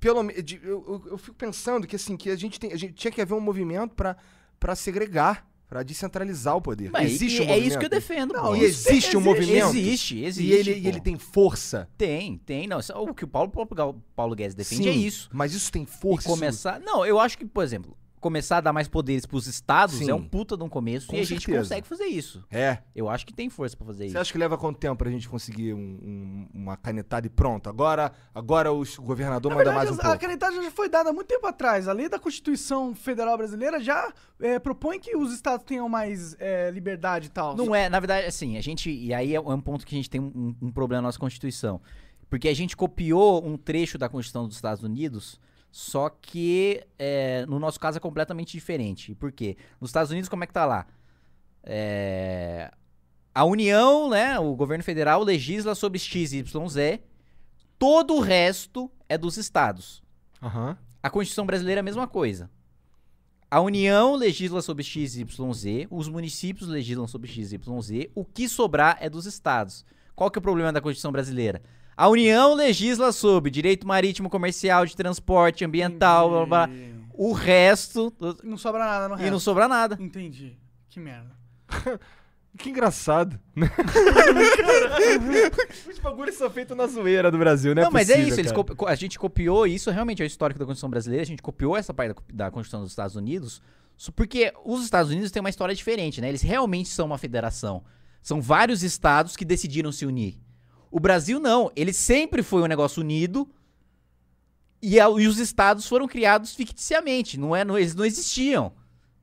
Speaker 2: pelo me- de- eu, eu, eu fico pensando que assim que a gente tem a gente tinha que haver um movimento pra para segregar, pra descentralizar o poder.
Speaker 3: Mas
Speaker 2: existe
Speaker 3: e-
Speaker 2: um
Speaker 3: é
Speaker 2: movimento.
Speaker 3: isso que eu defendo.
Speaker 2: Não,
Speaker 3: pô.
Speaker 2: e existe um movimento?
Speaker 3: Existe, existe.
Speaker 2: E ele, e
Speaker 3: pô.
Speaker 2: ele tem força.
Speaker 3: Tem, tem. Não, isso é o que o Paulo, Paulo, Paulo Guedes defende é
Speaker 2: Sim,
Speaker 3: isso.
Speaker 2: Mas isso tem
Speaker 3: E
Speaker 2: força. isso-
Speaker 3: começar. Não, eu acho que, por exemplo, começar a dar mais poderes pros estados
Speaker 2: Sim.
Speaker 3: é um puta de um começo
Speaker 2: Com
Speaker 3: e a gente
Speaker 2: certeza.
Speaker 3: consegue fazer isso.
Speaker 2: É.
Speaker 3: Eu acho que tem força pra fazer
Speaker 2: Você
Speaker 3: isso.
Speaker 2: acha que leva quanto tempo pra gente conseguir um- um- uma canetada e pronto? Agora, agora os- o governador
Speaker 1: Na
Speaker 2: manda
Speaker 1: verdade,
Speaker 2: mais um
Speaker 1: a- a
Speaker 2: pouco.
Speaker 1: canetada já foi dada há muito tempo atrás. A lei da Constituição Federal Brasileira já eh, propõe que os estados tenham mais eh, liberdade e tal.
Speaker 3: Não é, na verdade, assim, a gente. E aí é um é um ponto que a gente tem um, um problema na nossa Constituição. Porque a gente copiou um trecho da Constituição dos Estados Unidos, só que é, no nosso caso é completamente diferente. E Por quê? Nos Estados Unidos, como é que tá lá? É, a União, né? O governo federal legisla sobre XYZ, todo o resto é dos estados.
Speaker 2: Aham.
Speaker 3: A Constituição brasileira é a mesma coisa. A União legisla sobre XYZ, os municípios legislam sobre XYZ, o que sobrar é dos estados. Qual que é o problema da Constituição brasileira? A União legisla sobre direito marítimo, comercial, de transporte, ambiental, é blá, blá, blá.
Speaker 1: Entendi.
Speaker 3: o resto do-
Speaker 1: Não sobra nada no
Speaker 3: e
Speaker 1: resto.
Speaker 3: não sobra nada.
Speaker 1: Entendi. Que merda.
Speaker 2: Que engraçado. Os bagulhos são feitos na zoeira do Brasil, né?
Speaker 3: não, mas é isso, eles copi- co- a gente copiou isso, realmente é o histórico da Constituição brasileira, a gente copiou essa parte da co- da Constituição dos Estados Unidos, su- porque os Estados Unidos têm uma história diferente, né? Eles realmente são uma federação. São vários estados que decidiram se unir. O Brasil não, ele sempre foi um negócio unido e, a- e os estados foram criados ficticiamente, não é, não- eles não existiam.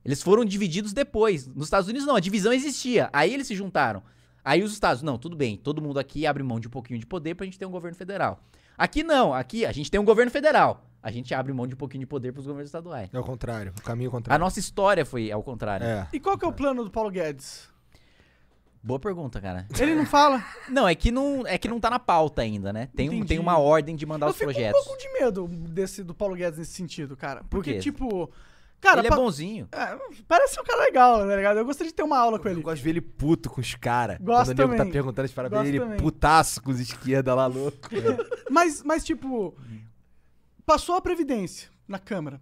Speaker 3: Eles foram divididos depois. Nos Estados Unidos não, a divisão existia, aí eles se juntaram. Aí os estados, não, tudo bem, todo mundo aqui abre mão de um pouquinho de poder pra gente ter um governo federal. Aqui não, aqui a gente tem um governo federal. A gente abre mão de um pouquinho de poder pros governos estaduais.
Speaker 2: É o contrário, o caminho
Speaker 3: A
Speaker 2: contrário.
Speaker 3: nossa história foi ao contrário.
Speaker 2: É.
Speaker 1: E qual que é o plano do Paulo Guedes?
Speaker 3: Boa pergunta, cara.
Speaker 1: Ele não fala?
Speaker 3: Não, é que não, é que não tá na pauta ainda, né? Tem, um,
Speaker 1: Entendi.
Speaker 3: tem uma ordem de mandar
Speaker 1: Eu
Speaker 3: os
Speaker 1: fico
Speaker 3: projetos.
Speaker 1: um pouco de medo desse do Paulo Guedes nesse sentido, cara. Porque,
Speaker 3: quê?
Speaker 1: tipo. Cara,
Speaker 3: Ele
Speaker 1: pa-
Speaker 3: é bonzinho.
Speaker 1: é, parece um cara legal, tá ligado? Eu gostaria de ter uma aula com
Speaker 2: Eu
Speaker 1: ele.
Speaker 2: gosto de ver ele puto com os caras.
Speaker 1: Gosto
Speaker 2: Quando o nego tá
Speaker 1: também.
Speaker 2: perguntando as paradas
Speaker 1: Gosto
Speaker 2: dele, ele
Speaker 1: também.
Speaker 2: putaço com os esquerda lá, louco.
Speaker 1: Mas, mas, tipo, passou a Previdência na Câmara.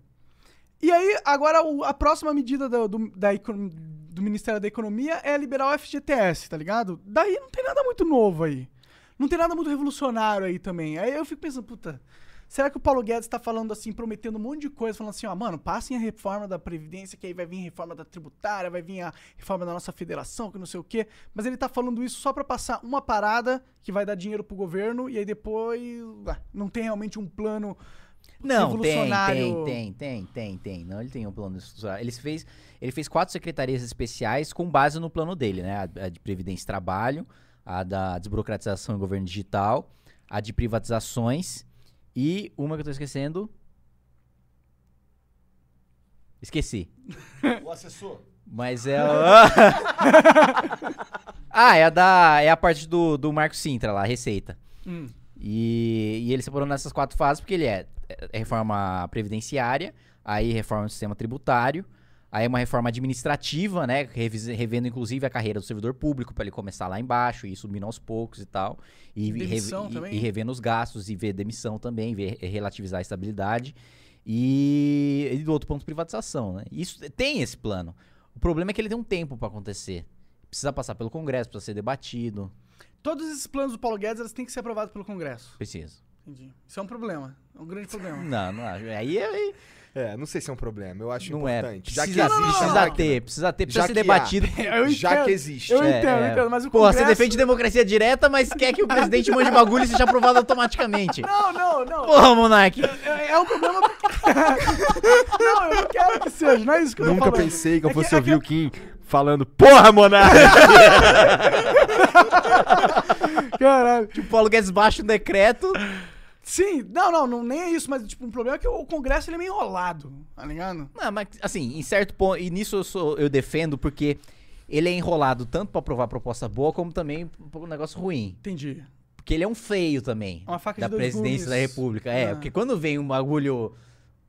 Speaker 1: E aí, agora o- a próxima medida do, do- da econo- do Ministério da Economia é liberar o FGTS, tá ligado? Daí não tem nada muito novo aí. Não tem nada muito revolucionário aí também. Aí eu fico pensando, puta, será que o Paulo Guedes tá falando assim, prometendo um monte de coisa, falando assim, ó, mano, passem a reforma da Previdência, que aí vai vir a reforma da tributária, vai vir a reforma da nossa federação, que não sei o quê. Mas ele tá falando isso só pra passar uma parada que vai dar dinheiro pro governo e aí depois ah, não tem realmente um plano
Speaker 3: Não, tem,
Speaker 1: revolucionário.
Speaker 3: tem, tem, tem, tem, tem. Não, ele tem um plano estrutural. Ele fez, ele fez quatro secretarias especiais com base no plano dele, né? A, a de Previdência e Trabalho, a da desburocratização e governo digital, a de privatizações e uma que eu tô esquecendo. Esqueci.
Speaker 2: o assessor.
Speaker 3: Mas é. o- ah, é a da. É a parte do, do Marco Sintra lá, a Receita.
Speaker 1: Hum.
Speaker 3: E, e ele separou nessas quatro fases porque ele é, é reforma previdenciária, aí reforma do sistema tributário, aí é uma reforma administrativa, né? revis- Revendo inclusive a carreira do servidor público pra ele começar lá embaixo e ir subindo aos poucos e tal. E, e, rev-
Speaker 1: Demissão
Speaker 3: e-
Speaker 1: também.
Speaker 3: e revendo os gastos e ver demissão também, ver relativizar a estabilidade. E, e do outro ponto, privatização, né? Isso tem esse plano. O problema é que ele tem um tempo pra acontecer. Precisa passar pelo Congresso, precisa ser debatido.
Speaker 1: Todos esses planos do Paulo Guedes, eles têm que ser aprovados pelo Congresso.
Speaker 3: Precisa.
Speaker 1: Entendi. Isso é um problema. É um grande problema.
Speaker 3: Não, não acho. Aí, aí
Speaker 2: É, não sei se é um problema, eu acho
Speaker 3: não é.
Speaker 2: importante.
Speaker 3: Precisa,
Speaker 2: já que existe
Speaker 3: precisa
Speaker 2: a máquina,
Speaker 3: ter, precisa ter,
Speaker 2: Já
Speaker 3: precisa ser
Speaker 2: que há.
Speaker 3: debatido.
Speaker 1: Eu
Speaker 2: Já
Speaker 1: entendo.
Speaker 2: que existe.
Speaker 1: Eu
Speaker 3: É,
Speaker 1: entendo,
Speaker 3: é.
Speaker 1: entendo, mas o
Speaker 3: Pô,
Speaker 1: Congresso...
Speaker 3: você defende democracia direta, mas quer que o presidente mande bagulho e seja aprovado automaticamente.
Speaker 1: Não, não, não.
Speaker 3: Porra, Monark.
Speaker 1: É, é um problema... não, eu não quero que seja. Não é isso que eu tô
Speaker 2: Nunca
Speaker 1: falando.
Speaker 2: pensei que eu
Speaker 1: É
Speaker 2: fosse
Speaker 1: é
Speaker 2: ouvir o Kim falando, porra, monarca!
Speaker 1: Caralho.
Speaker 3: O Paulo Guedes baixa um decreto.
Speaker 1: Sim, não, não, não, nem é isso, mas tipo, um problema é que o Congresso ele é meio enrolado, tá ligado?
Speaker 3: Não, mas assim, em certo ponto, e nisso eu, sou- eu defendo porque ele é enrolado tanto pra provar proposta boa, como também por um negócio ruim.
Speaker 1: Entendi.
Speaker 3: Porque ele é um feio também.
Speaker 1: É uma faca de
Speaker 3: da
Speaker 1: dois gumes.
Speaker 3: presidência da república. É,
Speaker 1: Ah.
Speaker 3: porque quando vem um bagulho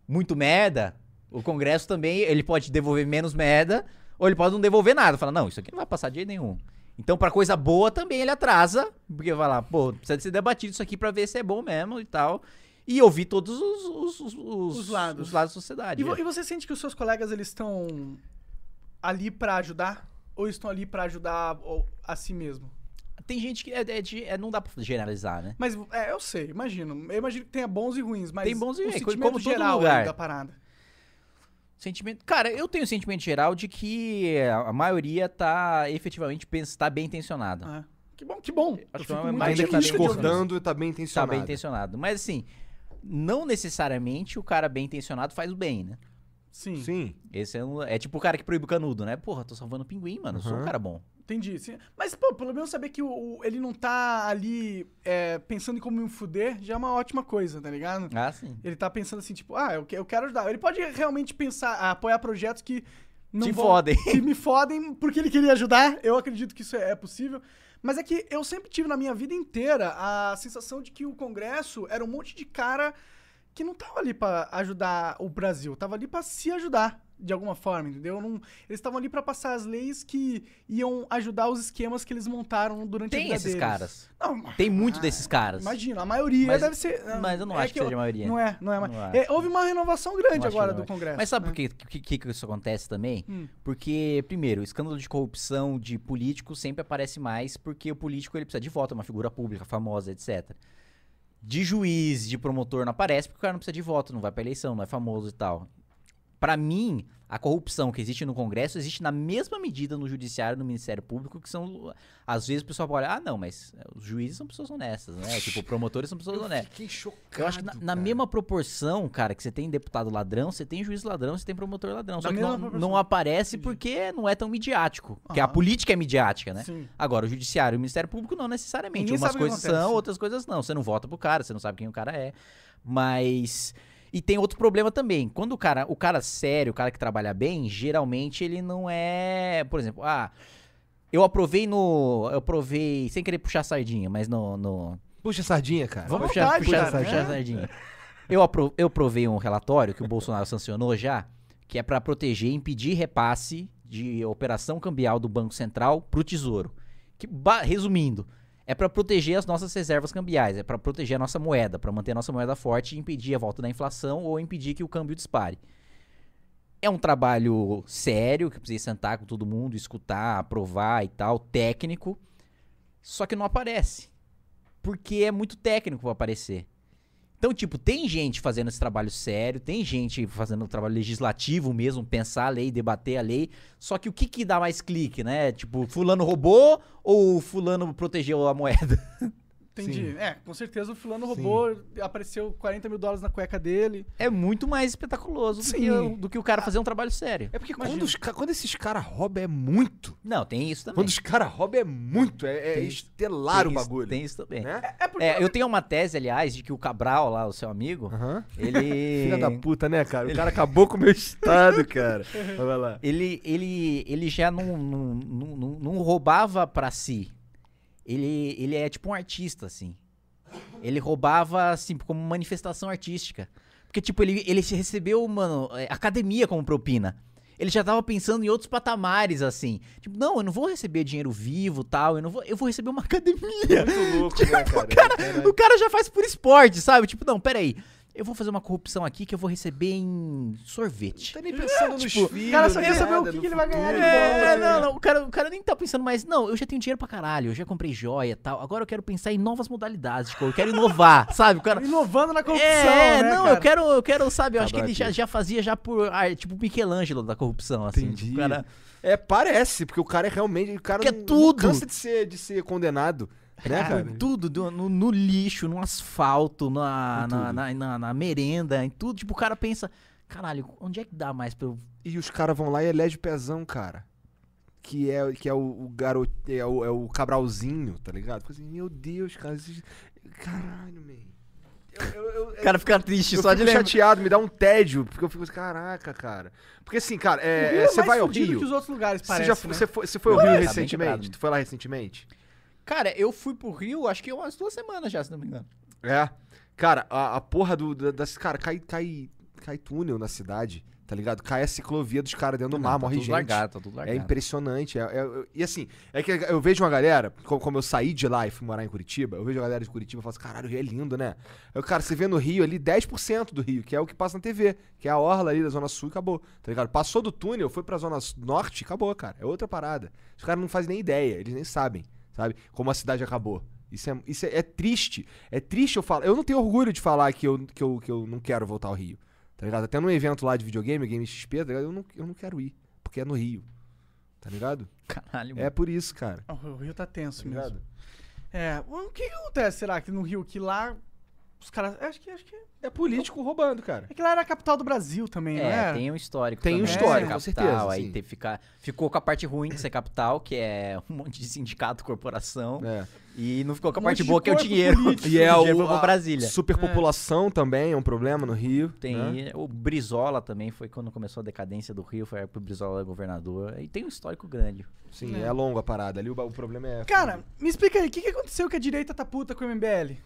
Speaker 3: muito merda, o Congresso também, ele pode devolver menos merda, ou ele pode não devolver nada. Fala, não, isso aqui não vai passar de jeito nenhum. Então, pra coisa boa também ele atrasa, porque vai lá, pô, precisa ser debatido isso aqui pra ver se é bom mesmo e tal. E ouvir todos os, os, os, os-
Speaker 1: Os lados.
Speaker 3: os lados da sociedade. É.
Speaker 1: E, vo- e você sente que os seus colegas eles estão ali pra ajudar ou estão ali pra ajudar o- a si mesmo?
Speaker 3: Tem gente que é, é de- é- não dá pra generalizar, né?
Speaker 1: Mas é, eu sei, imagino. Eu imagino que tenha bons e ruins, mas
Speaker 3: Tem bons e
Speaker 1: o
Speaker 3: ruins, co-
Speaker 1: sentimento
Speaker 3: como todo
Speaker 1: geral
Speaker 3: lugar.
Speaker 1: ali da parada.
Speaker 3: Sentimento. Cara, eu tenho o sentimento geral de que a a maioria tá efetivamente pens- tá bem intencionada.
Speaker 1: Ah, que bom, que bom. Eu
Speaker 3: que
Speaker 1: fico
Speaker 3: é
Speaker 1: muito
Speaker 3: mais
Speaker 2: Ainda
Speaker 1: feliz
Speaker 2: que
Speaker 3: detalhe.
Speaker 1: de ouvir.
Speaker 2: discordando, tá bem
Speaker 3: tá
Speaker 2: intencionado.
Speaker 3: bem intencionado. Mas assim, não necessariamente o cara bem intencionado faz o bem, né?
Speaker 1: Sim,
Speaker 2: Sim.
Speaker 3: Esse é, um- é tipo o cara que proíbe o canudo, né? Porra, tô salvando o pinguim, mano. Sou um
Speaker 2: Uhum.
Speaker 3: cara bom.
Speaker 1: entendi. sim. Mas, pô, pelo menos saber que o, o- ele não tá ali é, pensando em como me fuder já é uma ótima coisa, tá ligado?
Speaker 3: Ah, sim.
Speaker 1: Ele tá pensando assim, tipo, ah, eu, que- eu quero ajudar. Ele pode realmente pensar, ah, apoiar projetos que não
Speaker 3: Te
Speaker 1: vão-
Speaker 3: fodem.
Speaker 1: que me fodem porque ele queria ajudar. Eu acredito que isso é é possível. Mas é que eu sempre tive na minha vida inteira a sensação de que o Congresso era um monte de cara que não tava ali pra ajudar o Brasil, tava ali pra se ajudar de alguma forma, entendeu? Não- eles estavam ali pra passar as leis que iam ajudar os esquemas que eles montaram durante a
Speaker 3: Tem
Speaker 1: vida
Speaker 3: esses
Speaker 1: deles.
Speaker 3: caras.
Speaker 1: Não,
Speaker 3: Tem muito
Speaker 1: Ah,
Speaker 3: desses caras.
Speaker 1: Imagino, a maioria
Speaker 3: Mas-
Speaker 1: deve ser.
Speaker 3: mas eu não
Speaker 1: é
Speaker 3: acho que
Speaker 1: eu-
Speaker 3: seja a maioria.
Speaker 1: Não é, não é. mas-
Speaker 3: Não
Speaker 1: é,
Speaker 3: acho.
Speaker 1: houve uma renovação
Speaker 3: Não acho
Speaker 1: grande
Speaker 3: que
Speaker 1: agora
Speaker 3: não
Speaker 1: do
Speaker 3: é.
Speaker 1: Congresso.
Speaker 3: Mas sabe
Speaker 1: né?
Speaker 3: por que, que, que- que isso acontece também?
Speaker 1: Hum.
Speaker 3: Porque, primeiro, o escândalo de corrupção de político sempre aparece mais porque o político ele precisa de voto, é uma figura pública, famosa, etc. De juiz, de promotor não aparece porque o cara não precisa de voto, não vai pra eleição, não é famoso e tal. Pra mim, a corrupção que existe no Congresso existe na mesma medida no Judiciário, no Ministério Público, que são. Às vezes o pessoal olha, ah, não, mas os juízes são pessoas honestas, né? Tipo, promotores são pessoas honestas.
Speaker 2: fiquei chocado.
Speaker 3: Eu acho que na,
Speaker 1: é.
Speaker 3: na mesma proporção, cara, que você tem deputado ladrão, você tem juiz ladrão, você tem promotor ladrão. Só
Speaker 1: Na
Speaker 3: que
Speaker 1: mesma
Speaker 3: não,
Speaker 1: proporção.
Speaker 3: não aparece
Speaker 1: Entendi.
Speaker 3: porque não é tão midiático. Porque a
Speaker 1: Aham.
Speaker 3: política é midiática, né?
Speaker 1: Sim.
Speaker 3: Agora, o judiciário e o Ministério Público não necessariamente.
Speaker 1: Ninguém
Speaker 3: Umas
Speaker 1: sabe o que
Speaker 3: coisas
Speaker 1: acontece.
Speaker 3: são, outras coisas não. Você não vota pro cara, você não sabe quem o cara é. Mas. E tem outro problema também. Quando o cara, o cara sério, o cara que trabalha bem, geralmente ele não é. Por exemplo, ah, eu aprovei no. Eu aprovei. Sem querer puxar sardinha, mas no- no
Speaker 2: Puxa sardinha, cara. então,
Speaker 1: Vamos-
Speaker 3: Vamos
Speaker 1: à
Speaker 3: puxar,
Speaker 1: vontade,
Speaker 3: puxar,
Speaker 1: cara,
Speaker 3: puxar
Speaker 1: né?
Speaker 3: a sardinha. Eu, apro eu provei um relatório que o Bolsonaro sancionou já, que é pra proteger e impedir repasse de operação cambial do Banco Central pro Tesouro. Que, ba- resumindo, é pra proteger as nossas reservas cambiais, é pra proteger a nossa moeda, pra manter a nossa moeda forte e impedir a volta da inflação ou impedir que o câmbio dispare. É um trabalho sério, que precisa sentar com todo mundo, escutar, aprovar e tal, técnico, só que não aparece porque é muito técnico pra aparecer. Então, tipo, tem gente fazendo esse trabalho sério, tem gente fazendo o trabalho legislativo mesmo, pensar a lei, debater a lei. Só que o que que dá mais clique, né? Tipo, fulano roubou ou fulano protegeu a moeda?
Speaker 1: Entendi.
Speaker 2: Sim.
Speaker 1: É, com certeza o fulano roubou, apareceu 40 mil dólares na cueca dele.
Speaker 3: É muito mais espetaculoso do que,
Speaker 2: Sim.
Speaker 3: o- do que o cara fazer um trabalho sério.
Speaker 2: É porque
Speaker 1: Imagina.
Speaker 2: quando, os ca- quando esses caras roubam é muito.
Speaker 3: Não, tem isso também.
Speaker 2: Quando os caras roubam é muito. É, é
Speaker 3: Tem isso.
Speaker 2: estelar o
Speaker 3: Tem isso-
Speaker 2: bagulho.
Speaker 3: Tem isso também.
Speaker 2: Né?
Speaker 1: É porque.
Speaker 3: É, eu tenho uma tese, aliás, de que o Cabral lá, o seu amigo,
Speaker 2: Aham.
Speaker 3: ele...
Speaker 2: Filha da puta, né, cara? O cara acabou com o meu estado, cara. Mas Vai lá.
Speaker 3: Ele, ele, ele já não, não, não, não- não roubava pra si. Ele, ele é tipo um artista, assim. Ele roubava, assim, como manifestação artística. Porque, tipo, ele, ele se recebeu, mano, eh, academia como propina. Ele já tava pensando em outros patamares, assim. Tipo, não, eu não vou receber dinheiro vivo tal, eu não vou. Eu vou receber uma academia.
Speaker 2: Muito louco, né, cara? Caralho.
Speaker 3: O cara já faz por esporte, sabe? Tipo, não, peraí. Eu vou fazer uma corrupção aqui que eu vou receber em sorvete.
Speaker 2: Não tá nem pensando nos
Speaker 3: tipo,
Speaker 2: filhos,
Speaker 1: cara só quer
Speaker 2: nada,
Speaker 1: saber o
Speaker 2: no
Speaker 1: que que ele vai ganhar de
Speaker 2: futuro.
Speaker 1: bola,
Speaker 3: É,
Speaker 1: né?
Speaker 3: não, não, o cara, o cara nem tá pensando mais, não, eu já tenho dinheiro pra caralho, eu já comprei joia e tal, agora eu quero pensar em novas modalidades, tipo, eu quero inovar, sabe? O cara...
Speaker 1: Inovando na corrupção.
Speaker 3: é,
Speaker 1: né,
Speaker 3: não,
Speaker 1: cara?
Speaker 3: eu quero, eu quero, sabe, eu acho que
Speaker 2: Acabar
Speaker 3: ele já,
Speaker 2: aqui.
Speaker 3: já fazia já por, ah, tipo, Michelangelo da corrupção, assim,
Speaker 2: Entendi.
Speaker 3: tipo, o cara...
Speaker 2: É, parece, porque o cara é realmente. O cara
Speaker 3: Que é
Speaker 2: não- não
Speaker 3: tudo.
Speaker 2: cansa de ser, de ser condenado. Né,
Speaker 3: É, Cara,
Speaker 2: cara?
Speaker 3: em tudo, do- no, no lixo, no asfalto, na,
Speaker 2: Em
Speaker 3: na,
Speaker 2: tudo.
Speaker 3: na, na- na merenda, em tudo. Tipo, o cara pensa, caralho, onde é que dá mais pra eu.
Speaker 2: E os caras vão lá e elege o pezão, cara. Que é, que é o, o garoto. É o, é o Cabralzinho, tá ligado? Fica assim, meu Deus, cara. esses- Caralho, man. Eu, eu- eu-
Speaker 3: O cara fica triste
Speaker 2: eu
Speaker 3: só de
Speaker 2: fico
Speaker 3: lembrar.
Speaker 2: chateado, me dá um tédio, porque eu fico assim, caraca, cara. Porque assim, cara,
Speaker 1: O
Speaker 2: é,
Speaker 1: Rio
Speaker 2: é, você
Speaker 1: mais
Speaker 2: vai ao
Speaker 1: fudido que
Speaker 2: Rio.
Speaker 1: os outros lugares,
Speaker 2: Você,
Speaker 1: parece,
Speaker 2: já,
Speaker 1: né?
Speaker 2: você, foi, você foi ao
Speaker 3: Tá
Speaker 2: Rio
Speaker 3: bem
Speaker 2: recentemente?
Speaker 3: quebrado.
Speaker 2: Tu foi lá recentemente?
Speaker 3: Cara, eu fui pro Rio, acho que umas duas semanas já, se não me engano.
Speaker 2: É. Cara, a, a porra do. da- Das, cara, cai, cai, cai túnel na cidade, tá ligado? Cai a ciclovia dos caras dentro do mar,
Speaker 3: tá
Speaker 2: morre
Speaker 3: tudo
Speaker 2: gente.
Speaker 3: Largado, tá tudo
Speaker 2: É
Speaker 3: largado.
Speaker 2: impressionante. é- é- e assim, é que eu vejo uma galera, co- como, eu saí de lá e fui morar em Curitiba, eu vejo a galera de Curitiba e falo assim, caralho, o Rio é lindo, né? Eu, cara, você vê no Rio ali 10% do Rio, que é o que passa na TV, que é a orla ali da Zona Sul e acabou, tá ligado? Passou do túnel, foi pra Zona S- Norte e acabou, cara. É outra parada. Os caras não fazem nem ideia, eles nem sabem, sabe? Como a cidade acabou. Isso é, isso é, é triste. É triste eu falar. Eu não tenho orgulho de falar que eu, que eu, que eu não quero voltar ao Rio. Tá ligado? Até num evento lá de videogame, Game XP, tá ligado? Eu não, eu não quero ir. Porque é no Rio. Tá ligado?
Speaker 3: Caralho,
Speaker 2: É
Speaker 3: mano.
Speaker 2: por isso, cara.
Speaker 1: Ah, O Rio tá
Speaker 2: Tá
Speaker 1: tenso mesmo.
Speaker 2: ligado?
Speaker 1: É, o que que acontece, será, que no Rio, que lá os caras... Acho que, acho que...
Speaker 2: É político roubando, cara.
Speaker 1: É que lá era a capital do Brasil também, não
Speaker 3: É,
Speaker 1: era?
Speaker 3: tem um histórico.
Speaker 2: Tem um
Speaker 3: também,
Speaker 1: histórico,
Speaker 3: de
Speaker 2: com
Speaker 3: capital,
Speaker 2: certeza,
Speaker 3: Aí
Speaker 2: sim.
Speaker 3: teve ficar, ficou com a parte ruim de ser capital, que é um monte de sindicato, corporação.
Speaker 2: É.
Speaker 3: E não ficou com a
Speaker 1: Um
Speaker 3: parte
Speaker 1: monte de
Speaker 3: boa, que é o
Speaker 1: corpo
Speaker 3: dinheiro.
Speaker 1: político.
Speaker 2: E é
Speaker 3: o
Speaker 2: o-
Speaker 3: dinheiro foi pra
Speaker 2: a-
Speaker 3: Brasília.
Speaker 2: Superpopulação também é um problema no Rio. né?
Speaker 3: Tem o Brizola também, foi quando começou a decadência do Rio, foi a época que o Brizola era governador. E tem um histórico grande.
Speaker 2: Sim, é. longa a parada. Ali o, ba- o problema é.
Speaker 1: Cara, me explica aí, o que, que aconteceu que a direita tá puta com o MBL?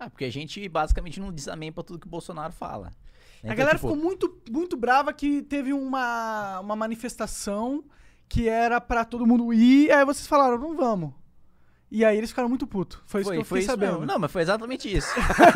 Speaker 3: Ah, porque a gente basicamente não diz amém pra tudo que o Bolsonaro fala. Então,
Speaker 1: a galera
Speaker 3: tipo,
Speaker 1: ficou muito, muito brava que teve uma, uma manifestação que era pra todo mundo ir, aí vocês falaram, não vamos. E aí eles ficaram muito putos. Foi, isso que eu fiquei sabendo.
Speaker 3: mesmo. Não, mas foi exatamente isso.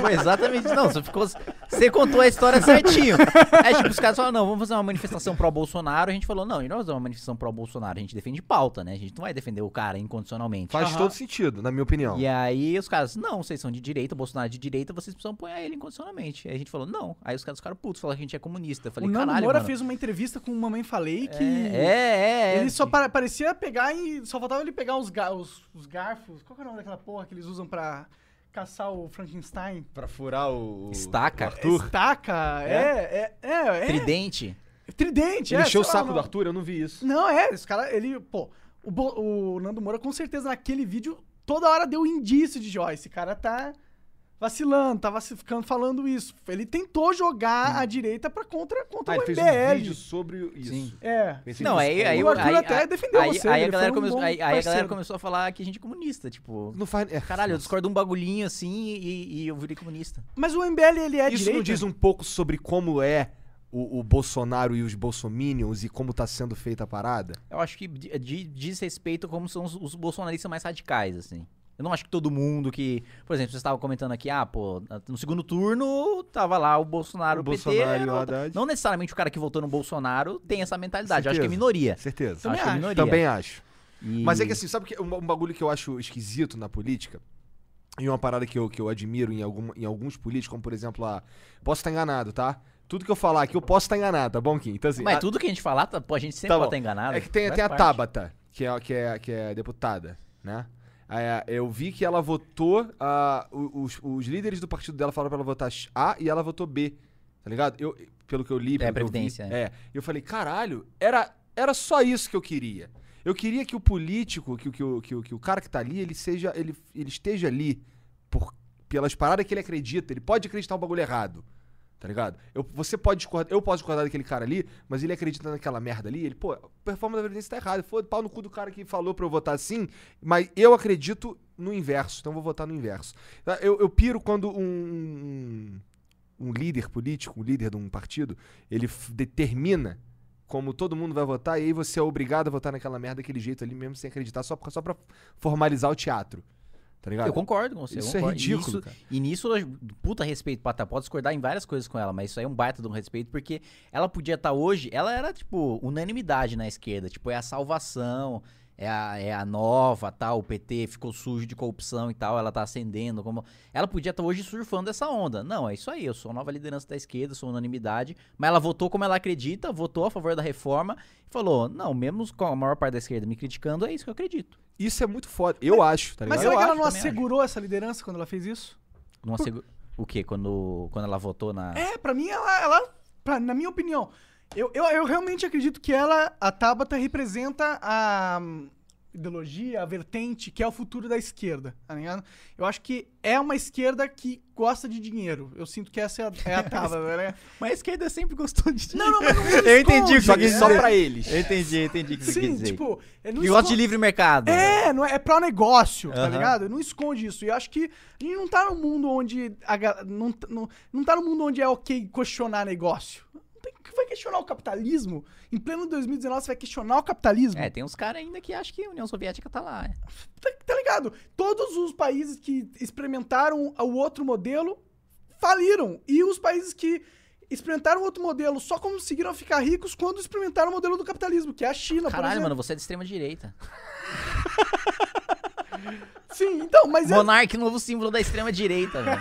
Speaker 3: foi exatamente isso. Não, você ficou. Você contou a história certinho. É tipo, os caras falaram, não, vamos fazer uma manifestação pró-Bolsonaro. A gente falou, não, e nós vamos fazer uma manifestação pró-Bolsonaro. A gente defende pauta, né? A gente não vai defender o cara incondicionalmente.
Speaker 2: Faz
Speaker 1: Aham.
Speaker 2: todo sentido, na minha opinião.
Speaker 3: E é. aí os caras, não, vocês são de direita, o Bolsonaro é de direita, vocês precisam apoiar ele incondicionalmente. Aí a gente falou, não. Aí os caras ficaram putos, falaram que a gente é comunista. Eu falei,
Speaker 1: o Nando
Speaker 3: caralho,
Speaker 1: Moura
Speaker 3: mano.
Speaker 1: fez uma entrevista com o Mamãe Falei que...
Speaker 3: É, é, é.
Speaker 1: Ele só para- parecia pegar e. Só faltava ele pegar os, ga- os- os garfos. Qual que é o nome daquela porra que eles usam pra caçar o Frankenstein?
Speaker 2: Pra furar o.
Speaker 3: Estaca.
Speaker 1: Estaca? É, é, é. é,
Speaker 3: Tridente.
Speaker 1: Tridente,
Speaker 2: Ele
Speaker 1: é,
Speaker 2: encheu o
Speaker 1: sei lá
Speaker 2: saco do
Speaker 1: nome.
Speaker 2: Arthur, eu não vi isso.
Speaker 1: Não, é, os caras. Ele. Pô, o, Bo- o Nando Moura com certeza naquele vídeo toda hora deu indício de Joyce. Esse cara tá vacilando, tá vaci- ficando falando isso. Ele tentou jogar a direita pra contra, contra
Speaker 2: Ah,
Speaker 1: o
Speaker 2: ele
Speaker 1: MBL.
Speaker 2: fez um vídeo sobre isso.
Speaker 3: Sim.
Speaker 1: É.
Speaker 2: Pensei
Speaker 3: Não,
Speaker 2: que
Speaker 3: aí,
Speaker 2: fosse- um
Speaker 3: aí
Speaker 1: O Arthur
Speaker 3: aí-
Speaker 1: até
Speaker 3: aí-
Speaker 1: defendeu
Speaker 3: aí-
Speaker 1: você,
Speaker 3: aí a
Speaker 1: ele foi
Speaker 3: galera
Speaker 1: um
Speaker 3: começou-
Speaker 1: bom
Speaker 3: aí- aí a galera
Speaker 1: parceiro.
Speaker 3: começou a falar que a gente é comunista, tipo.
Speaker 2: Não faz. é.
Speaker 3: Caralho, eu discordo um bagulhinho assim e, e eu virei comunista.
Speaker 1: Mas o MBL, ele é
Speaker 2: Isso
Speaker 1: direita?
Speaker 2: não diz um pouco sobre como é o, o Bolsonaro e os bolsominions e como tá sendo feita a parada?
Speaker 3: Eu acho que di- di- diz respeito a como são os, os bolsonaristas mais radicais, assim. Eu não acho que todo mundo que. Por exemplo, vocês estavam comentando aqui, ah, pô, no segundo turno tava lá o
Speaker 2: O
Speaker 3: Bolsonaro, o PT.
Speaker 2: Bolsonaro e o
Speaker 3: era outra-
Speaker 2: Haddad.
Speaker 3: Não necessariamente o cara que votou no Bolsonaro tem essa mentalidade. Eu acho que é
Speaker 2: Certeza.
Speaker 3: minoria.
Speaker 2: Certeza.
Speaker 1: Também
Speaker 3: acho que é
Speaker 1: acho.
Speaker 3: minoria.
Speaker 2: Também acho.
Speaker 3: E-
Speaker 2: Mas é que assim, sabe que um, um bagulho que eu acho esquisito na política? E uma parada que eu, que eu admiro em, algum, em alguns políticos, como por exemplo a. Posso estar enganado, tá? Tudo que eu falar aqui, eu posso estar enganado, tá bom, Kim? Então assim.
Speaker 3: Mas
Speaker 2: a-
Speaker 3: tudo que a gente falar, tá- pô, a gente sempre
Speaker 2: Tá
Speaker 3: pode
Speaker 2: bom.
Speaker 3: estar enganado.
Speaker 2: É que tem,
Speaker 3: Faz
Speaker 2: tem a
Speaker 3: parte.
Speaker 2: Tabata, que é, que é, que é deputada, né? Aí, é, eu vi que ela votou. ah, o- os, os líderes do partido dela falaram pra ela votar A e ela votou B. Tá ligado? Eu, pelo que eu li, pelo que eu vi,
Speaker 3: Previdência, é.
Speaker 2: é. Eu falei, caralho, era, era só isso que eu queria. Eu queria que o político, que, o- que, o- que, o- que o cara que tá ali, ele seja. Ele, ele esteja ali por, pelas paradas que ele acredita. Ele pode acreditar um bagulho errado. Tá ligado? Eu, você pode discordar, eu posso discordar daquele cara ali, mas ele acredita naquela merda ali, ele, pô, a performance da Previdência tá errada. Foi pau no cu do cara que falou pra eu votar assim, mas eu acredito no inverso, então eu vou votar no inverso. Tá? Eu, eu piro quando um, um, um líder político, um líder de um partido, ele f- determina como todo mundo vai votar, e aí você é obrigado a votar naquela merda daquele jeito ali, mesmo sem acreditar, só pra, só pra formalizar o teatro. Tá ligado?
Speaker 3: Eu concordo com você. eu
Speaker 2: Isso é
Speaker 3: concordo. E
Speaker 2: ridículo,
Speaker 3: isso-
Speaker 2: cara.
Speaker 3: E nisso, eu- puta respeito pra Tatá. Pode discordar em várias coisas com ela, mas isso aí é um baita de um respeito, porque ela podia estar hoje. Ela era, tipo, unanimidade na esquerda. Tipo, é a salvação, é a, é a nova, tal. O PT ficou sujo de corrupção e tal. Ela tá ascendendo. Como... Ela podia estar hoje surfando essa onda. Não, é isso aí. Eu sou a nova liderança da esquerda, sou unanimidade. Mas ela votou como ela acredita, votou a favor da reforma e falou: não, mesmo com a maior parte da esquerda me criticando, é isso que eu acredito.
Speaker 2: Isso é muito foda. Eu acho, tá ligado?
Speaker 1: Mas
Speaker 3: Eu
Speaker 1: será que ela
Speaker 3: acho,
Speaker 1: não
Speaker 3: também acho.
Speaker 1: assegurou essa liderança quando ela fez isso?
Speaker 3: Não assegu- O quê? Quando, quando ela votou na.
Speaker 1: É, pra mim, ela. ela pra- na minha opinião, eu, eu, eu realmente acredito que ela, a Tabata, representa a, ideologia, a vertente, que é o futuro da esquerda, tá ligado? Eu acho que é uma esquerda que gosta de dinheiro. Eu sinto que essa é a, é a tava, né?
Speaker 3: Mas a esquerda sempre gostou de
Speaker 1: Não, não, mas não
Speaker 4: Eu entendi o que
Speaker 1: esconde,
Speaker 4: você quis
Speaker 1: é.
Speaker 4: dizer.
Speaker 2: eles.
Speaker 4: Eu entendi, eu entendi o que você quis
Speaker 1: Sim,
Speaker 4: dizer.
Speaker 1: tipo... ele não
Speaker 3: E gosta de
Speaker 1: esconde-
Speaker 3: livre mercado. né?
Speaker 1: É, não é, é pra negócio, tá
Speaker 4: Aham.
Speaker 1: ligado? Não esconde isso. E eu acho que a gente não tá num mundo onde. a ga- não, t- não, não tá num mundo onde é ok questionar negócio. Não tem que vai questionar o capitalismo. Em pleno 2019, você vai questionar o capitalismo.
Speaker 3: É, tem uns caras ainda que acham que a União Soviética tá lá. é.
Speaker 1: Tá, tá ligado? Todos os países que experimentaram o outro modelo faliram. E os países que experimentaram outro modelo só conseguiram ficar ricos quando experimentaram o modelo do capitalismo, que é a China, por
Speaker 3: Caralho,
Speaker 1: exemplo.
Speaker 3: mano, você é de extrema direita.
Speaker 1: Sim, então, mas é-
Speaker 3: Monark, novo símbolo da extrema direita, velho.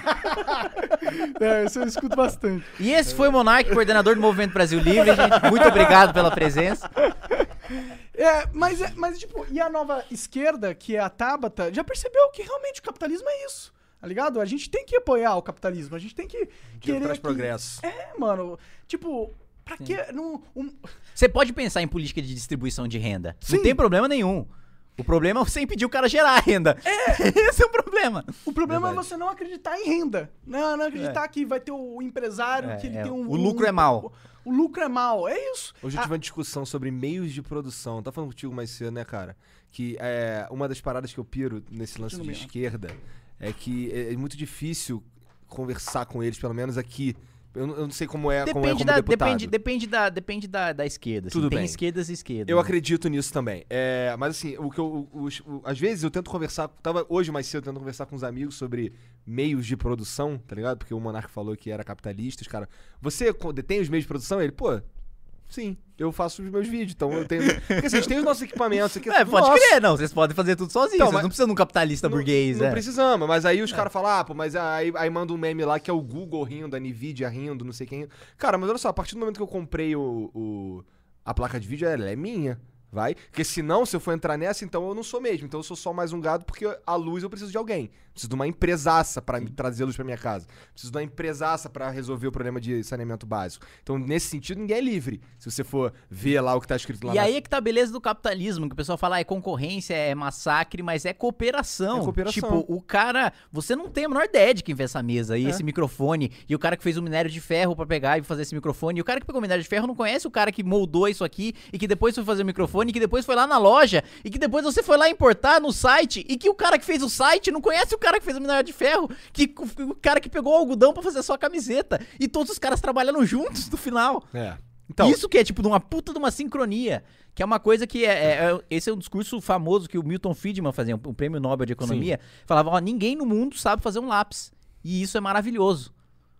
Speaker 1: é, isso eu escuto bastante.
Speaker 3: E esse foi o Monark, coordenador do Movimento Brasil Livre. Gente, muito obrigado pela presença.
Speaker 1: É, mas, é- mas, tipo, e a nova esquerda, que é a Tabata, já percebeu que realmente o capitalismo é isso, tá ligado? A gente tem que apoiar o capitalismo, a gente tem que querer...
Speaker 2: traz
Speaker 1: que-
Speaker 2: progresso.
Speaker 1: É, mano, tipo, pra que... Não, um-
Speaker 3: Você pode pensar em política de distribuição de renda.
Speaker 1: Sim.
Speaker 3: Não tem problema nenhum. O problema é você impedir o cara gerar a renda. É. Esse é o problema.
Speaker 1: o problema é você não acreditar em renda, né? não, não acreditar que vai ter o empresário,
Speaker 3: É,
Speaker 1: que ele
Speaker 3: é,
Speaker 1: tem um...
Speaker 3: o lucro é mau.
Speaker 1: O, o lucro é mal, é isso.
Speaker 2: Hoje
Speaker 3: Ah.
Speaker 2: eu tive uma discussão sobre meios de produção. Tá falando contigo mais cedo, né, cara? Que é, uma das paradas que eu piro nesse lance
Speaker 1: Tudo
Speaker 2: de
Speaker 1: bem.
Speaker 2: esquerda é que é, é muito difícil conversar com eles, pelo menos aqui. Eu, não- eu não sei como é, como é
Speaker 3: Depende
Speaker 2: como
Speaker 3: da,
Speaker 2: deputado.
Speaker 3: depende, depende da, depende da, da esquerda. assim.
Speaker 2: Tudo
Speaker 3: tem
Speaker 2: bem.
Speaker 3: esquerdas e esquerdas. né?
Speaker 2: Eu acredito nisso também. É, mas assim, o que eu, o- os- o- às vezes eu tento conversar. Tava hoje mais cedo tentando conversar com uns amigos sobre meios de produção, tá ligado? Porque o Monark falou que era capitalista. Os caras, você co- detém os meios de produção? Ele, pô, sim, eu faço os meus vídeos. Então eu tenho. Porque assim, a gente tem os nossos equipamentos aqui.
Speaker 3: É, pode
Speaker 2: nosso.
Speaker 3: crer, não. Vocês podem fazer tudo sozinhos.
Speaker 2: Então,
Speaker 3: vocês
Speaker 2: mas-
Speaker 3: não precisam de um capitalista
Speaker 2: Não-
Speaker 3: burguês,
Speaker 2: Não
Speaker 3: é.
Speaker 2: precisamos, mas aí os caras falam, ah, pô, mas aí, aí manda um meme lá que é o Google rindo, a Nvidia rindo, não sei quem. rindo. Cara, mas olha só, a partir do momento que eu comprei o, o- a placa de vídeo, ela é minha. Vai? Porque senão, se eu for entrar nessa, então eu não sou mesmo. Então eu sou só mais um gado, porque a luz eu preciso de alguém. Preciso de uma empresaça pra me trazer luz pra minha casa. Preciso de uma empresaça pra resolver o problema de saneamento básico. Então, nesse sentido, ninguém é livre. Se você for ver lá o que tá escrito lá
Speaker 3: E
Speaker 2: na
Speaker 3: aí é que tá a beleza do capitalismo, que o pessoal fala, ah, é concorrência, é massacre, mas é cooperação.
Speaker 2: É cooperação.
Speaker 3: Tipo, o cara, você não tem a menor ideia de quem fez essa mesa
Speaker 2: É.
Speaker 3: e esse microfone, e o cara que fez o minério de ferro pra pegar e fazer esse microfone, e o cara que pegou o minério de ferro não conhece o cara que moldou isso aqui, e que depois foi fazer o microfone, e que depois foi lá na loja, e que depois você foi lá importar no site, e que o cara que fez o site não conhece o cara que fez o minério de ferro, que o o cara que pegou o algodão pra fazer a sua camiseta, e todos os caras trabalhando juntos no final.
Speaker 2: É. Então,
Speaker 3: Isso que é tipo de uma puta de uma sincronia. Que é uma coisa que é, é- é- Esse é um discurso famoso que o Milton Friedman fazia, o prêmio Nobel de Economia. Falava: ó, ninguém no mundo sabe fazer um lápis. E isso é maravilhoso.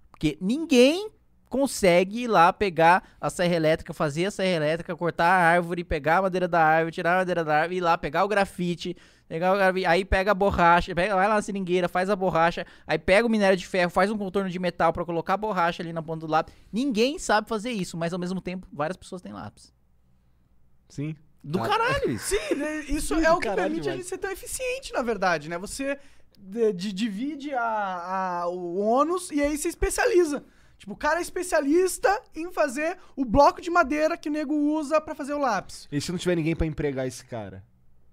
Speaker 3: Porque ninguém consegue ir lá pegar a serra elétrica, fazer a serra elétrica, cortar a árvore, pegar a madeira da árvore, tirar a madeira da árvore, ir lá pegar o grafite, pegar o grafite, aí pega a borracha, pega, vai lá na seringueira, faz a borracha, aí pega o minério de ferro, faz um contorno de metal pra colocar a borracha ali na ponta do lápis. Ninguém sabe fazer isso, mas ao mesmo tempo várias pessoas têm lápis.
Speaker 2: sim.
Speaker 3: Do
Speaker 2: Ah.
Speaker 3: caralho isso.
Speaker 1: Sim, né, isso
Speaker 2: Sim,
Speaker 1: é o que
Speaker 2: caralho,
Speaker 1: permite a
Speaker 2: demais.
Speaker 1: gente ser tão eficiente, na verdade, né? Você de- de- divide a- a- o ônus e aí você especializa. Tipo, o cara é especialista em fazer o bloco de madeira que o nego usa pra fazer o lápis.
Speaker 2: E se não tiver ninguém pra empregar esse cara?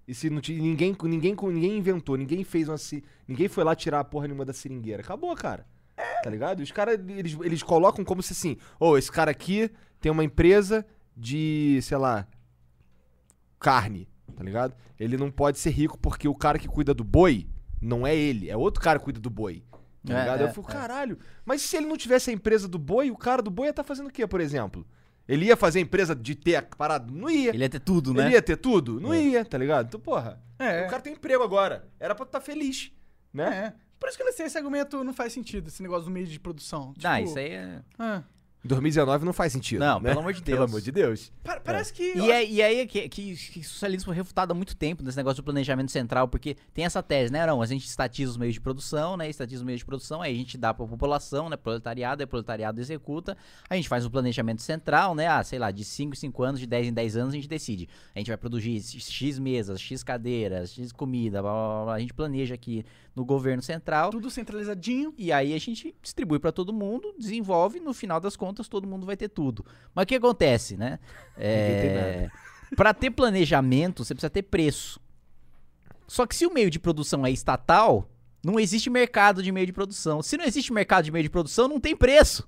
Speaker 2: E se não tiver ninguém, ninguém, ninguém inventou, ninguém fez uma ci- ninguém foi lá tirar a porra nenhuma da seringueira. Acabou, cara. Tá ligado? Os caras eles, eles colocam como se assim, ô, esse cara aqui tem uma empresa de, sei lá, carne, tá ligado? Ele não pode ser rico porque o cara que cuida do boi não é ele, é outro cara que cuida do boi. Tá
Speaker 3: É,
Speaker 2: ligado?
Speaker 3: é,
Speaker 2: Eu fico, caralho. Mas se ele não tivesse a empresa do boi, o cara do boi ia estar fazendo o quê, por exemplo? Ele ia fazer a empresa de ter a parada? Não ia.
Speaker 3: Ele ia ter tudo, né?
Speaker 2: Ele é, ia ter tudo? Não ia, tá ligado? Então, porra,
Speaker 1: É.
Speaker 2: o cara tem emprego agora. Era pra tu tá feliz, né?
Speaker 1: É. Por isso que eu não sei, esse argumento não faz sentido, esse negócio do meio de produção. Tipo,
Speaker 3: Ah, isso aí é.
Speaker 1: ah,
Speaker 2: Em 2019 não faz sentido.
Speaker 3: Não,
Speaker 2: né?
Speaker 3: pelo amor de Deus.
Speaker 2: Pelo amor de Deus.
Speaker 1: pa- parece que.
Speaker 3: E, é, e aí é que, que, que o socialismo foi refutado há muito tempo nesse negócio do planejamento central, porque tem essa tese, né, Arão? A gente estatiza os meios de produção, né? Estatiza os meios de produção, aí a gente dá pra população, né? Proletariado, aí o proletariado executa. A gente faz um planejamento central, né? Ah, sei lá, de 5 em 5 anos, de 10 em 10 anos, a gente decide. A gente vai produzir X mesas, X cadeiras, X comida, blá, blá, blá, blá. A gente planeja aqui no governo central.
Speaker 1: Tudo centralizadinho.
Speaker 3: E aí a gente distribui pra todo mundo, desenvolve, no final das contas todo mundo vai ter tudo. Mas o que acontece, né?
Speaker 2: Ninguém tem
Speaker 3: É... Para ter planejamento, você precisa ter preço. Só que se o meio de produção é estatal, não existe mercado de meio de produção. Se não existe mercado de meio de produção, não tem preço.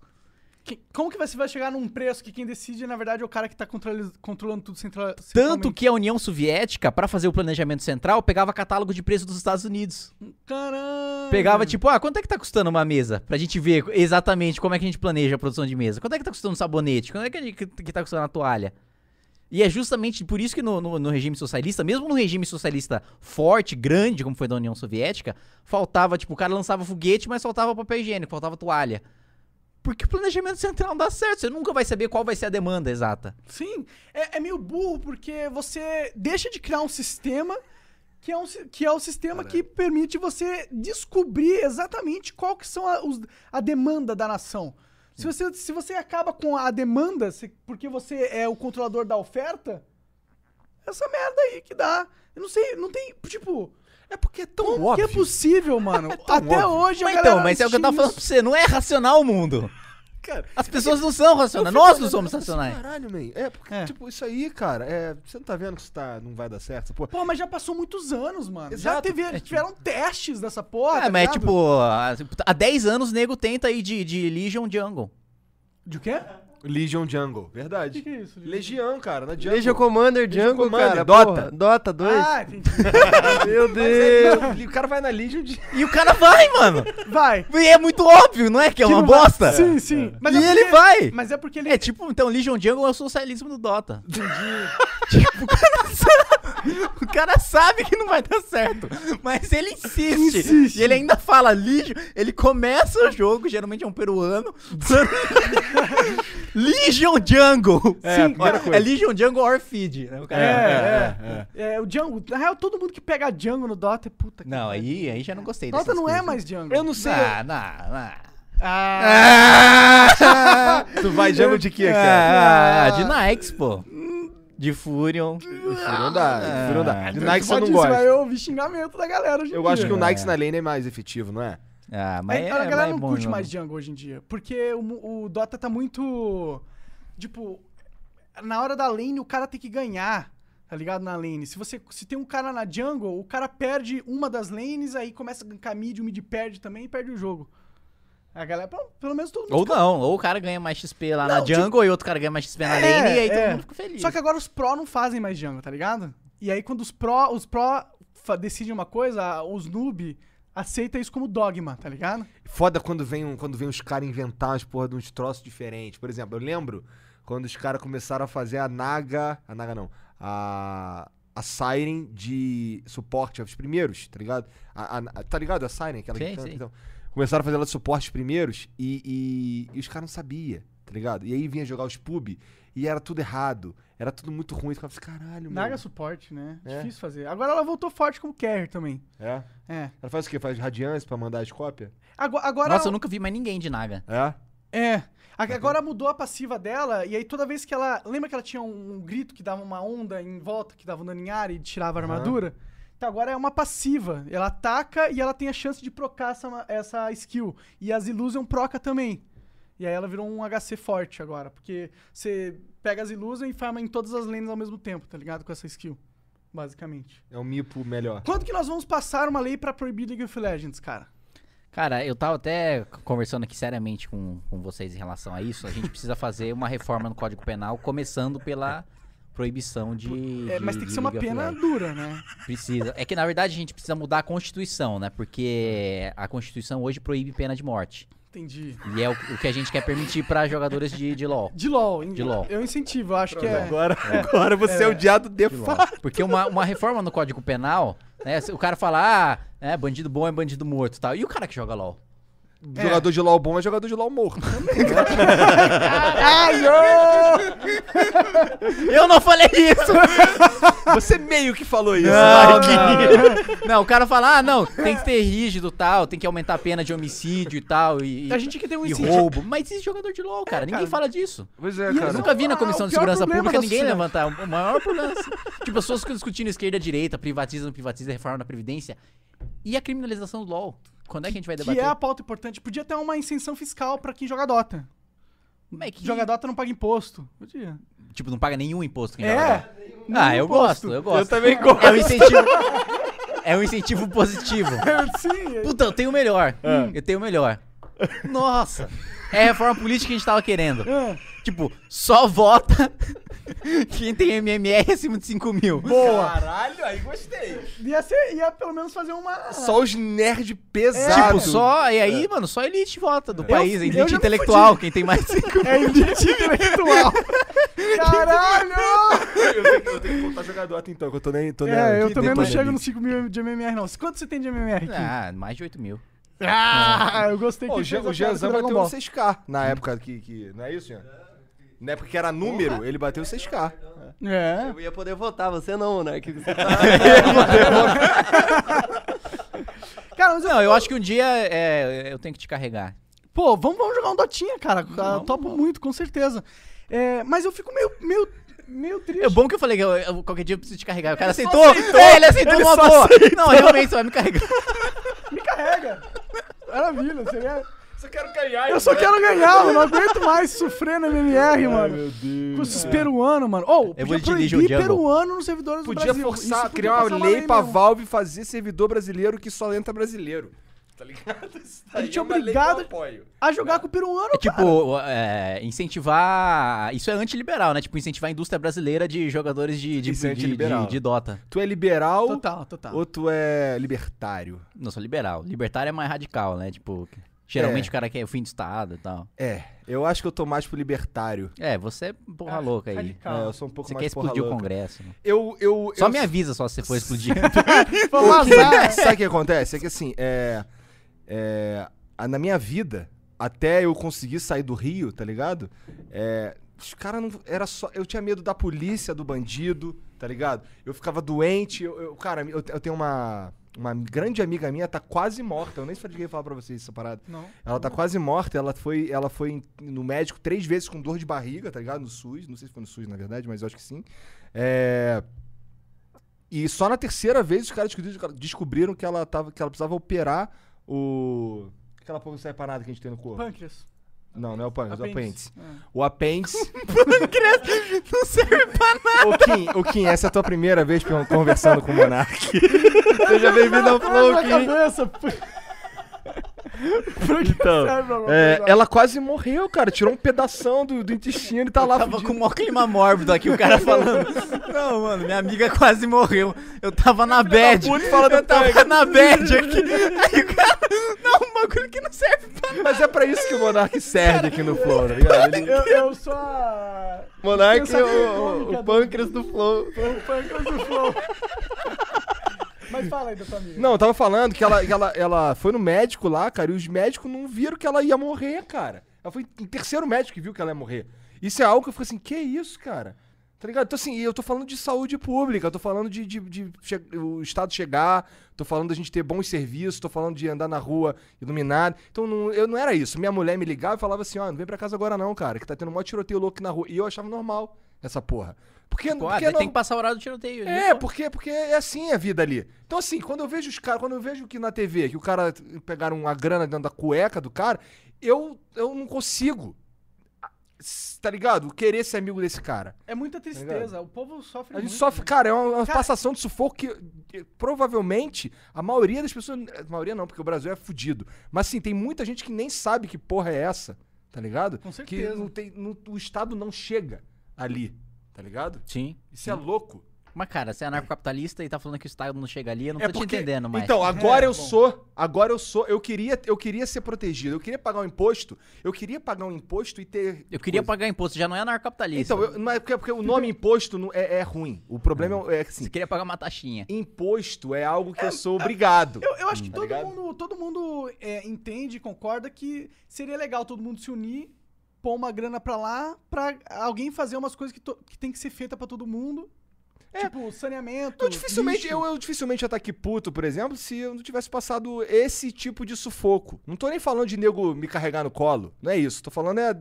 Speaker 1: Que- como que você vai chegar num preço que quem decide, na verdade, é o cara que tá controli- controlando tudo central,
Speaker 3: Tanto que a União Soviética, pra fazer o planejamento central, pegava catálogo de preço dos Estados Unidos.
Speaker 1: Caramba!
Speaker 3: Pegava tipo, ah, quanto é que tá custando uma mesa? Pra gente ver exatamente como é que a gente planeja a produção de mesa. Quanto é que tá custando um sabonete? Quanto é que, a gente- que- que tá custando a toalha? E é justamente por isso que no, no- no regime socialista, mesmo no regime socialista forte, grande, como foi da União Soviética, faltava, tipo, o cara lançava foguete, mas faltava papel higiênico, faltava toalha. Porque o planejamento central não dá certo, você nunca vai saber qual vai ser a demanda exata.
Speaker 1: Sim, é, é meio burro porque você deixa de criar um sistema que é, um, si- que é o sistema que permite você descobrir exatamente qual que são a, os- a demanda da nação. Se você, se você acaba com a demanda se- porque você é o controlador da oferta, essa merda aí que dá. Eu não sei, não tem, tipo... É porque é tão
Speaker 2: óbvio.
Speaker 1: que é possível, mano. Até
Speaker 2: óbvio.
Speaker 1: hoje a
Speaker 3: Mas
Speaker 1: galera
Speaker 3: então, mas é o que eu tava
Speaker 1: insiste
Speaker 3: falando pra você, não é racional o mundo.
Speaker 2: Cara,
Speaker 3: As pessoas não são racionais, nós não somos racionais.
Speaker 2: assim, Caralho, man. É, porque,
Speaker 1: É.
Speaker 2: tipo, isso aí, cara, é, você não tá vendo que isso tá, não vai dar certo, essa porra?
Speaker 1: Pô, mas já passou muitos anos, mano. Já
Speaker 2: Exato.
Speaker 1: teve, tiveram testes dessa porra.
Speaker 3: É,
Speaker 1: tá
Speaker 3: mas é
Speaker 1: ligado?
Speaker 3: tipo, há há 10 anos o nego tenta aí de, de Legion Jungle.
Speaker 1: De quê?
Speaker 2: Legion
Speaker 1: O
Speaker 2: Jungle,
Speaker 1: que, que
Speaker 2: verdade.
Speaker 1: é isso? Lili?
Speaker 2: Legião, cara, na Jungle.
Speaker 4: Legion Commander,
Speaker 2: Legion
Speaker 4: Django,
Speaker 2: Commander,
Speaker 4: cara.
Speaker 2: Dota.
Speaker 4: porra. Dota 2.
Speaker 1: Ah, entendi.
Speaker 4: meu
Speaker 2: Mas é, o cara vai na Legion de...
Speaker 3: E o cara vai, mano.
Speaker 1: Vai.
Speaker 3: E é muito óbvio, não é que é
Speaker 1: Que
Speaker 3: uma
Speaker 1: não vai-
Speaker 3: bosta?
Speaker 1: Sim, sim.
Speaker 3: e
Speaker 1: é porque-
Speaker 3: ele vai.
Speaker 1: Mas é porque ele...
Speaker 3: É tipo, então, Legion Jungle é o socialismo do Dota. Tipo, O cara sabe que não vai dar certo, mas ele insiste.
Speaker 1: Insiste.
Speaker 3: E ele ainda fala Legion. Ele começa o jogo, geralmente é um peruano. Legion Jungle.
Speaker 2: É, a primeira
Speaker 3: ó,
Speaker 2: coisa.
Speaker 3: é Legion Jungle or Feed, né, o cara?
Speaker 1: É, É, o Django... Na real, todo mundo que pega Django no Dota é puta. que
Speaker 3: Não,
Speaker 1: pariu.
Speaker 3: aí, aí já não gostei
Speaker 1: Dota
Speaker 3: dessas
Speaker 1: não é
Speaker 3: coisas.
Speaker 1: mais Django.
Speaker 2: Eu não sei.
Speaker 3: Ah, não, não.
Speaker 1: Ah,
Speaker 3: Ah,
Speaker 2: Tu vai Jungle de quê, cara?
Speaker 3: ah, de Nikes, pô. De Furion.
Speaker 1: Ah,
Speaker 2: Não dá, não dá. De É, Nike Ah, você
Speaker 1: pode
Speaker 2: não
Speaker 1: isso, mas
Speaker 2: gosta.
Speaker 1: Eu ouvi xingamento da galera hoje em
Speaker 2: Eu acho
Speaker 1: dia.
Speaker 2: que o Nike na lane é mais efetivo, não é?
Speaker 3: Ah,
Speaker 1: Mas a
Speaker 3: mas é,
Speaker 1: galera
Speaker 3: mas é
Speaker 1: não
Speaker 3: bom
Speaker 1: curte
Speaker 3: jogo.
Speaker 1: mais Django hoje em dia. Porque o, mu- o Dota tá muito. Tipo, na hora da lane o cara tem que ganhar. Tá ligado? Na lane. Se você se tem um cara na jungle, o cara perde uma das lanes, aí começa a gankar mid, o mid perde também e perde o jogo. A galera, pelo, pelo menos todo mundo.
Speaker 3: Ou não, ou o cara ganha mais XP lá na
Speaker 1: Não, tipo-
Speaker 3: jungle e outro cara ganha mais XP na
Speaker 1: É,
Speaker 3: lane e aí
Speaker 1: é.
Speaker 3: todo mundo fica feliz.
Speaker 1: Só que agora os pró não fazem mais jungle, tá ligado? E aí quando os pró, os pró fa- decidem uma coisa, a- os noob aceita isso como dogma, tá ligado?
Speaker 2: Foda quando vem, um, quando vem os caras inventar as porra de uns troços diferentes. Por exemplo, eu lembro quando os caras começaram a fazer a Naga. A Naga não. A. A Siren de suporte, os primeiros, tá ligado? A- a- tá ligado a Siren? Aquela que
Speaker 3: Sim,
Speaker 2: canta,
Speaker 3: sim.
Speaker 2: então. Começaram a fazer ela de suporte os primeiros e, e, e os caras não sabiam, tá ligado? E aí vinha jogar os pub e era tudo errado. Era tudo muito ruim. Tu ficava assim, caralho, meu.
Speaker 1: Naga suporte, né?
Speaker 2: É.
Speaker 1: Difícil fazer. Agora ela voltou forte como carry também.
Speaker 2: É?
Speaker 1: É.
Speaker 2: Ela faz o quê? Faz radiância pra mandar as cópias?
Speaker 1: Ago- Agora,
Speaker 3: Nossa, eu nunca vi mais ninguém de Naga.
Speaker 2: É?
Speaker 1: É. A- Agora mudou a passiva dela, e aí toda vez que ela. Lembra que ela tinha um, um grito que dava uma onda em volta, que dava um dano em área e tirava a
Speaker 2: Aham.
Speaker 1: armadura? Então agora é uma passiva. Ela ataca e ela tem a chance de procar essa, essa skill. E as Illusion proca também. E aí ela virou um HC forte agora, porque você pega as Illusion e farma em todas as lanes ao mesmo tempo, tá ligado? Com essa skill, basicamente.
Speaker 2: É um mipo melhor.
Speaker 1: Quando que nós vamos passar uma lei pra proibir League of Legends, cara?
Speaker 3: Cara, eu tava até conversando aqui seriamente com, com vocês em relação a isso. A gente precisa fazer uma reforma no Código Penal, começando pela proibição de.
Speaker 1: É,
Speaker 3: de-
Speaker 1: mas tem que
Speaker 3: de
Speaker 1: ser uma
Speaker 3: Uhum. League of
Speaker 1: pena
Speaker 3: Legends.
Speaker 1: dura, né?
Speaker 3: Precisa. É que na verdade a gente precisa mudar a Constituição, né? Porque a Constituição hoje proíbe pena de morte.
Speaker 1: Entendi.
Speaker 3: E é o, o que a gente quer permitir pra jogadores de, de LOL.
Speaker 1: De LOL, hein?
Speaker 3: De LOL.
Speaker 1: Eu incentivo, eu acho que é.
Speaker 2: Agora, agora você Então, né? é, odiado de fato.
Speaker 3: Porque uma, uma reforma no Código Penal, né? se O cara fala, ah, é, bandido bom é bandido morto e tal. E o cara que joga LOL?
Speaker 1: É.
Speaker 2: Jogador de LOL bom é jogador de LOL morto.
Speaker 3: Eu não falei isso!
Speaker 2: Você meio que falou isso.
Speaker 3: Não, o cara fala, ah, não, tem que ser rígido e tal, tem que aumentar a pena de homicídio e tal, e, e-
Speaker 1: A gente que tem um
Speaker 3: e
Speaker 1: incentivo.
Speaker 3: roubo. Mas esse jogador de LOL, cara, ninguém
Speaker 1: É, cara.
Speaker 3: fala disso.
Speaker 2: Pois é,
Speaker 1: E
Speaker 3: Eu
Speaker 1: Não,
Speaker 2: cara.
Speaker 3: nunca vi na
Speaker 1: ah,
Speaker 3: Comissão
Speaker 1: o
Speaker 3: de
Speaker 1: pior
Speaker 3: Segurança
Speaker 1: problema
Speaker 3: Pública
Speaker 1: da
Speaker 3: ninguém
Speaker 1: sociedade.
Speaker 3: levantar o maior problema. tipo, as pessoas que discutindo esquerda, direita, privatiza, não privatiza, reforma na Previdência. E a criminalização do LOL? Quando é que a gente vai debater?
Speaker 1: Que é a pauta importante. Podia ter uma isenção fiscal pra quem joga Dota.
Speaker 3: Como é que-
Speaker 1: Quem joga Dota não paga imposto. Podia.
Speaker 3: Tipo, não paga nenhum imposto quem
Speaker 1: É.
Speaker 3: joga. Ah, eu
Speaker 1: imposto.
Speaker 3: gosto, eu gosto.
Speaker 2: também gosto.
Speaker 3: É o incentivo. É um incentivo positivo.
Speaker 1: Sim,
Speaker 3: Puta, eu tenho o melhor.
Speaker 1: Ah.
Speaker 3: Eu tenho o melhor. Nossa! É a reforma política que a gente tava querendo.
Speaker 1: Ah.
Speaker 3: Tipo, só vota quem tem MMR acima de 5 mil.
Speaker 1: boa.
Speaker 2: Caralho, aí gostei.
Speaker 1: Ia, ser, ia pelo menos fazer uma...
Speaker 2: Só os nerds
Speaker 3: Tipo,
Speaker 2: pesados.
Speaker 3: só. E aí, mano, só elite vota do país.
Speaker 1: eu
Speaker 3: É
Speaker 1: já
Speaker 3: elite
Speaker 1: me
Speaker 3: intelectual, quem tem mais de 5 mil.
Speaker 1: É elite intelectual. Caralho!
Speaker 2: eu, tenho, que- eu tenho que voltar a jogar Dota então, que eu tô nem. Tô nem
Speaker 1: É, eu
Speaker 2: que
Speaker 1: também não
Speaker 2: depois-
Speaker 1: chego nos 5 mil de MMR, não. Quanto você tem de MMR, Kim?
Speaker 3: Ah, mais de 8 mil.
Speaker 1: Ah, eu gostei
Speaker 2: Pô,
Speaker 1: que
Speaker 2: o
Speaker 1: ele fez
Speaker 2: Jean-
Speaker 1: a
Speaker 2: o
Speaker 1: piada
Speaker 2: Jeanzão
Speaker 1: com Dragon
Speaker 2: bateu um
Speaker 1: Ball.
Speaker 2: no 6K na época que, que. Não é isso, Jean? Na época que era número, ele bateu 6K.
Speaker 1: É.
Speaker 4: Eu ia poder votar, você não, Monark. Você tá-
Speaker 1: Cara, mas eu,
Speaker 3: Não, eu acho que um dia é, eu tenho que te carregar.
Speaker 1: pô, vamos, vamos jogar um Dotinha, cara. Ah, topo
Speaker 3: vamos.
Speaker 1: muito, com certeza. É, mas eu fico meio, meio, meio triste.
Speaker 3: É bom que eu falei que eu- eu- qualquer dia eu preciso te carregar. O cara
Speaker 1: Ele só
Speaker 3: aceitou.
Speaker 1: aceitou.
Speaker 3: É, ele aceitou
Speaker 1: Ele
Speaker 3: uma
Speaker 1: só
Speaker 3: boa. Não, realmente, você vai me carregar.
Speaker 1: Me carrega. Maravilha, seria...
Speaker 2: Só quero ganhar,
Speaker 1: Eu só quero ganhar, mano. Não aguento mais sofrer no MMR, mano.
Speaker 2: Meu Deus.
Speaker 1: Com esses peruanos, mano. Ou,
Speaker 3: Eu vou
Speaker 1: podia
Speaker 3: dirigir o
Speaker 1: proibir
Speaker 3: Jungle.
Speaker 1: peruano nos servidores do
Speaker 2: Podia
Speaker 1: Brasil.
Speaker 2: forçar,
Speaker 1: Isso podia
Speaker 2: criar
Speaker 1: passar
Speaker 2: uma lei pra
Speaker 1: mesmo.
Speaker 2: Valve fazer servidor brasileiro que só entra brasileiro. Tá ligado? Isso daí
Speaker 1: gente é
Speaker 2: uma lei que eu
Speaker 1: obrigado-
Speaker 2: apoio.
Speaker 1: A jogar com o peruano,
Speaker 3: É tipo, é, incentivar. Isso é antiliberal, né? Tipo, incentivar a indústria brasileira de jogadores de, de,
Speaker 2: Isso é
Speaker 3: de-
Speaker 2: antiliberal.
Speaker 3: de- de Dota.
Speaker 2: Tu é liberal
Speaker 1: Total, total.
Speaker 2: ou tu é libertário?
Speaker 3: Não, sou liberal. Libertário é mais radical, né? Tipo, geralmente
Speaker 2: É.
Speaker 3: o cara quer o fim do Estado e tal.
Speaker 2: É, eu acho que eu tô mais pro libertário.
Speaker 3: É, você é porra
Speaker 1: Ah,
Speaker 3: louca aí.
Speaker 1: radical.
Speaker 2: É, eu sou um pouco
Speaker 3: Você
Speaker 2: mais
Speaker 3: quer
Speaker 2: porra
Speaker 3: explodir o
Speaker 2: louca.
Speaker 3: Congresso. né?
Speaker 2: Eu, eu,
Speaker 3: Só
Speaker 2: eu
Speaker 3: me avisa só se você for explodir.
Speaker 1: Vamos
Speaker 2: O que-
Speaker 1: azar.
Speaker 2: Sabe o que acontece? É que assim, é, é, a- na minha vida, até eu conseguir sair do Rio, tá ligado? É, os caras não. Era só. Eu tinha medo da polícia, do bandido, tá ligado? Eu ficava doente. Eu, eu- cara, eu, eu tenho uma. Uma grande amiga minha tá quase morta. Eu nem sabia falar pra vocês essa parada.
Speaker 1: Não.
Speaker 2: Ela tá quase morta, ela foi, ela foi em- no médico três vezes com dor de barriga, tá ligado? No SUS, não sei se foi no SUS na verdade, mas eu acho que sim. É, E só na terceira vez os caras descobriram, descobriram que, ela tava, que ela precisava operar o. Aquela porra que sai pra nada que a gente tem no corpo.
Speaker 1: Pâncreas.
Speaker 2: Não, não é o pâncreas, é o apêndice.
Speaker 1: Apêndice. Ah.
Speaker 2: O apêndice.
Speaker 3: não serve pra nada.
Speaker 2: ô, Kim, ô Kim, essa é a tua primeira vez con- conversando com o Monark. Seja bem-vindo ao Flow,
Speaker 1: Minha
Speaker 2: Kim.
Speaker 1: é cabeça. pô. Pra que
Speaker 2: Então,
Speaker 1: serve alguma
Speaker 2: É,
Speaker 1: coisa?
Speaker 2: ela quase morreu, cara. Tirou um pedação do, do intestino e tá lá
Speaker 3: Tava
Speaker 2: fudido.
Speaker 3: com o maior clima mórbido aqui, o cara falando. Não, mano, minha amiga quase morreu. Eu tava na bad.
Speaker 2: puta, fala do
Speaker 3: Eu tava
Speaker 2: pânico.
Speaker 3: na bad aqui. Aí o cara. Não, um bagulho que não serve pra nada.
Speaker 2: Mas é pra isso que o Monark serve aqui no Flow, tá ligado? Ele...
Speaker 1: Eu, eu sou a.
Speaker 4: Monark é
Speaker 1: Pensamento
Speaker 4: o,
Speaker 1: cômico,
Speaker 4: o pâncreas do Flow.
Speaker 1: O pâncreas do flow. Mas fala aí da tua amiga.
Speaker 2: Não, eu tava falando que ela, que ela, ela foi no médico lá, cara, e os médicos não viram que ela ia morrer, cara. Ela foi em terceiro médico que viu que ela ia morrer. Isso é algo que eu fico assim, que isso, cara? Tá ligado? Então, assim, eu tô falando de saúde pública, eu tô falando de, de- de che- o Estado chegar, tô falando da gente ter bons serviços, tô falando de andar na rua iluminado. Então, não, eu não era isso. Minha mulher me ligava e falava assim, ó, não vem pra casa agora não, cara, que tá tendo mó tiroteio louco aqui na rua. E eu achava normal essa porra. Porque,
Speaker 3: Pô,
Speaker 2: porque
Speaker 3: ah,
Speaker 2: não...
Speaker 3: tem que passar o horário do tiroteio.
Speaker 2: É, porque, porque é assim a vida ali. Então, assim, quando eu vejo os caras, quando eu vejo que na TV, que o cara pegaram uma grana dentro da cueca do cara, eu, eu não consigo. Tá ligado? Querer ser amigo desse cara.
Speaker 1: É muita tristeza. O povo sofre
Speaker 2: A gente
Speaker 1: muito,
Speaker 2: sofre,
Speaker 1: né?
Speaker 2: cara, é uma, uma
Speaker 1: Cara-
Speaker 2: passação de sufoco que eh, provavelmente a maioria das pessoas. eh, A maioria não, porque o Brasil é fudido. Mas assim, tem muita gente que nem sabe que porra é essa, tá ligado?
Speaker 1: Com
Speaker 2: Que
Speaker 1: certeza.
Speaker 2: não tem, não- o Estado não chega ali, tá ligado?
Speaker 3: Sim.
Speaker 2: Isso é louco.
Speaker 3: Mas, cara, você é anarcocapitalista e tá falando que o Estado não chega ali, eu não tô
Speaker 2: É porque-
Speaker 3: te entendendo mais.
Speaker 2: Então, agora
Speaker 1: É,
Speaker 2: eu
Speaker 1: bom.
Speaker 2: sou. Agora eu sou. Eu queria, eu queria ser protegido. Eu queria pagar um imposto. Eu queria pagar um imposto e ter.
Speaker 3: eu queria
Speaker 2: coisa.
Speaker 3: pagar imposto, já não é anarcocapitalista.
Speaker 2: Então, eu, não é porque, porque o nome imposto não é, é ruim. O problema é, que assim.
Speaker 3: Você queria pagar uma taxinha.
Speaker 2: Imposto é algo que eu sou obrigado.
Speaker 1: né? Eu, eu acho que
Speaker 2: Tá
Speaker 1: todo
Speaker 2: ligado?
Speaker 1: mundo, todo mundo é, entende, concorda que seria legal todo mundo se unir, pôr uma grana pra lá, pra alguém fazer umas coisas que, to- que tem que ser feita pra todo mundo. Tipo, saneamento.
Speaker 2: Eu É. dificilmente,
Speaker 1: lixo.
Speaker 2: eu, eu dificilmente ia estar aqui puto, por exemplo, se eu não tivesse passado esse tipo de sufoco. Não tô nem falando de nego me carregar no colo. Não é isso. Tô falando é.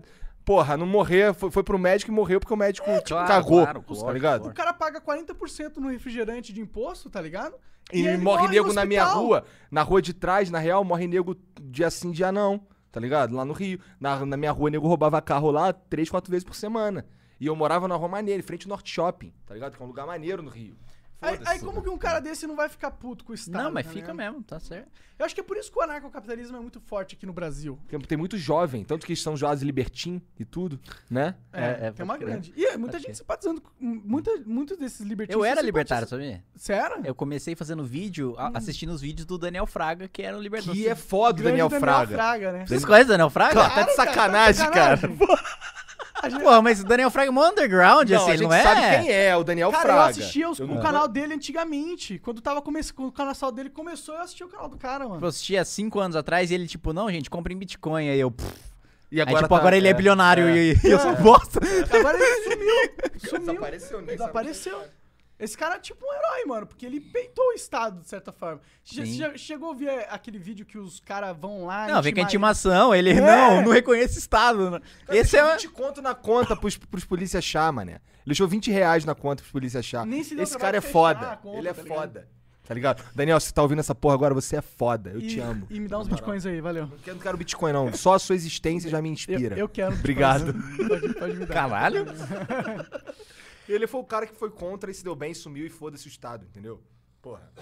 Speaker 2: Porra, não morrer. Foi, foi pro médico e morreu porque o médico
Speaker 3: É, claro,
Speaker 2: cagou.
Speaker 3: claro,
Speaker 2: tá
Speaker 3: lógico,
Speaker 2: ligado?
Speaker 1: O cara paga 40% no refrigerante de imposto, tá ligado?
Speaker 2: E,
Speaker 1: ele
Speaker 2: morre
Speaker 1: no
Speaker 2: nego na minha
Speaker 1: hospital.
Speaker 2: rua, na rua de trás, na real, morre nego dia sim, dia não, tá ligado? Lá no Rio. Na, na minha rua, nego roubava carro lá três, quatro vezes por semana. E eu morava na Rua Maneira, em frente ao Norte Shopping, tá ligado? Que é um lugar maneiro no Rio.
Speaker 1: Aí,
Speaker 2: Foda-se.
Speaker 1: aí como que um cara desse não vai ficar puto com o Estado?
Speaker 3: não, mas
Speaker 1: tá
Speaker 3: fica
Speaker 1: ligado?
Speaker 3: mesmo, tá certo.
Speaker 1: Eu acho que é por isso que o anarcocapitalismo é muito forte aqui no Brasil.
Speaker 2: Porque tem muito jovem, tanto que eles são jogados libertim e tudo, né?
Speaker 1: É,
Speaker 3: É, é,
Speaker 1: tem uma
Speaker 3: pode crer.
Speaker 1: grande. E é, muita
Speaker 3: Pode
Speaker 1: gente
Speaker 3: crer.
Speaker 1: simpatizando. com- Muita, muitos desses libertários.
Speaker 3: Eu era libertário, sabia?
Speaker 1: Você era?
Speaker 3: Eu comecei fazendo vídeo, a- assistindo os vídeos do Daniel Fraga, que era um libertário.
Speaker 2: Que é foda o
Speaker 1: assim, Grande
Speaker 2: Daniel Fraga.
Speaker 1: né?
Speaker 3: Vocês conhecem o Daniel Fraga?
Speaker 2: Claro.
Speaker 3: Tá de sacanagem, cara. Porra, mas o Daniel Fraga é mó underground,
Speaker 2: Não,
Speaker 3: assim,
Speaker 2: a
Speaker 3: ele
Speaker 2: gente
Speaker 3: não é?
Speaker 2: sabe quem é o Daniel
Speaker 1: Cara,
Speaker 2: Fraga.
Speaker 1: eu assistia os-
Speaker 2: Eu
Speaker 1: o
Speaker 2: não-
Speaker 1: canal dele antigamente. Quando, tava comece... quando o canal dele começou, eu assisti o canal do cara,
Speaker 3: Eu
Speaker 1: mano.
Speaker 3: assisti há cinco anos atrás e ele, tipo, não, gente, compra em Bitcoin. Aí eu, pff.
Speaker 2: E
Speaker 3: Aí, tipo,
Speaker 2: tá-
Speaker 3: agora ele é bilionário e, e eu sou
Speaker 1: É.
Speaker 3: bosta.
Speaker 1: Agora ele sumiu. Sumiu.
Speaker 2: Desapareceu, né?
Speaker 1: Desapareceu. Esse cara é tipo um herói, mano, porque ele peitou o Estado, de certa forma. Che-
Speaker 3: Sim.
Speaker 1: che- chegou a ver aquele vídeo que os caras vão lá.
Speaker 3: Não, vem com a
Speaker 1: intimar
Speaker 3: intimação, ele,
Speaker 1: É.
Speaker 3: não, não reconhece Estado. não.
Speaker 2: Cara,
Speaker 3: Esse é...
Speaker 2: deixou 20 conto na conta pros, pros polícia achar, mané. Ele deixou 20 reais na conta pros polícia achar.
Speaker 1: Nem se deu
Speaker 2: Esse
Speaker 1: trabalho
Speaker 2: cara é
Speaker 1: de fechar a
Speaker 2: foda.
Speaker 1: conta,
Speaker 2: ele é
Speaker 1: tá ligado?
Speaker 2: foda. Tá ligado? Daniel, se você tá ouvindo essa porra agora, você é foda. Eu
Speaker 1: e,
Speaker 2: te amo.
Speaker 1: E me dá uns bitcoins aí, valeu.
Speaker 2: Eu não quero Bitcoin, não. Só a sua existência já me inspira.
Speaker 1: Eu, eu quero.
Speaker 2: Obrigado.
Speaker 1: Pode, pode me dar.
Speaker 3: Caralho.
Speaker 2: Ele foi o cara que foi contra e se deu bem, sumiu e foda-se o Estado, entendeu? Porra.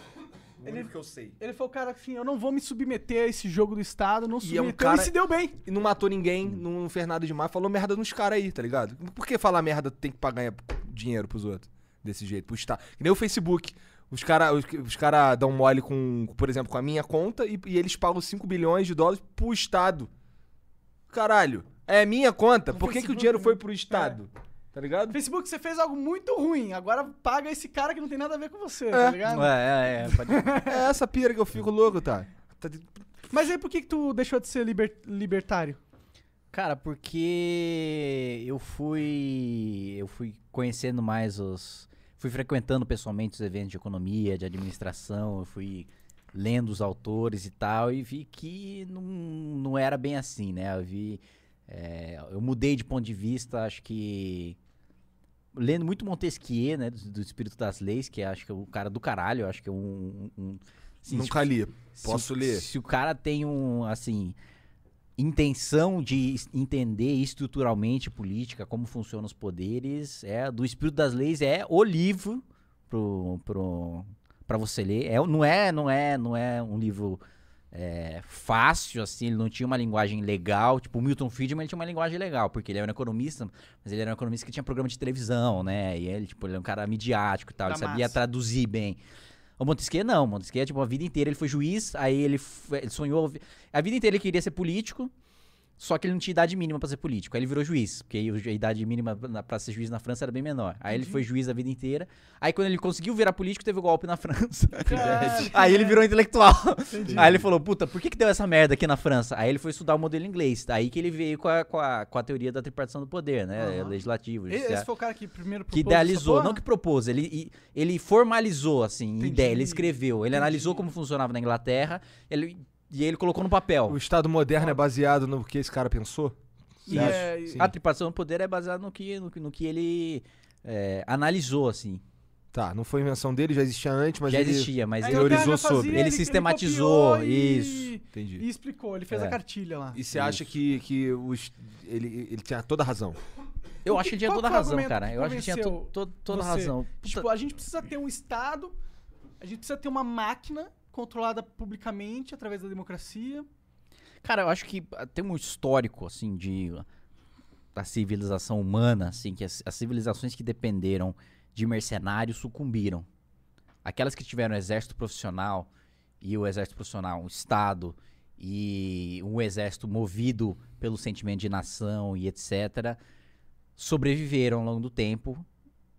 Speaker 2: O
Speaker 1: Ele-
Speaker 2: único que eu sei.
Speaker 1: Ele foi o cara que, assim, eu não vou me submeter a esse jogo do Estado, não
Speaker 2: E é
Speaker 1: submeteu
Speaker 2: um
Speaker 1: e,
Speaker 2: cara-
Speaker 1: se deu bem.
Speaker 2: E não matou ninguém, não fez nada demais, falou merda nos caras aí, tá ligado? Por que falar merda tem que pagar dinheiro pros outros? Desse jeito, pro Estado. Que nem o Facebook. Os caras os, os cara dão mole com, por exemplo, com a minha conta e, e eles pagam 5 bilhões de dólares pro Estado. Caralho. É minha conta.
Speaker 1: No
Speaker 2: Por que, que o
Speaker 1: Facebook,
Speaker 2: dinheiro
Speaker 1: né?
Speaker 2: foi pro Estado? Tá ligado?
Speaker 1: Facebook, você fez algo muito ruim, agora paga esse cara que não tem nada a ver com você, tá ligado?
Speaker 3: É, é, é, pode...
Speaker 2: É essa pira que eu fico louco, tá? Tá de-
Speaker 1: Mas aí por que, que tu deixou de ser liber- libertário?
Speaker 3: Cara, porque eu fui eu fui conhecendo mais os fui frequentando pessoalmente os eventos de economia, de administração, eu fui lendo os autores e tal e vi que não, não era bem assim, né? Eu vi é, eu mudei de ponto de vista, acho que lendo muito Montesquieu, né, do, do Espírito das Leis, que acho que é o cara do caralho, acho que é um, um, um assim,
Speaker 2: Nunca li.
Speaker 3: se
Speaker 2: Posso
Speaker 3: o-
Speaker 2: ler?
Speaker 3: Se o cara tem um, assim, intenção de es- entender estruturalmente política, como funcionam os poderes, é do Espírito das Leis é o livro pro, pro, pra você ler. É, não, é, não, é, não é um livro é, fácil, assim, ele não tinha uma linguagem legal. Tipo, o Milton Friedman ele tinha uma linguagem legal, porque ele era um economista, mas ele era um economista que tinha programa de televisão, né? E ele, tipo, ele é um cara midiático e tal,
Speaker 1: Da
Speaker 3: ele sabia
Speaker 1: massa.
Speaker 3: traduzir bem. O Montesquieu não, o Montesquieu, tipo, a vida inteira ele foi juiz, aí ele, f- ele sonhou. A vida inteira ele queria ser político, só que ele não tinha idade mínima pra ser político. Aí ele virou juiz, porque aí a idade mínima na- pra ser juiz na França era bem menor. Aí ele foi juiz a vida inteira. Aí quando ele conseguiu virar político, teve o golpe na França.
Speaker 1: Caralho.
Speaker 3: aí ele virou intelectual.
Speaker 1: Entendi.
Speaker 3: Aí ele falou, puta, por que, que deu essa merda aqui na França? Aí ele foi estudar o modelo inglês. Daí que ele veio com a, com a, com a teoria da tripartição do poder, né?
Speaker 1: Aham.
Speaker 3: Legislativo,
Speaker 1: E-
Speaker 3: judiciário.
Speaker 1: Esse foi o cara que primeiro
Speaker 3: Que
Speaker 1: propôs essa
Speaker 3: idealizou,
Speaker 1: porra?
Speaker 3: não que propôs, ele, e- ele formalizou, assim,
Speaker 1: Entendi.
Speaker 3: ideia, ele escreveu, ele
Speaker 1: Entendi.
Speaker 3: analisou como funcionava na Inglaterra ele, e ele colocou no papel.
Speaker 2: O Estado moderno é baseado no que esse cara pensou?
Speaker 1: E é-
Speaker 2: Sim.
Speaker 3: A tripartição do poder é baseada no que, no, que- no que ele é, analisou, assim.
Speaker 2: Tá, não foi invenção dele, já existia antes, mas
Speaker 3: Já
Speaker 2: ele...
Speaker 3: existia, mas
Speaker 1: A
Speaker 3: ele,
Speaker 1: Inglaterra
Speaker 2: teorizou
Speaker 1: fazia,
Speaker 2: sobre.
Speaker 3: Ele sistematizou,
Speaker 1: copiou e-
Speaker 3: isso.
Speaker 2: Entendi.
Speaker 1: E explicou, ele fez
Speaker 3: É.
Speaker 1: a cartilha lá.
Speaker 2: E você acha que, que os, ele, ele tinha toda a razão?
Speaker 3: eu acho que ele tinha
Speaker 1: qual
Speaker 3: toda a
Speaker 1: foi o
Speaker 3: razão,
Speaker 1: argumento
Speaker 3: cara.
Speaker 1: que
Speaker 3: Eu acho que ele tinha to-
Speaker 1: convenceu
Speaker 3: to- toda a
Speaker 1: você?
Speaker 3: razão. Puta,
Speaker 1: Tipo, a gente precisa ter um Estado, a gente precisa ter uma máquina controlada publicamente através da democracia.
Speaker 3: Cara, eu acho que ah, tem um histórico, assim, de da civilização humana, assim, que as, as civilizações que dependeram de mercenários sucumbiram. Aquelas que tiveram exército profissional e o exército profissional, um estado e um exército movido pelo sentimento de nação e etc, sobreviveram ao longo do tempo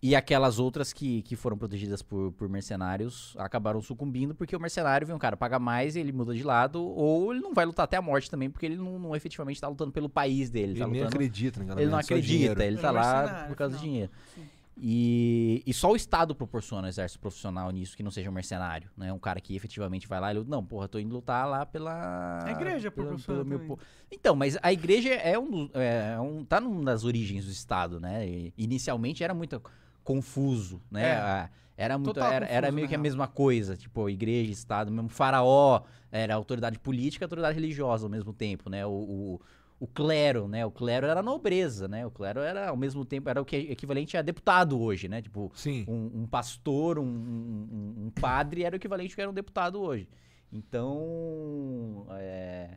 Speaker 3: e aquelas outras que, que foram protegidas por, por mercenários acabaram sucumbindo porque o mercenário vem um cara paga mais e ele muda de lado ou ele não vai lutar até a morte também porque ele não, não efetivamente tá lutando pelo país dele,
Speaker 2: Ele,
Speaker 3: tá
Speaker 2: nem
Speaker 3: lutando
Speaker 2: acredita, né, galera?
Speaker 3: ele não
Speaker 2: É só
Speaker 3: acredita,
Speaker 2: dinheiro.
Speaker 3: ele
Speaker 1: É
Speaker 3: tá lá
Speaker 1: mercenário,
Speaker 3: por causa do
Speaker 1: afinal.
Speaker 3: dinheiro.
Speaker 1: Sim.
Speaker 3: E, e só o Estado proporciona um exército profissional nisso, que não seja um mercenário, né? Um cara que efetivamente vai lá e luta. Não, porra, tô indo lutar lá pela.
Speaker 1: A igreja
Speaker 3: pelo-
Speaker 1: proporciona
Speaker 3: meu
Speaker 1: também.
Speaker 3: po- Então, mas a igreja é um, do- é um. tá numa das origens do Estado, né? E inicialmente era muito confuso, né?
Speaker 1: É.
Speaker 3: A- Era muito.
Speaker 1: Total
Speaker 3: Era, era
Speaker 1: confuso,
Speaker 3: meio
Speaker 1: na
Speaker 3: que a
Speaker 1: real.
Speaker 3: mesma coisa. Tipo, igreja, Estado, mesmo faraó, era autoridade política e autoridade religiosa ao mesmo tempo, né? O, o- o clero, né? O clero era a nobreza, né? O clero era, ao mesmo tempo, era o que é equivalente a deputado hoje, né? Tipo,
Speaker 2: Sim.
Speaker 3: um, um pastor, um, um- um- um padre era o equivalente ao que era um deputado hoje. Então, é,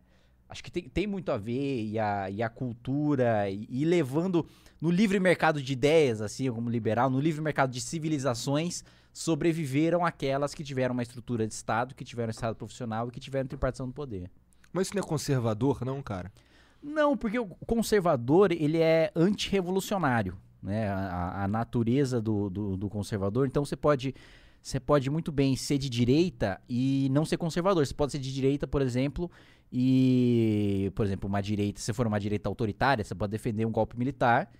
Speaker 3: acho que tem, tem muito a ver e a, e a cultura e, e levando no livre mercado de ideias, assim como liberal, no livre mercado de civilizações sobreviveram aquelas que tiveram uma estrutura de Estado, que tiveram um Estado profissional e que tiveram tripartição do poder.
Speaker 2: Mas isso não é conservador, não, cara?
Speaker 3: Não, porque o conservador ele é antirrevolucionário, né? A- A, a natureza do, do, do conservador. Então você pode você pode muito bem ser de direita e não ser conservador. Você pode ser de direita, por exemplo, e por exemplo uma direita. Se for uma direita autoritária, você pode defender um golpe militar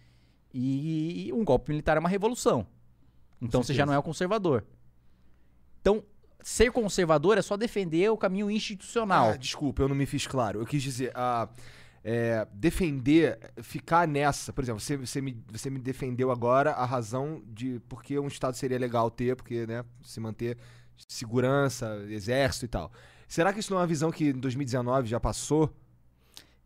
Speaker 3: e um golpe militar é uma revolução. Então você já
Speaker 2: certeza.
Speaker 3: não é o conservador. Então ser conservador é só defender o caminho institucional.
Speaker 2: Ah, desculpa, eu não me fiz claro. Eu quis dizer, ah, é, defender, ficar nessa. Por exemplo, você, você, me, você me defendeu agora a razão de por que um Estado seria legal ter, porque, né, se manter segurança, exército e tal. Será que isso não é uma visão que em 2019 já passou?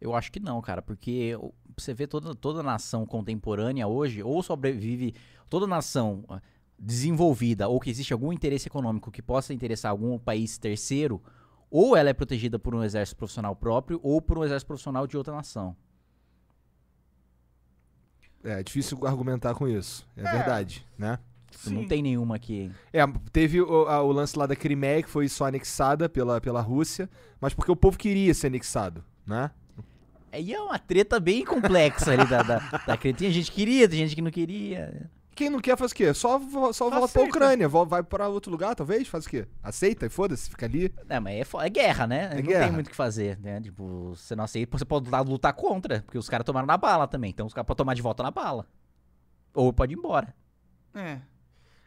Speaker 3: Eu acho que não, cara, porque o- você vê toda, toda nação contemporânea hoje, ou sobrevive, toda nação ah, desenvolvida, ou que existe algum interesse econômico que possa interessar algum país terceiro, ou ela é protegida por um exército profissional próprio, ou por um exército profissional de outra nação.
Speaker 2: É, é difícil argumentar com isso. É,
Speaker 1: É.
Speaker 2: verdade, né?
Speaker 3: Tipo, Não tem nenhuma que.
Speaker 2: É, teve o, a- o lance lá da Crimeia, que foi só anexada pela, pela Rússia, mas porque o povo queria ser anexado, né?
Speaker 3: Aí é uma treta bem complexa ali da, da, da treta. Tem gente que queria, tem gente que não queria.
Speaker 2: Quem não quer faz o quê? Só, vo- só volta pra
Speaker 1: Aceita.
Speaker 2: Ucrânia, vo- vai pra outro lugar, talvez, faz o quê? Aceita e foda-se, fica ali.
Speaker 3: É, mas é, fo- é guerra, né? não
Speaker 2: guerra.
Speaker 3: tem muito o que fazer, né? Tipo, você não aceita, você pode lutar- lutar contra, porque os caras tomaram na bala também. Então os caras podem tomar de volta na bala. Ou pode ir embora.
Speaker 1: É.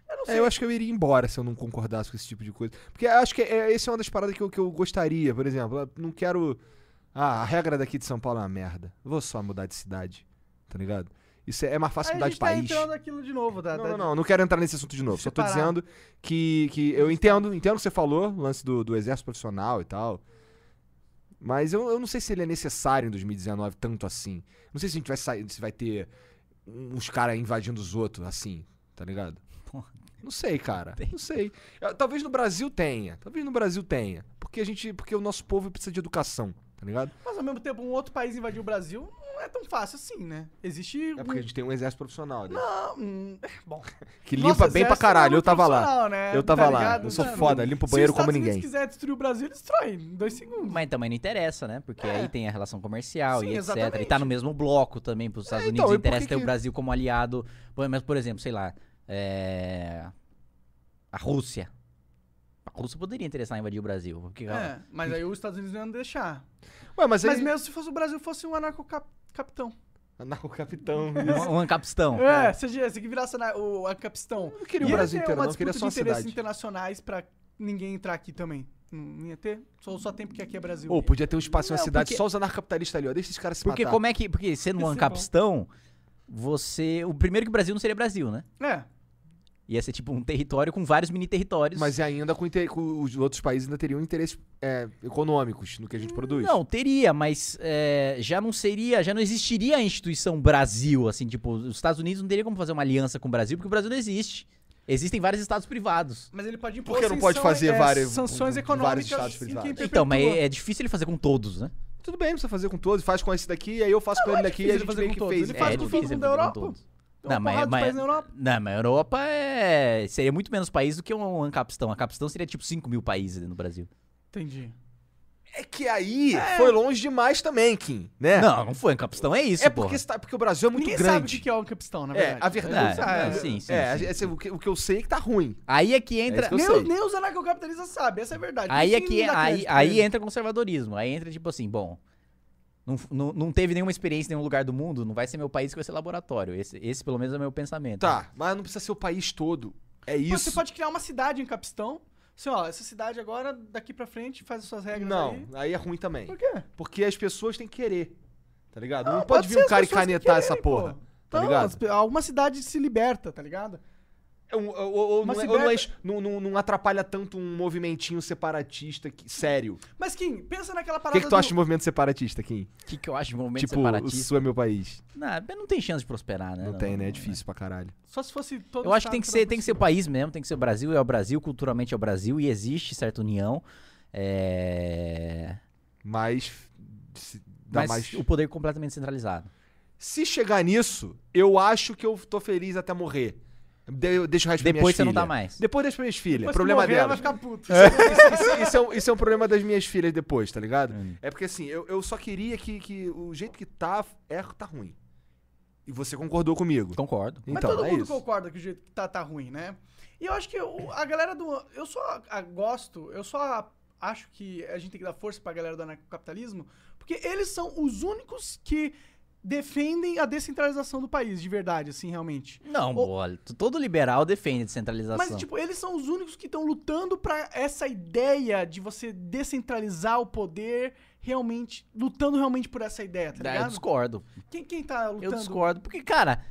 Speaker 1: Eu não sei.
Speaker 2: É, eu acho que eu iria embora se eu não concordasse com esse tipo de coisa. Porque eu acho que é, essa é uma das paradas que eu, que eu gostaria, por exemplo. Eu não quero. Ah, a regra daqui de São Paulo é uma merda. Eu Vou só mudar de cidade, tá ligado? Isso é, é mais fácil
Speaker 1: Aí a
Speaker 2: mudar de
Speaker 1: gente tá
Speaker 2: país.
Speaker 1: entrando aquilo de novo. Da,
Speaker 2: Não,
Speaker 1: da-
Speaker 2: não, não, não quero entrar nesse assunto de novo. Só tô
Speaker 1: Separar.
Speaker 2: dizendo que, que eu entendo, entendo o que você falou, o lance do, do exército profissional e tal. Mas eu, eu não sei se ele é necessário em 2019 tanto assim. Não sei se a gente vai sair, se vai ter um, uns caras invadindo os outros assim, tá ligado?
Speaker 3: Porra.
Speaker 2: Não sei, cara.
Speaker 3: Tem.
Speaker 2: Não sei. Eu- Talvez no Brasil tenha. Talvez no Brasil tenha. Porque a gente, porque o nosso povo precisa de educação, tá ligado?
Speaker 1: Mas ao mesmo tempo, um outro país invadir o Brasil não é tão fácil assim, né? Existe.
Speaker 2: É porque a gente tem um exército profissional, né?
Speaker 1: Ah, hum, é, bom.
Speaker 2: Que
Speaker 1: Nosso
Speaker 2: limpa bem pra
Speaker 1: exército
Speaker 2: caralho.
Speaker 1: é
Speaker 2: Eu tava lá.
Speaker 1: profissional, né?
Speaker 2: Eu tava
Speaker 1: Tá
Speaker 2: lá.
Speaker 1: ligado?
Speaker 2: Eu sou
Speaker 1: Mano,
Speaker 2: foda, limpo o banheiro
Speaker 1: Se os
Speaker 2: como
Speaker 1: Estados Unidos
Speaker 2: ninguém.
Speaker 1: quiser destruir o Brasil, ele destrói em dois segundos.
Speaker 3: Mas também não interessa, né? Porque aí tem a relação comercial
Speaker 1: Sim,
Speaker 3: e etc. E tá
Speaker 1: exatamente.
Speaker 3: no mesmo bloco também pros Estados
Speaker 2: então,
Speaker 3: Unidos.
Speaker 2: e por
Speaker 3: interessa
Speaker 2: que
Speaker 3: ter
Speaker 2: que-
Speaker 3: o Brasil como aliado. Pô, Mas, por exemplo, sei lá. é, A Rússia. A Rússia poderia interessar em invadir o Brasil. Porque ela-
Speaker 1: É, mas aí os Estados Unidos não iam deixar.
Speaker 2: Ué, mas,
Speaker 1: Mas
Speaker 2: aí...
Speaker 1: mesmo se fosse o Brasil, fosse um anarcocapitão.
Speaker 2: Anarcocapitão.
Speaker 3: um, um capistão.
Speaker 1: É, se se que virasse ana- o anarcapistão.
Speaker 2: Eu não queria o
Speaker 3: é
Speaker 1: Ia
Speaker 2: Brasil
Speaker 1: ter
Speaker 2: inteiro,
Speaker 1: uma
Speaker 2: não. Eu queria
Speaker 1: disputa
Speaker 2: só a
Speaker 1: de interesses
Speaker 2: cidade.
Speaker 1: internacionais pra ninguém entrar aqui também. Não ia ter? Só, só tem porque aqui é Brasil.
Speaker 2: Ou podia ter um espaço na
Speaker 3: Não,
Speaker 2: cidade
Speaker 3: porque-
Speaker 2: só os anarcapitalistas ali, ó. Deixa esses caras se
Speaker 3: Porque
Speaker 2: matar.
Speaker 3: como é que. Porque sendo um
Speaker 1: Isso é bom.
Speaker 3: ancapistão, você. O primeiro que o Brasil não seria Brasil, né?
Speaker 1: É.
Speaker 3: Ia ser tipo um território com vários mini territórios.
Speaker 2: Mas ainda com, inter- com os outros países ainda teriam interesses é, econômicos no que a gente produz.
Speaker 3: Não, teria, mas é, já não seria, já não existiria a instituição Brasil, assim, tipo, os Estados Unidos não teria como fazer uma aliança com o Brasil, porque o Brasil não existe. Existem vários estados privados.
Speaker 1: Mas ele pode impor
Speaker 2: Por que não pode
Speaker 1: sanção-
Speaker 2: fazer
Speaker 1: é,
Speaker 2: vários-
Speaker 1: sanções
Speaker 2: vários
Speaker 1: econômicas
Speaker 2: estados
Speaker 1: em
Speaker 2: privados?
Speaker 1: quem
Speaker 3: Então, mas
Speaker 1: perpetua.
Speaker 3: é difícil ele fazer com todos, né?
Speaker 2: Tudo bem, não precisa fazer com todos. Faz com esse daqui, aí eu faço é com ele daqui e a
Speaker 1: difícil
Speaker 2: gente
Speaker 1: fazer
Speaker 2: meio
Speaker 1: com
Speaker 2: que
Speaker 1: todos.
Speaker 2: fez.
Speaker 1: Ele
Speaker 2: né?
Speaker 1: faz
Speaker 3: é
Speaker 1: com todo
Speaker 3: difícil
Speaker 1: mundo da
Speaker 3: fazer com
Speaker 1: Europa.
Speaker 3: todos.
Speaker 1: Tem uma
Speaker 3: Não, mas- é-
Speaker 1: porrada de
Speaker 3: mas-
Speaker 1: país na Europa.
Speaker 3: Não, mas a Europa é... seria muito menos país do que um Ancapistão. Ancapistão seria tipo 5 mil países no Brasil.
Speaker 1: Entendi.
Speaker 2: É que aí foi longe demais também, Kim, né?
Speaker 3: Não, não foi Ancapistão, é isso,
Speaker 2: é
Speaker 3: porra.
Speaker 2: porque, você tá- porque o Brasil é muito
Speaker 1: Ninguém sabe o
Speaker 2: grande.
Speaker 1: que que é o capistão, na
Speaker 2: é,
Speaker 1: verdade.
Speaker 2: a verdade.
Speaker 3: Ah,
Speaker 1: é,
Speaker 3: sim, sim,
Speaker 2: É,
Speaker 3: sim,
Speaker 2: esse- O, que, o que eu sei é que tá ruim.
Speaker 3: Aí é que
Speaker 2: isso
Speaker 3: entra...
Speaker 2: que eu
Speaker 1: nem,
Speaker 2: sei.
Speaker 1: nem os anarcocapitalistas sabem, essa é a verdade.
Speaker 3: Aí é
Speaker 1: Ninguém
Speaker 3: que
Speaker 1: dá
Speaker 3: aí,
Speaker 1: crédito pra
Speaker 3: aí
Speaker 1: eles.
Speaker 3: entra conservadorismo. Aí entra tipo assim, bom, não, f- não, não teve nenhuma experiência em nenhum lugar do mundo, não vai ser meu país que vai ser laboratório. Esse, esse pelo menos é o meu pensamento.
Speaker 2: Tá, mas não precisa ser o país todo. É
Speaker 1: Pô,
Speaker 2: isso.
Speaker 1: Você pode criar uma cidade em capistão. Assim, ó, essa cidade agora, daqui pra frente, faz as suas regras
Speaker 2: Não,
Speaker 1: aí.
Speaker 2: aí é ruim também.
Speaker 1: Por quê?
Speaker 2: Porque as pessoas têm que querer. Tá ligado? Não,
Speaker 1: Não,
Speaker 2: pode
Speaker 1: Ah, pode
Speaker 2: vir
Speaker 1: ser
Speaker 2: um
Speaker 1: as
Speaker 2: cara e
Speaker 1: pessoas que
Speaker 2: canetar
Speaker 1: querem,
Speaker 2: essa porra.
Speaker 1: pô.
Speaker 2: Tá
Speaker 1: Então,
Speaker 2: ligado?
Speaker 1: as pe- alguma cidade se liberta, tá ligado?
Speaker 2: É um- ou- ou- ou
Speaker 1: Mas
Speaker 2: não é-
Speaker 1: se
Speaker 2: ou não é
Speaker 1: bebe-
Speaker 2: es- não- não- não atrapalha tanto um movimentinho separatista que- sério.
Speaker 1: Mas, Kim, pensa naquela
Speaker 2: O
Speaker 1: parada
Speaker 2: que, que tu
Speaker 1: do-
Speaker 2: acha de movimento separatista, Kim?
Speaker 3: O que, que eu acho de um movimento
Speaker 2: tipo, o
Speaker 3: separatista?
Speaker 2: Sul é meu país.
Speaker 3: Não, mas não tem chance de prosperar, né?
Speaker 2: não, tem, né? É difícil pra caralho.
Speaker 1: Só se fosse todo
Speaker 3: Eu acho que
Speaker 1: estado
Speaker 3: tem que
Speaker 1: cada
Speaker 3: ser,
Speaker 1: um
Speaker 3: tem
Speaker 1: por
Speaker 3: que ser
Speaker 1: si.
Speaker 3: país mesmo, tem que ser o Brasil, é o Brasil, culturalmente é o Brasil, e existe certa união. É...
Speaker 2: Mas. Se, dá
Speaker 3: Mas
Speaker 2: mais...
Speaker 3: o poder é completamente centralizado.
Speaker 2: se chegar nisso, eu acho que eu tô feliz até morrer. De- eu deixo o resto pra
Speaker 3: Depois
Speaker 2: minhas
Speaker 3: você não dá
Speaker 2: filhas.
Speaker 3: mais.
Speaker 2: Depois deixa pra minhas filhas.
Speaker 1: Depois que
Speaker 2: problema
Speaker 1: morrer, ela
Speaker 2: delas.
Speaker 1: vai ficar puta.
Speaker 2: isso, isso é um, isso é um problema das minhas filhas depois, tá ligado? É porque assim, eu, eu só queria que, que o jeito que tá, é, tá ruim. E você concordou comigo.
Speaker 3: Concordo.
Speaker 1: Mas
Speaker 2: Então,
Speaker 1: todo
Speaker 2: é
Speaker 1: mundo
Speaker 2: isso.
Speaker 1: concorda que o jeito que tá, tá ruim, né? E eu acho que o- a galera do. Eu só a- gosto, eu só acho que a gente tem que dar força pra galera do anarcocapitalismo, porque eles são os únicos que defendem a descentralização do país, de verdade, assim, realmente.
Speaker 3: Não,
Speaker 1: Ou-
Speaker 3: bola. t- Todo liberal defende descentralização.
Speaker 1: Mas, tipo, eles são os únicos que estão lutando pra essa ideia de você descentralizar o poder realmente. Lutando realmente por essa ideia, tá
Speaker 3: Ah, eu
Speaker 1: ligado?
Speaker 3: discordo.
Speaker 1: Quem, quem tá lutando?
Speaker 3: Eu discordo. Porque, cara,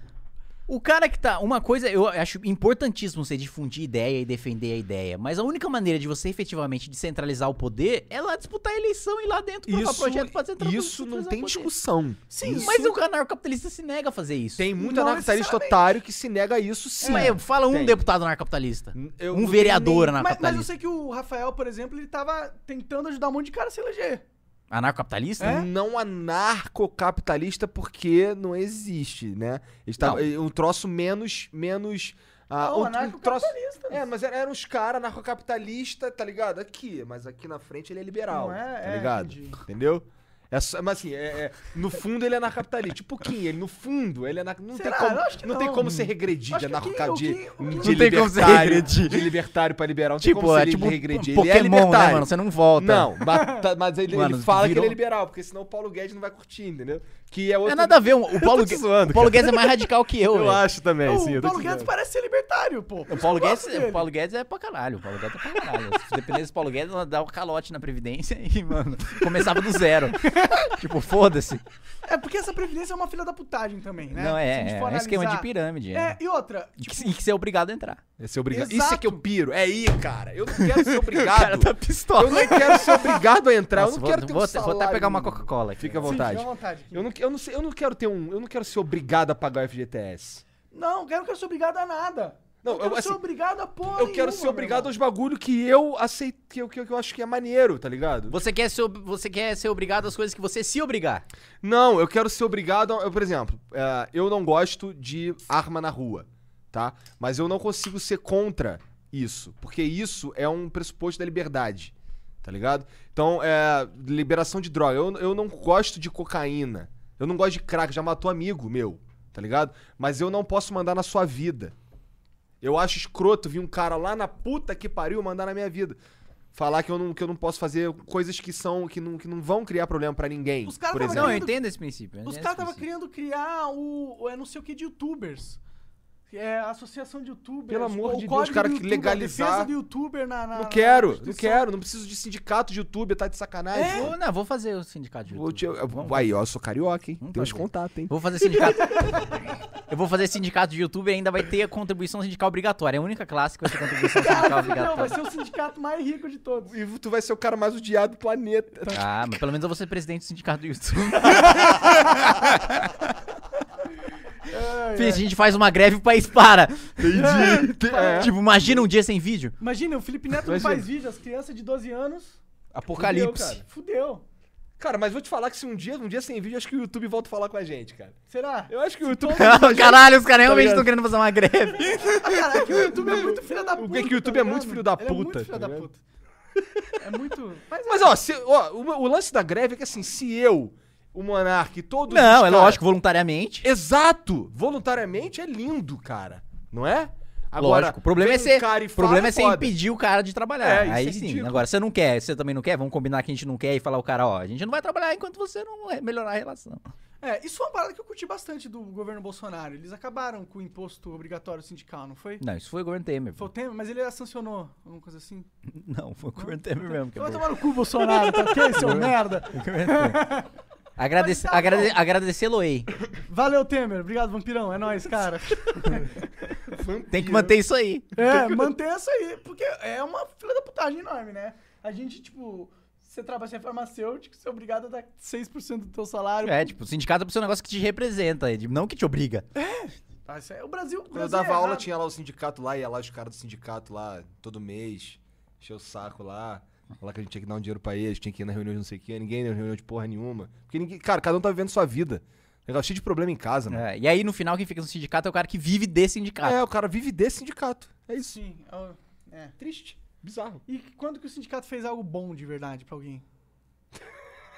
Speaker 3: o cara que tá. Uma coisa, eu acho importantíssimo você difundir ideia e defender a ideia. Mas a única maneira de você efetivamente descentralizar o poder é lá disputar a eleição e ir lá dentro provar
Speaker 2: Isso,
Speaker 3: projeto pra descentralizar
Speaker 2: isso não
Speaker 3: descentralizar
Speaker 2: tem
Speaker 3: o poder.
Speaker 2: discussão.
Speaker 1: Sim,
Speaker 2: Isso-
Speaker 3: Mas o anarcocapitalista se nega a fazer isso.
Speaker 2: Tem muito
Speaker 1: Não
Speaker 2: anarcapitalista
Speaker 1: necessariamente.
Speaker 2: otário que se nega a isso sim.
Speaker 3: Mas fala um
Speaker 2: Tem.
Speaker 3: deputado anarcocapitalista.
Speaker 2: Eu não
Speaker 3: um
Speaker 2: tenho
Speaker 3: vereador
Speaker 1: Mas, mas eu
Speaker 3: anarcocapitalista.
Speaker 1: sei que o Rafael, por exemplo, ele tava tentando ajudar um monte de cara a se eleger.
Speaker 3: Anarcocapitalista?
Speaker 1: É?
Speaker 2: Não anarcocapitalista porque não existe, né? Eles
Speaker 3: Não.
Speaker 2: tavam- eh, Um troço menos. menos ah,
Speaker 1: Não,
Speaker 2: um, um troço...
Speaker 1: anarcocapitalista.
Speaker 2: É, mas era- eram uns caras anarcocapitalista, tá ligado? Aqui, mas aqui na frente ele é liberal.
Speaker 1: Não é?
Speaker 2: tá
Speaker 1: É,
Speaker 2: ligado?
Speaker 1: entendi.
Speaker 2: Entendeu? É só- mas assim, é- é- no fundo ele é anarcocapitalista. Tipo o Kim, ele no fundo, ele é anar- não
Speaker 1: Será?
Speaker 2: tem como
Speaker 1: Eu acho que
Speaker 2: Não tem
Speaker 1: não.
Speaker 2: como você regredir
Speaker 1: Acho
Speaker 2: de
Speaker 1: que o Kim-
Speaker 2: anarcocapitalista.
Speaker 1: o Kim- o Kim-
Speaker 2: De
Speaker 3: Não tem como você
Speaker 2: libertário-
Speaker 3: regredir.
Speaker 2: De libertário pra liberal. Não tem
Speaker 3: Tipo,
Speaker 2: como você
Speaker 3: é tipo um
Speaker 2: regredir. Ele é
Speaker 3: Pokémon, né,
Speaker 2: libertário.
Speaker 3: mano? Você não volta.
Speaker 2: Não, mas, tá- mas ele,
Speaker 3: Mano,
Speaker 2: ele fala que
Speaker 3: virou- um
Speaker 2: ele é liberal, porque senão o Paulo Guedes não vai curtir, entendeu? Que é outro.
Speaker 3: É nada a ver. O o Paulo,
Speaker 2: te
Speaker 3: Gue-
Speaker 2: zoando,
Speaker 3: o Paulo Guedes é mais radical que eu, velho.
Speaker 2: acho também, assim,
Speaker 1: o Paulo Guedes parece ser libertário, pô.
Speaker 3: O Paulo, Guedes, o Paulo Guedes é pra caralho. O Paulo Guedes é pra caralho. Se dependesse do Paulo Guedes, ela dava um calote na Previdência e, mano, começava do zero. tipo, foda-se.
Speaker 1: É porque essa previdência é uma filha da putagem também, né?
Speaker 3: Não,
Speaker 1: Se a gente
Speaker 3: é. É,
Speaker 1: for
Speaker 3: é um esquema de
Speaker 1: analisar.
Speaker 3: pirâmide. É.
Speaker 1: É, e outra,
Speaker 3: E que- e que você é obrigado a entrar.
Speaker 2: Esse é obrigado.
Speaker 1: Exato.
Speaker 2: Isso é que eu piro. É aí, cara. Eu não quero ser obrigado.
Speaker 3: O cara tá
Speaker 2: Eu
Speaker 3: pistola.
Speaker 2: não quero ser obrigado a entrar. eu
Speaker 3: Nossa,
Speaker 2: não
Speaker 3: vou,
Speaker 2: quero ter um
Speaker 3: vou até- vou até
Speaker 2: salário
Speaker 3: pegar uma
Speaker 2: mínimo.
Speaker 3: Coca-Cola aqui.
Speaker 2: Fica à
Speaker 1: Sim,
Speaker 2: vontade.
Speaker 1: fica à vontade, Kim.
Speaker 2: Eu não, eu, não sei- eu não quero ter um. Eu não quero ser obrigado a pagar o FGTS.
Speaker 1: Não, eu não quero ser obrigado a nada.
Speaker 2: Não,
Speaker 1: eu quero
Speaker 2: eu,
Speaker 1: ser
Speaker 2: assim,
Speaker 1: obrigado a porra
Speaker 2: Eu quero
Speaker 1: nenhuma,
Speaker 2: ser obrigado
Speaker 1: meu
Speaker 2: aos bagulho que eu aceito, que eu, que eu, que eu acho que é maneiro, tá ligado?
Speaker 3: Você quer, ser, ob- você quer ser obrigado às coisas que você se obrigar.
Speaker 2: Não, eu quero ser obrigado. A, um, eu, por exemplo, é, eu não gosto de arma na rua, tá? Mas eu não consigo ser contra isso, porque isso é um pressuposto da liberdade, tá ligado? Então, é, liberação de droga. Eu, eu não gosto de cocaína. Eu não gosto de crack. Já matou amigo meu, tá ligado? Mas eu não posso mandar na sua vida. Eu acho escroto vir um cara lá na puta que pariu mandar na minha vida. Falar que eu não, que eu não posso fazer coisas que são que não, que não vão criar problema pra ninguém.
Speaker 1: Os caras
Speaker 2: por
Speaker 1: tavam
Speaker 2: exemplo.
Speaker 3: Não, eu entendo esse princípio. eu
Speaker 1: Os
Speaker 3: entendo
Speaker 1: caras
Speaker 3: esse
Speaker 1: estavam
Speaker 3: princípio.
Speaker 1: querendo criar o, o- é não sei o que de youtubers. É, a associação de youtubers.
Speaker 2: Pelo amor
Speaker 1: o
Speaker 2: de Deus,
Speaker 1: código
Speaker 2: cara,
Speaker 1: do
Speaker 2: que
Speaker 1: YouTube,
Speaker 2: legalizar.
Speaker 1: A defesa do youtuber na. na-
Speaker 2: Não
Speaker 1: na
Speaker 2: quero, não
Speaker 1: Constituição.
Speaker 2: quero, não preciso de sindicato de YouTube, tá de sacanagem.
Speaker 3: Vou- não, vou fazer o sindicato de
Speaker 2: Vou te- eu-
Speaker 3: YouTube. Vamos-
Speaker 2: aí, ó, eu sou carioca, hein?
Speaker 3: Vamos
Speaker 2: Tem uns
Speaker 3: fazer.
Speaker 2: contatos, hein?
Speaker 3: Vou fazer sindicato. eu vou fazer sindicato de YouTube e ainda vai ter a contribuição sindical obrigatória. É a única classe que vai ter contribuição sindical
Speaker 1: Não, vai
Speaker 3: obrigatória.
Speaker 1: ser o sindicato mais rico de todos.
Speaker 2: E tu vai ser o cara mais odiado do planeta.
Speaker 3: Ah, mas pelo menos eu vou ser presidente do sindicato do YouTube. Fih, A gente faz uma greve e o país para.
Speaker 2: Entendi. É.
Speaker 3: Tipo, imagina um dia sem vídeo.
Speaker 1: Imagina, o Felipe Neto não
Speaker 2: Imagina.
Speaker 1: faz vídeo, as crianças de 12 anos.
Speaker 3: Apocalipse.
Speaker 2: Fudeu, cara.
Speaker 1: Fudeu.
Speaker 2: Cara, mas vou te falar que se um dia, um dia sem vídeo, acho que o YouTube volta a falar com a gente, cara.
Speaker 1: Será?
Speaker 2: Eu acho que o YouTube.
Speaker 3: Caralho, os caras realmente
Speaker 2: Tá ligado?
Speaker 3: estão querendo fazer uma greve.
Speaker 1: Caraca, o YouTube é muito filho da puta.
Speaker 2: O que é que o YouTube é
Speaker 1: ligado?
Speaker 2: muito filho da
Speaker 1: Ele é muito
Speaker 2: puta,
Speaker 1: filho
Speaker 2: tá
Speaker 1: da
Speaker 2: ligado?
Speaker 1: puta. É muito. Mas
Speaker 2: Mas ó, se- ó, o, o lance da greve é que assim, se eu, o Monark, todos os
Speaker 3: Não, é
Speaker 2: caras-
Speaker 3: lógico, voluntariamente.
Speaker 2: Exato! Voluntariamente é lindo, cara. Não é?
Speaker 3: lógico. O problema
Speaker 2: vem
Speaker 3: é
Speaker 2: um
Speaker 3: ser,
Speaker 2: cara e
Speaker 3: o problema
Speaker 2: fala,
Speaker 3: é você
Speaker 2: foda.
Speaker 3: impedir o cara de trabalhar.
Speaker 2: É, isso é
Speaker 3: Aí sim.
Speaker 2: ridículo.
Speaker 3: Agora, você não quer, você também não quer, vamos combinar que a gente não quer e falar o cara, ó, a gente não vai trabalhar enquanto você não re- melhorar a relação.
Speaker 1: É, isso é uma parada que eu curti bastante do governo Bolsonaro. Eles acabaram com o imposto obrigatório sindical, não foi?
Speaker 3: Não, isso foi o governo Temer.
Speaker 1: Foi o Temer, mas ele a sancionou, alguma coisa assim.
Speaker 3: Não, foi o governo Temer mesmo. Que
Speaker 1: Então vai tomar no cu, Bolsonaro, tá ok, seu merda?
Speaker 3: Agradece,
Speaker 1: Mas tá
Speaker 3: agrade, agradecê-lo-ei.
Speaker 1: Valeu, Temer. Obrigado, vampirão. É nóis, cara.
Speaker 2: vampiro.
Speaker 3: Tem que manter isso aí.
Speaker 1: É, mantenha isso aí, porque é uma fila da putagem enorme, né? A gente, tipo, você trabalha em farmacêutico, você é obrigado a dar 6% do teu salário.
Speaker 3: É, tipo, o sindicato é pra ser um negócio que te representa, Ed, não que te obriga.
Speaker 1: Ah, isso é- o Brasil, o
Speaker 2: Quando eu
Speaker 1: Brasil
Speaker 2: dava
Speaker 1: é
Speaker 2: aula,
Speaker 1: errado.
Speaker 2: tinha lá o sindicato lá, ia lá os caras do sindicato lá todo mês, encheu o saco lá. Falar que a gente tinha que dar um dinheiro pra eles, tinha que ir na reunião de não sei o quê, ninguém na reunião de porra nenhuma. Porque ninguém. Cara, cada um tá vivendo sua vida. Negócio cheio de problema em casa, mano.
Speaker 3: É, e aí, no final, quem fica no sindicato é o cara que vive de sindicato.
Speaker 2: É, o cara vive desse sindicato. É isso.
Speaker 1: Sim, ó, é.
Speaker 2: Triste. Bizarro.
Speaker 1: E quando que o sindicato fez algo bom de verdade pra alguém?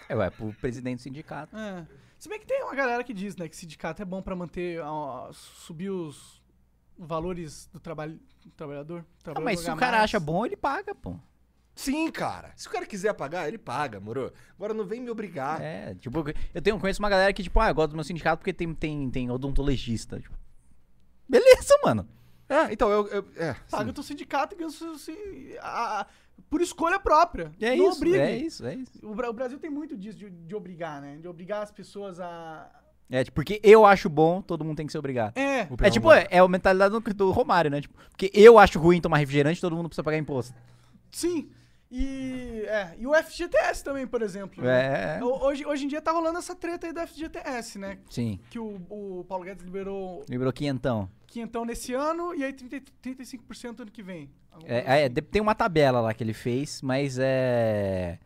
Speaker 3: É, ué, pro presidente do sindicato.
Speaker 1: É. Se bem que tem uma galera que diz, né, que sindicato é bom pra manter, ó, subir os valores do trabalho do trabalhador.
Speaker 3: Ah,
Speaker 1: trabalhador
Speaker 3: mas se
Speaker 1: ganhar
Speaker 3: o cara
Speaker 1: mais.
Speaker 3: acha bom, ele paga, pô.
Speaker 2: Sim, cara. Se o cara quiser pagar, ele paga, moro. Agora não vem me obrigar.
Speaker 3: É, tipo, eu tenho, conheço uma galera que, tipo, ah, eu gosto do meu sindicato porque tem, tem, tem odontologista. Tipo, beleza, mano.
Speaker 2: É, então, eu. eu- é,
Speaker 1: Paga
Speaker 3: assim.
Speaker 2: sim.
Speaker 1: o teu sindicato e ganha o seu- se- a- a- por escolha própria.
Speaker 3: É
Speaker 1: não
Speaker 3: isso,
Speaker 1: obrigue.
Speaker 3: é isso, é isso.
Speaker 1: O, Bra- o Brasil tem muito disso de, de obrigar, né? De obrigar as pessoas a.
Speaker 3: É, tipo, porque eu acho bom, todo mundo tem que se obrigar.
Speaker 1: É.
Speaker 2: Vou
Speaker 3: É
Speaker 2: pegar um
Speaker 3: tipo,
Speaker 2: uma-
Speaker 3: é, é a mentalidade do, do Romário, né? Tipo, porque eu acho ruim tomar refrigerante, todo mundo precisa pagar imposto.
Speaker 1: Sim. E, é, e o FGTS também, por exemplo. né?
Speaker 3: É, é,
Speaker 1: Ho- Hoje, hoje em dia tá rolando essa treta aí do FGTS, né?
Speaker 3: sim. então.
Speaker 1: Que o, o Paulo Guedes liberou
Speaker 3: Liberou quinhentão.
Speaker 1: quinhentão nesse ano e aí 30, 35% ano que vem. Alguma coisa
Speaker 3: É, é,
Speaker 1: assim.
Speaker 3: de- tem uma tabela lá que ele fez, mas é.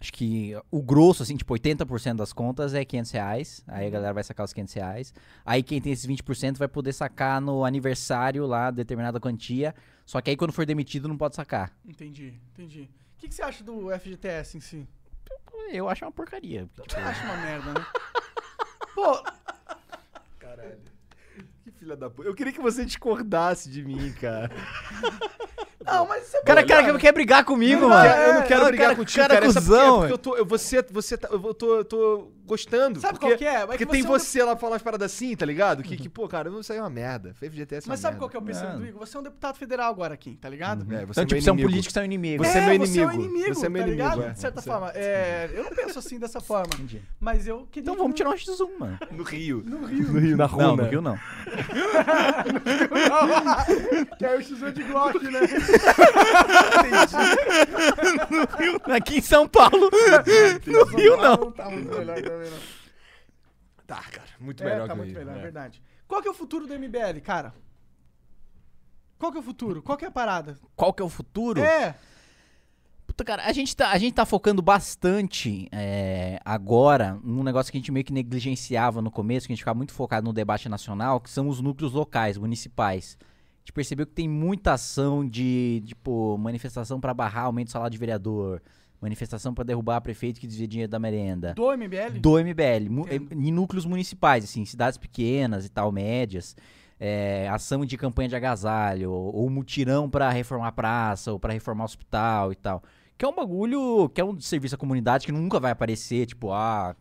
Speaker 3: Acho que o grosso, assim, tipo, 80% das contas é 500 reais. Aí a galera vai sacar os 500 reais. Aí quem tem esses 20% vai poder sacar no aniversário lá, determinada quantia. Só que aí quando for demitido não pode sacar.
Speaker 1: Entendi, entendi. O que, que você acha do FGTS em si?
Speaker 3: Eu acho uma porcaria. porque, tipo,
Speaker 1: Eu acho uma merda, né? Pô,
Speaker 2: é. Caralho. Que filha da puta. Eu queria que você discordasse de mim, cara.
Speaker 1: não, mas isso é
Speaker 3: o cara,
Speaker 1: bom,
Speaker 3: cara,
Speaker 1: né?
Speaker 3: que quer brigar comigo,
Speaker 1: Não,
Speaker 3: mano.
Speaker 1: é,
Speaker 2: eu não quero
Speaker 3: Cara,
Speaker 2: brigar
Speaker 3: cara,
Speaker 2: contigo,
Speaker 3: cara,
Speaker 2: cara. Sabe por quê?
Speaker 3: cuzão, é
Speaker 2: porque eu tô, eu, você, você tá, eu tô, eu tô gostando.
Speaker 1: Sabe
Speaker 2: porque,
Speaker 1: qual que é? É que
Speaker 2: Porque
Speaker 1: você
Speaker 2: tem
Speaker 1: é um
Speaker 2: você lá pra falar umas paradas assim, tá ligado? Que, que pô, cara, eu não sei, é uma merda. FGTS é uma
Speaker 1: Mas sabe
Speaker 2: merda.
Speaker 1: qual que é o pensamento
Speaker 3: Mano.
Speaker 1: do Igor? Você é um deputado federal agora aqui, tá ligado?
Speaker 2: é? Você
Speaker 3: Então,
Speaker 2: é
Speaker 3: tipo,
Speaker 2: meu
Speaker 3: você é um
Speaker 2: inimigo.
Speaker 3: político, você é um inimigo.
Speaker 2: Você é meu
Speaker 1: Você é o
Speaker 2: inimigo.
Speaker 1: inimigo,
Speaker 2: Você é meu
Speaker 1: tá
Speaker 2: inimigo,
Speaker 1: ligado?
Speaker 2: é.
Speaker 1: De certa
Speaker 2: Você-
Speaker 1: forma. É, eu não penso assim dessa forma.
Speaker 3: Entendi.
Speaker 1: Mas eu queria.
Speaker 3: Então
Speaker 1: que
Speaker 3: vamos
Speaker 1: não-
Speaker 3: tirar um X1, mano.
Speaker 2: No Rio.
Speaker 1: No Rio.
Speaker 2: No Rio, na
Speaker 3: Não,
Speaker 2: rua.
Speaker 3: no Rio não.
Speaker 1: que é o X1 de Glock, né?
Speaker 3: Aqui em São Paulo. no Rio não.
Speaker 1: Tá muito melhor também, não.
Speaker 2: Tá, cara, muito
Speaker 1: É,
Speaker 2: melhor
Speaker 1: tá
Speaker 2: que o
Speaker 1: muito
Speaker 2: Rio,
Speaker 1: melhor, é
Speaker 2: né?
Speaker 1: verdade. Qual que é o futuro do MBL, cara? Qual que é o futuro? Qual que é a parada?
Speaker 3: Qual que é o futuro?
Speaker 1: É.
Speaker 3: Puta, cara, a gente tá, a gente tá focando bastante é, agora num negócio que a gente meio que negligenciava no começo, que a gente ficava muito focado no debate nacional, que são os núcleos locais, municipais. A gente percebeu que tem muita ação de, tipo, manifestação pra barrar aumento do salário de vereador, manifestação pra derrubar prefeito que desvia dinheiro da merenda.
Speaker 1: Do MBL?
Speaker 3: Do MBL, mu-
Speaker 1: Entendo.
Speaker 3: em núcleos municipais, assim, cidades pequenas e tal, médias. é, ação de campanha de agasalho, ou, ou mutirão pra reformar a praça, ou pra reformar o hospital e tal. Que é um bagulho, que é um serviço à comunidade que nunca vai aparecer, tipo, ah,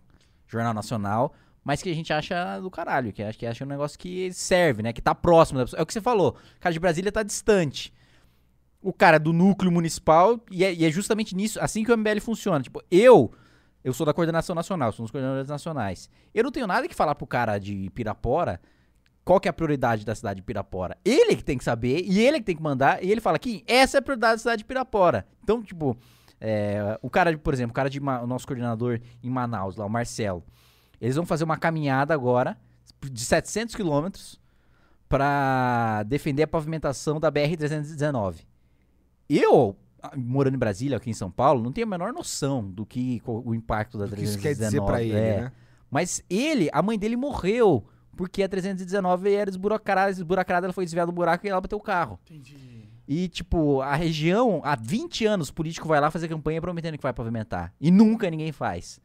Speaker 3: Jornal Nacional, mas que a gente acha do caralho, que acha que acha um negócio que serve, né? Que tá próximo da pessoa. É o que você falou, o cara de Brasília tá distante. O cara é do núcleo municipal, e é, e é justamente nisso, assim que o MBL funciona. Tipo, eu, eu sou da coordenação nacional, sou um dos coordenadores nacionais. Eu não tenho nada que falar pro cara de Pirapora qual que é a prioridade da cidade de Pirapora. Ele que tem que saber, e ele que tem que mandar, e ele fala que essa é a prioridade da cidade de Pirapora. Então, tipo, é, o cara, de- por exemplo, o cara de Ma- o nosso coordenador em Manaus, lá, o Marcelo, eles vão fazer uma caminhada agora de 700 quilômetros pra defender a pavimentação da BR-319. Eu, ah, morando em Brasília, aqui em São Paulo, não tenho a menor noção do que co- o impacto da
Speaker 2: O que
Speaker 3: 319.
Speaker 2: isso quer dizer pra ele,
Speaker 3: é.
Speaker 2: né?
Speaker 3: Mas ele, a mãe dele morreu porque a 319 era desburacrada, desburacrada, ela foi desviada do buraco e ela bateu o carro.
Speaker 1: Entendi.
Speaker 3: E, tipo, a região, há 20 anos, o político vai lá fazer campanha prometendo que vai pavimentar. E nunca ninguém faz.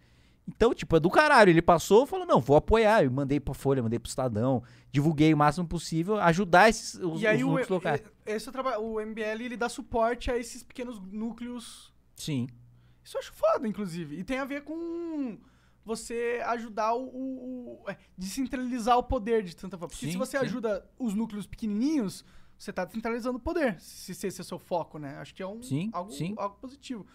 Speaker 3: Então, tipo, é do caralho. Ele passou e falou: não, vou apoiar. Eu mandei pra Folha, mandei pro Estadão, divulguei o máximo possível, ajudar esses, os,
Speaker 1: e aí
Speaker 3: os
Speaker 1: o,
Speaker 3: núcleos locais.
Speaker 1: e- esse é o, traba- o MBL ele dá suporte a esses pequenos núcleos.
Speaker 3: Sim.
Speaker 1: Isso eu acho foda, inclusive. E tem a ver com você ajudar o. o- o- é, descentralizar o poder de tanta forma. Porque
Speaker 3: Sim,
Speaker 1: se você
Speaker 3: sim.
Speaker 1: ajuda os núcleos pequenininhos, você tá descentralizando o poder. Se se esse é o seu foco, né? Acho que é um,
Speaker 3: Sim,
Speaker 1: algo,
Speaker 3: sim.
Speaker 1: algo positivo.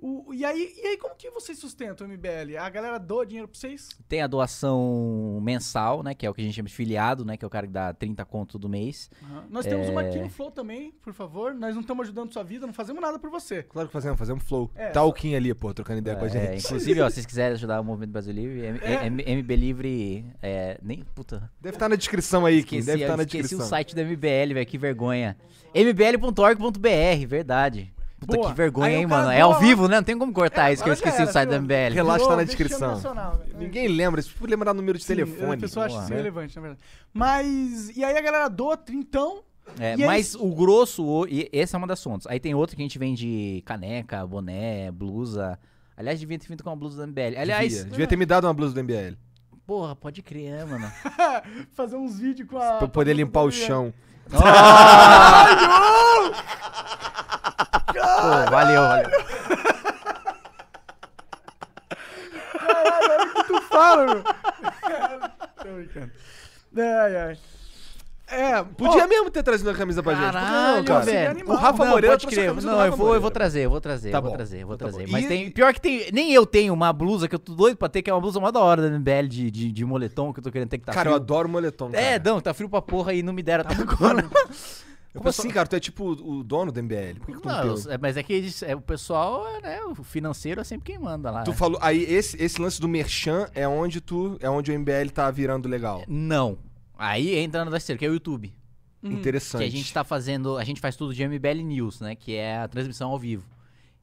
Speaker 1: O- e, aí, e aí, como que vocês sustentam o MBL? A galera doa dinheiro pra vocês?
Speaker 3: Tem a doação mensal, né? Que é o que a gente chama de filiado, né? Que é o cara que dá 30 conto todo mês.
Speaker 1: Nós temos
Speaker 3: É.
Speaker 1: uma aqui no Flow também, por favor. Nós não estamos ajudando sua vida, não fazemos nada por você.
Speaker 2: Claro que fazemos, fazemos flow.
Speaker 1: É.
Speaker 2: Tá o Kim ali, pô, trocando ideia com a
Speaker 3: É,
Speaker 2: gente.
Speaker 3: inclusive, ó, se vocês quiserem ajudar o Movimento Brasil Livre, M-
Speaker 1: É.
Speaker 3: M- MB Livre é, nem, puta,
Speaker 2: Deve estar na descrição aí, Kim.
Speaker 3: esqueci,
Speaker 2: Deve
Speaker 1: tá
Speaker 2: estar
Speaker 3: eu
Speaker 2: na
Speaker 3: esqueci
Speaker 2: descrição.
Speaker 3: o site da MBL, velho, que vergonha. mbl.org.br, verdade. Puta,
Speaker 1: Boa.
Speaker 3: que vergonha,
Speaker 1: Aí o
Speaker 3: hein,
Speaker 1: cara
Speaker 3: mano. É ao
Speaker 1: doa-
Speaker 3: vivo, né? Não tem como cortar
Speaker 1: É,
Speaker 3: isso, que eu
Speaker 1: agora já
Speaker 3: esqueci
Speaker 1: era,
Speaker 3: o site da
Speaker 1: filho.
Speaker 2: Relaxa,
Speaker 3: MBL.
Speaker 2: tá
Speaker 1: Virou
Speaker 2: na
Speaker 1: vexame
Speaker 2: descrição.
Speaker 1: nacional, né? É. velho.
Speaker 2: Ninguém lembra, se for lembrar número de
Speaker 1: Sim,
Speaker 2: telefone.
Speaker 1: A pessoa acha
Speaker 3: Boa,
Speaker 1: isso
Speaker 3: né?
Speaker 1: irrelevante, na verdade. Mas. E aí a galera então, doa trintão.
Speaker 3: É,
Speaker 1: E aí-
Speaker 3: mas o grosso, o- e esse é uma das fontes. Aí tem outro que a gente vende caneca, boné, blusa. Aliás, devia ter vindo com uma blusa da MBL. Aliás,
Speaker 2: devia, devia ter me dado uma blusa do MBL.
Speaker 3: porra, pode crer, né, mano?
Speaker 1: fazer uns vídeos com a.
Speaker 2: Pra eu poder limpar o chão.
Speaker 3: Pô, valeu, valeu.
Speaker 1: Fala, meu. Tô brincando. Ai, ai. É,
Speaker 2: Podia
Speaker 1: pô,
Speaker 2: mesmo ter trazido a camisa pra gente. Por que não,
Speaker 3: Caralho,
Speaker 2: cara?
Speaker 1: velho.
Speaker 2: O Rafa
Speaker 3: não,
Speaker 2: Moreira
Speaker 3: pode
Speaker 2: trouxe a
Speaker 3: crer.
Speaker 2: camisa do
Speaker 3: Não, eu
Speaker 2: Rafa
Speaker 3: vou, eu vou
Speaker 2: Moreira.
Speaker 3: trazer, eu vou trazer,
Speaker 2: Tá
Speaker 3: eu vou
Speaker 2: bom,
Speaker 3: trazer, eu vou
Speaker 2: tá bom.
Speaker 3: trazer.
Speaker 2: E-
Speaker 3: Mas tem, pior que tem, nem eu tenho uma blusa que eu tô doido pra ter, que é uma blusa mó da hora da MBL de, de, de moletom que eu tô querendo ter que tá
Speaker 2: Cara, eu
Speaker 3: frio.
Speaker 2: adoro moletom.
Speaker 3: É,
Speaker 2: cara. Tá
Speaker 3: não, tá frio pra porra e não me deram até agora.
Speaker 2: né? Como assim, cara? Tu é tipo o dono do MBL. Por que, que tu não
Speaker 3: Não,
Speaker 2: deu?
Speaker 3: eu- é, mas é que eles- é, o pessoal, né, o financeiro é sempre quem manda lá.
Speaker 2: Tu
Speaker 3: né?
Speaker 2: falou. Aí, esse, esse lance do Merchan é onde tu. É onde o MBL tá virando legal.
Speaker 3: Não. Aí entra na terceira, que é o YouTube.
Speaker 2: Interessante.
Speaker 3: Que a gente tá fazendo, a gente faz tudo de MBL News, né? Que é a transmissão ao vivo.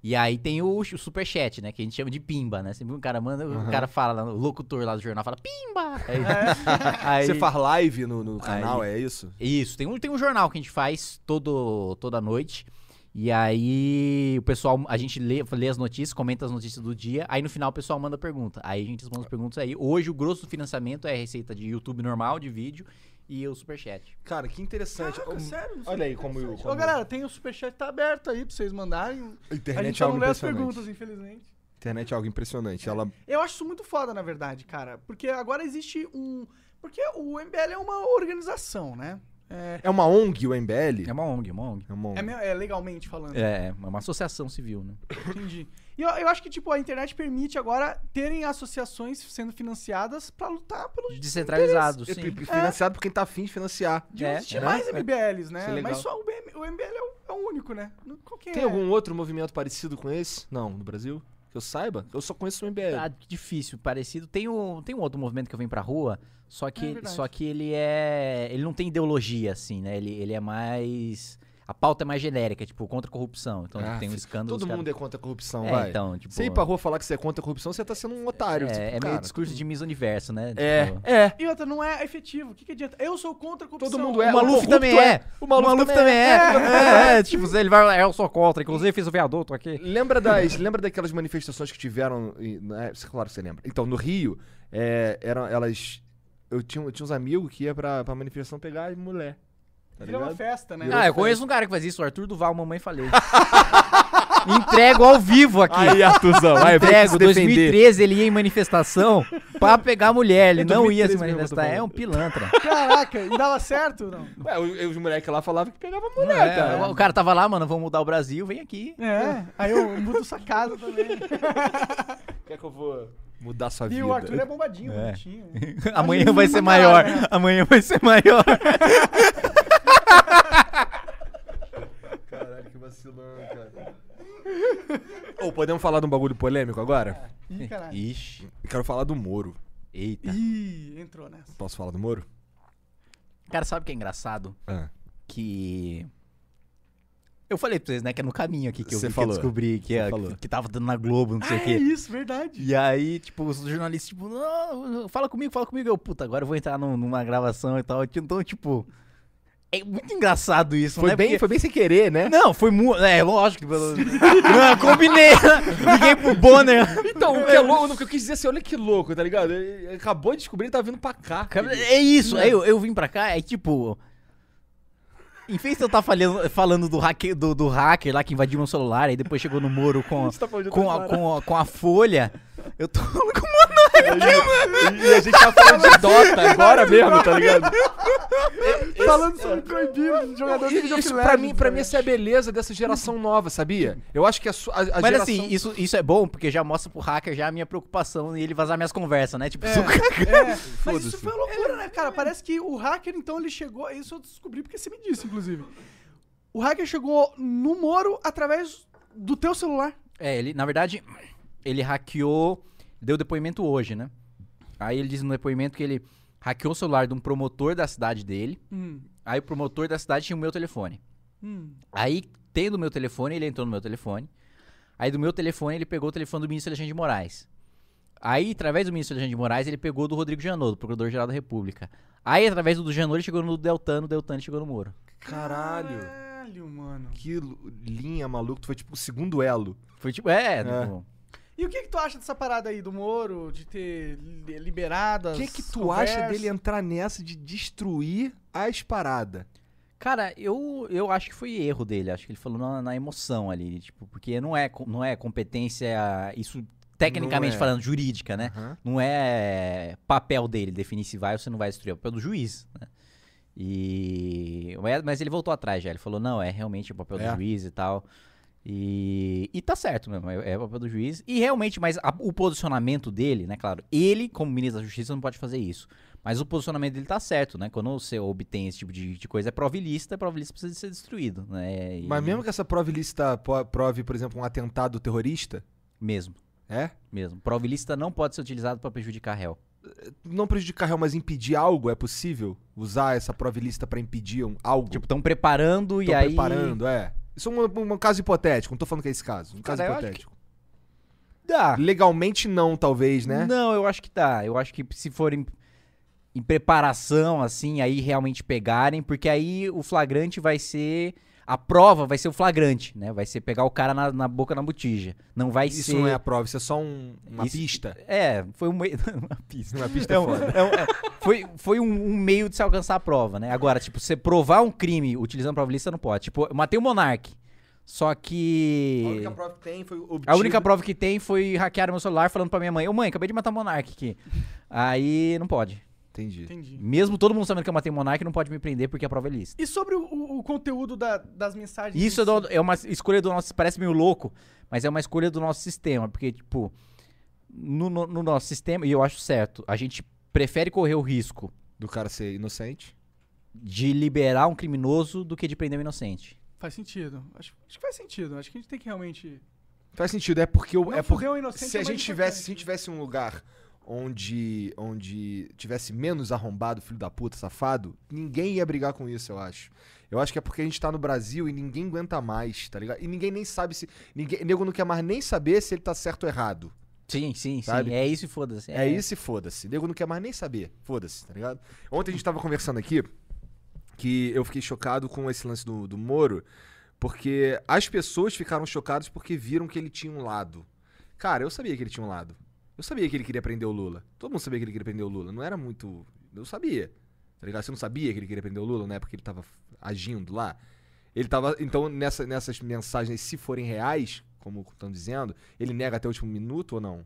Speaker 3: E aí tem o, ch- o superchat, né? Que a gente chama de pimba, né? Sempre um cara manda, o cara fala, lá, o locutor lá do jornal fala, pimba! Aí, aí-
Speaker 2: Você faz live no, no canal, é isso?
Speaker 3: Isso, tem um, tem um jornal que a gente faz todo, toda noite. E aí o pessoal, a gente lê, lê as notícias, comenta as notícias do dia, aí no final o pessoal manda pergunta. Aí a gente responde as perguntas aí. Hoje o grosso do financiamento é a receita de YouTube normal, de vídeo, e o superchat.
Speaker 2: Cara, que interessante.
Speaker 1: Caraca,
Speaker 2: Hum,
Speaker 1: sério? Não sei
Speaker 2: Olha aí
Speaker 1: que
Speaker 2: como,
Speaker 1: interessante.
Speaker 2: como
Speaker 1: Ô, galera, tem o superchat tá aberto aí pra vocês mandarem.
Speaker 2: a
Speaker 1: A
Speaker 2: internet
Speaker 1: gente
Speaker 2: é
Speaker 1: só não
Speaker 2: algo
Speaker 1: lê as
Speaker 2: impressionante.
Speaker 1: perguntas, infelizmente.
Speaker 2: Internet é algo impressionante. Ela
Speaker 1: Eu acho isso muito foda, na verdade, cara. Porque agora existe um. Porque o MBL é uma organização, né? É,
Speaker 2: é uma ONG, o MBL.
Speaker 3: É uma ONG, é uma ONG.
Speaker 2: É uma
Speaker 1: é
Speaker 2: ONG.
Speaker 1: me- é legalmente falando.
Speaker 3: É, é uma associação civil, né?
Speaker 1: Entendi. E eu, eu acho que, tipo, a internet permite agora terem associações sendo financiadas pra lutar pelo direito
Speaker 3: Descentralizado,
Speaker 2: É,
Speaker 3: sim.
Speaker 2: p- financiado por quem tá afim de financiar.
Speaker 1: de
Speaker 3: É,
Speaker 1: existir
Speaker 3: né?
Speaker 1: mais MBLs,
Speaker 2: Isso é
Speaker 1: né?
Speaker 2: legal.
Speaker 1: Mas só o, BM o MBL é o, é o único, né? Não- Qualquer
Speaker 3: É.
Speaker 2: Tem algum outro movimento parecido com esse? Não, no Brasil? Que eu saiba? Eu só conheço o MBL.
Speaker 3: Ah, que difícil, parecido. Tem um, tem um outro movimento que eu venho pra rua, só
Speaker 1: É
Speaker 3: que,
Speaker 1: verdade.
Speaker 3: só que ele é. Ele não tem ideologia, assim, né? Ele, ele é mais. A pauta é mais genérica, tipo, contra a corrupção. Então,
Speaker 2: Ah,
Speaker 3: tipo, tem um
Speaker 2: filho,
Speaker 3: escândalo.
Speaker 2: Todo
Speaker 3: os caras-
Speaker 2: mundo é contra a corrupção,
Speaker 3: é,
Speaker 2: vai.
Speaker 3: então, tipo.
Speaker 2: Você ir pra rua falar que você é contra a corrupção, você tá sendo um otário.
Speaker 3: é,
Speaker 2: tipo,
Speaker 3: é meio
Speaker 2: cara.
Speaker 3: discurso de Miss Universo, né?
Speaker 2: É,
Speaker 3: Tipo,
Speaker 2: é.
Speaker 1: E outra, não é efetivo. O que, que adianta? Eu sou contra a corrupção.
Speaker 2: Todo mundo é.
Speaker 3: O Maluf
Speaker 2: corrupto
Speaker 3: também é.
Speaker 2: O
Speaker 3: O
Speaker 2: Maluf,
Speaker 3: Maluf
Speaker 2: também,
Speaker 3: também é. É, é, tipo, ele vai. Eu sou contra, inclusive fiz o viaduto aqui.
Speaker 2: é. Lembra, das, lembra daquelas manifestações que tiveram. e- né, Claro que você lembra. Então, no Rio, é, eram elas. Eu tinha, eu tinha uns amigos que ia pra, pra manifestação pegar mulher. Tá
Speaker 1: Vira uma
Speaker 2: ligado?
Speaker 1: festa, né?
Speaker 3: Ah, eu conheço um cara que faz isso, o Arthur Duval, mamãe falei. Entrego ao vivo aqui.
Speaker 2: Aí, Artuzão, aí, vem
Speaker 3: Entrego,
Speaker 2: se defender.
Speaker 3: 2013 ele ia em manifestação pra pegar mulher, ele
Speaker 2: É
Speaker 3: não
Speaker 2: 2013
Speaker 3: ia se
Speaker 2: mesmo, eu
Speaker 3: manifestar,
Speaker 2: tô falando.
Speaker 3: é um pilantra.
Speaker 1: Caraca, e dava certo? Não.
Speaker 2: Ué, os, os moleques lá falavam que pegava mulher,
Speaker 3: É,
Speaker 2: né, cara.
Speaker 3: O cara tava lá, mano, vamos mudar o Brasil, vem aqui.
Speaker 1: É, aí eu mudo sua casa também.
Speaker 2: Quer que eu vou mudar sua
Speaker 1: E
Speaker 2: vida?
Speaker 1: o Arthur é bombadinho, bonitinho.
Speaker 3: Amanhã
Speaker 1: Acho
Speaker 3: vai
Speaker 1: que
Speaker 3: ser
Speaker 1: não vai dar,
Speaker 3: maior,
Speaker 1: né?
Speaker 3: amanhã vai ser maior.
Speaker 2: Caralho, que vacilão, cara. Ô, podemos falar de um bagulho polêmico agora?
Speaker 1: Ih, caralho.
Speaker 3: Ixi,
Speaker 2: Eu quero falar do Moro. tá.
Speaker 3: eita.
Speaker 1: Ih, entrou nessa.
Speaker 2: Posso falar do Moro?
Speaker 3: Cara, sabe o que é engraçado?
Speaker 2: Ah.
Speaker 3: Que... Eu falei pra vocês, né, que é no caminho aqui que eu,
Speaker 2: Você
Speaker 3: vi, que eu
Speaker 2: falou.
Speaker 3: descobri que,
Speaker 2: Você
Speaker 3: é,
Speaker 2: falou.
Speaker 3: que tava dando na Globo, não sei
Speaker 1: ah,
Speaker 3: o quê.
Speaker 1: é isso, verdade.
Speaker 3: E aí, tipo, os jornalistas, tipo, não, fala comigo, fala comigo. Eu, puta, agora eu vou entrar num- numa gravação e tal. Então, tipo, é muito engraçado isso,
Speaker 2: Foi,
Speaker 3: né?
Speaker 2: bem,
Speaker 3: Porque-
Speaker 2: foi bem sem querer, né?
Speaker 3: Não, foi muito. É, lógico. pelo- não, combinei. né? Liguei pro Bonner.
Speaker 2: Então, o que é louco, o que eu quis dizer assim, olha que louco, tá ligado? Ele ele acabou de descobrir e tá vindo pra cá.
Speaker 3: É isso, aí eu, eu vim pra cá, é tipo. Em vez de eu estar falando, falando do, hacker, do, do hacker lá que invadiu meu celular, aí depois chegou no Moro com,
Speaker 2: Você tá falando de
Speaker 3: com,
Speaker 2: outra
Speaker 3: a,
Speaker 2: história.
Speaker 3: com, a, com a folha, eu tô falando com o Monark.
Speaker 2: E a gente tá falando de Dota agora mesmo, tá ligado?
Speaker 1: Falando sobre proibir jogador de
Speaker 2: é Isso,
Speaker 1: videofilé.
Speaker 2: pra mim, pra mim, essa é a beleza dessa geração nova, sabia? Eu acho que a, su- a, a
Speaker 3: Mas
Speaker 2: geração...
Speaker 3: assim, isso, isso é bom, porque já mostra pro hacker já a minha preocupação e ele vazar minhas conversas, né?
Speaker 2: É,
Speaker 3: Tipo, se o cara-
Speaker 1: Mas
Speaker 2: Foda-se.
Speaker 1: isso foi uma loucura, né, cara? Parece que o hacker, então, ele chegou. Isso eu descobri porque você me disse, inclusive. O hacker chegou no Moro através do teu celular.
Speaker 3: É, ele, na verdade, ele hackeou, deu depoimento hoje, né? Aí ele diz no depoimento que ele hackeou o celular de um promotor da cidade dele,
Speaker 1: Hum,
Speaker 3: aí o promotor da cidade tinha o meu telefone.
Speaker 1: hum.
Speaker 3: Aí, tendo o meu telefone, ele entrou no meu telefone. Aí, do meu telefone, ele pegou o telefone do ministro Alexandre de Moraes. Aí, através do ministro Alexandre de Moraes, ele pegou do Rodrigo Janot, do Procurador-Geral da República. Aí, através do Janot, ele chegou no Deltano, o Deltano chegou no Moro.
Speaker 2: Caralho,
Speaker 1: Caralho, mano.
Speaker 2: que lu- linha maluco. Tu foi tipo o segundo elo.
Speaker 3: Foi tipo, é,
Speaker 2: É.
Speaker 3: tipo,
Speaker 1: E o que, que tu acha dessa parada aí do Moro, de ter li- liberado
Speaker 2: O
Speaker 1: as
Speaker 2: que que tu
Speaker 1: conversas?
Speaker 2: acha dele entrar nessa de destruir as paradas?
Speaker 3: Cara, eu, eu acho que foi erro dele. Acho que ele falou na, na emoção ali, tipo, porque não é, co- não é competência, isso tecnicamente
Speaker 2: é.
Speaker 3: falando, jurídica, né? Não é papel dele definir se vai ou se não vai destruir, é papel do juiz, né? E... mas- Mas ele voltou atrás já, ele falou, não, é realmente o papel
Speaker 2: É.
Speaker 3: do juiz e tal. E, e tá certo mesmo, é, é o papel do juiz. E realmente, mas a- o posicionamento dele, né, claro, ele, como ministro da Justiça, não pode fazer isso. Mas o posicionamento dele tá certo, né? Quando você obtém esse tipo de, de coisa, é provilista, provilista precisa de ser destruído, né? E-
Speaker 2: Mas mesmo que essa prova ilícita po- prove, por exemplo, um atentado terrorista,
Speaker 3: Mesmo,
Speaker 2: é?
Speaker 3: mesmo. Provilista não pode ser utilizado pra prejudicar réu.
Speaker 2: Não prejudicar réu, mas impedir algo, é possível? Usar essa prova ilícita pra impedir um, algo?
Speaker 3: Tipo, estão preparando e
Speaker 2: Tão
Speaker 3: aí...
Speaker 2: preparando, é. Isso é um, um- um caso hipotético, não tô falando que é esse caso. Um
Speaker 3: Cara, eu
Speaker 2: caso
Speaker 3: acho
Speaker 2: hipotético.
Speaker 3: Dá.
Speaker 2: Legalmente não, talvez, né?
Speaker 3: Não, eu acho que tá. Eu acho que se forem em preparação, assim, aí realmente pegarem, porque aí o flagrante vai ser. A prova vai ser o flagrante, né? Vai ser pegar o cara na, na boca na botija. Não vai
Speaker 2: Isso
Speaker 3: ser.
Speaker 2: não é a prova, isso é só um- uma
Speaker 3: Isso-
Speaker 2: pista.
Speaker 3: É, foi um meio. uma pista.
Speaker 2: Uma pista
Speaker 3: É um-
Speaker 2: foda.
Speaker 3: é um- é, foi foi um, um meio de se alcançar a prova, né? Agora, tipo, você provar um crime utilizando prova lista não pode. Tipo, eu matei o Monark. Só que.
Speaker 2: A única prova que tem foi o
Speaker 3: A única prova que tem foi hackear meu celular falando pra minha mãe, ô mãe, acabei de matar o Monark aqui. Aí não pode.
Speaker 2: Entendi.
Speaker 1: Entendi.
Speaker 3: Mesmo todo mundo sabendo que eu matei o Monark, não pode me prender porque a prova é lícita.
Speaker 1: E sobre o, o- o conteúdo da- das mensagens...
Speaker 3: Isso
Speaker 1: em
Speaker 3: é, do- é uma escolha do nosso. Parece meio louco, mas é uma escolha do nosso sistema. Porque, tipo, no, no- no nosso sistema, e eu acho certo, a gente prefere correr o risco
Speaker 2: Do cara ser inocente.
Speaker 3: de liberar um criminoso do que de prender um inocente.
Speaker 1: Faz sentido. Acho, acho que faz sentido. Acho que a gente tem que realmente.
Speaker 2: Faz sentido, é porque... o-
Speaker 1: Não
Speaker 2: é porque
Speaker 1: fuder o inocente
Speaker 2: se
Speaker 1: é
Speaker 2: a
Speaker 1: o mais
Speaker 2: gente tivesse, se a
Speaker 1: importante.
Speaker 2: gente tivesse um lugar onde onde tivesse menos arrombado, filho da puta, safado, ninguém ia brigar com isso, eu acho. Eu acho que é porque a gente tá no Brasil e ninguém aguenta mais, tá ligado? E ninguém nem sabe se ninguém, nego não quer mais nem saber se ele tá certo ou errado.
Speaker 3: Sim, sim,
Speaker 2: Sabe?
Speaker 3: sim. É isso e foda-se.
Speaker 2: É, isso e foda-se. Nego não quer mais nem saber. Foda-se, tá ligado? Ontem a gente tava conversando aqui que eu fiquei chocado com esse lance do, do Moro, porque as pessoas ficaram chocadas porque viram que ele tinha um lado. Cara, eu sabia que ele tinha um lado. Eu sabia que ele queria prender o Lula. Todo mundo sabia que ele queria prender o Lula. Não era muito. Eu sabia. Tá ligado? Você não sabia que ele queria prender o Lula, né? Porque ele tava agindo lá. Ele tava. Então, nessa- nessas mensagens, se forem reais, como estão dizendo, ele nega até o último minuto ou não?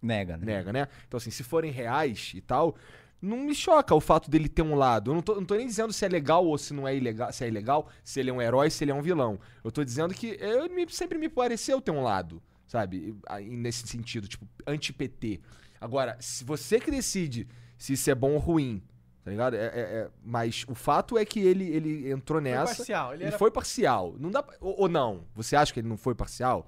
Speaker 3: Nega, né?
Speaker 2: nega, né? Então, assim, se forem reais e tal, não me choca o fato dele ter um lado. Eu não tô, não tô nem dizendo se é legal ou se não é ilegal, se é ilegal, se ele é um herói, se ele é um vilão. Eu tô dizendo que eu me- sempre me pareceu ter um lado, sabe? Aí, Nesse sentido, tipo, anti-PT. Agora, se você que decide se isso é bom ou ruim, tá ligado? É- é- é- mas o fato é que ele, ele entrou
Speaker 1: Foi
Speaker 2: nessa.
Speaker 1: parcial. Ele
Speaker 2: Ele,
Speaker 1: era...
Speaker 2: foi parcial. Não dá pra- ou, ou não? Você acha que ele não foi parcial?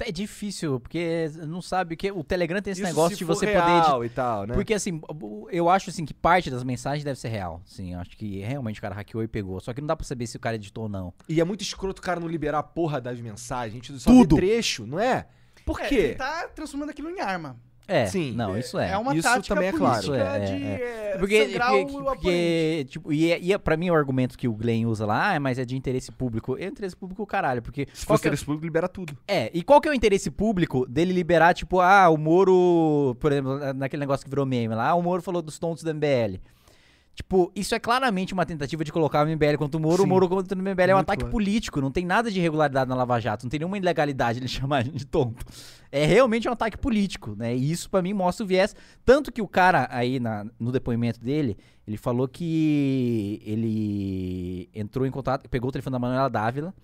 Speaker 3: É difícil, porque não sabe o que. O Telegram tem esse
Speaker 2: Isso
Speaker 3: negócio
Speaker 2: se
Speaker 3: de
Speaker 2: for
Speaker 3: você poder editar.
Speaker 2: real e tal, né?
Speaker 3: Porque assim, o- eu acho assim que parte das mensagens deve ser real. Sim, eu acho que realmente o cara hackeou e pegou. Só que não dá pra saber se o cara editou ou não.
Speaker 2: E é muito escroto o cara não liberar a porra das mensagens. A gente só
Speaker 3: Tudo.
Speaker 2: vê trecho, não é? Por
Speaker 1: É,
Speaker 2: quê?
Speaker 1: ele tá transformando aquilo em arma.
Speaker 3: É,
Speaker 2: Sim.
Speaker 3: Sim, não, isso
Speaker 1: É,
Speaker 3: é.
Speaker 1: uma
Speaker 2: Isso
Speaker 1: tática
Speaker 2: também é claro.
Speaker 1: política
Speaker 3: Isso é,
Speaker 1: de eh,
Speaker 3: Porque,
Speaker 1: sangrar
Speaker 3: porque,
Speaker 1: o oponente.
Speaker 3: porque, tipo, e, é- e é- pra mim o argumento que o Glenn usa lá, ah, mas é de interesse público. É interesse público o caralho, porque...
Speaker 2: Se
Speaker 3: qual
Speaker 2: fosse
Speaker 3: que é-
Speaker 2: interesse público, libera tudo.
Speaker 3: É, e qual que é o interesse público dele liberar, tipo, ah, o Moro, por exemplo, na- naquele negócio que virou meme lá, ah, o Moro falou dos tontos do MBL. Tipo, isso é claramente uma tentativa de colocar o MBL contra o Moro,
Speaker 2: Sim.
Speaker 3: o Moro contra o MBL é um
Speaker 2: Muito
Speaker 3: ataque
Speaker 2: claro.
Speaker 3: político, não tem nada de irregularidade na Lava Jato, não tem nenhuma ilegalidade ele chamar a gente de tonto. é realmente um ataque político, né? E isso pra mim mostra o viés. Tanto que o cara aí na- no depoimento dele, ele falou que ele entrou em contato, pegou o telefone da Manuela Dávila,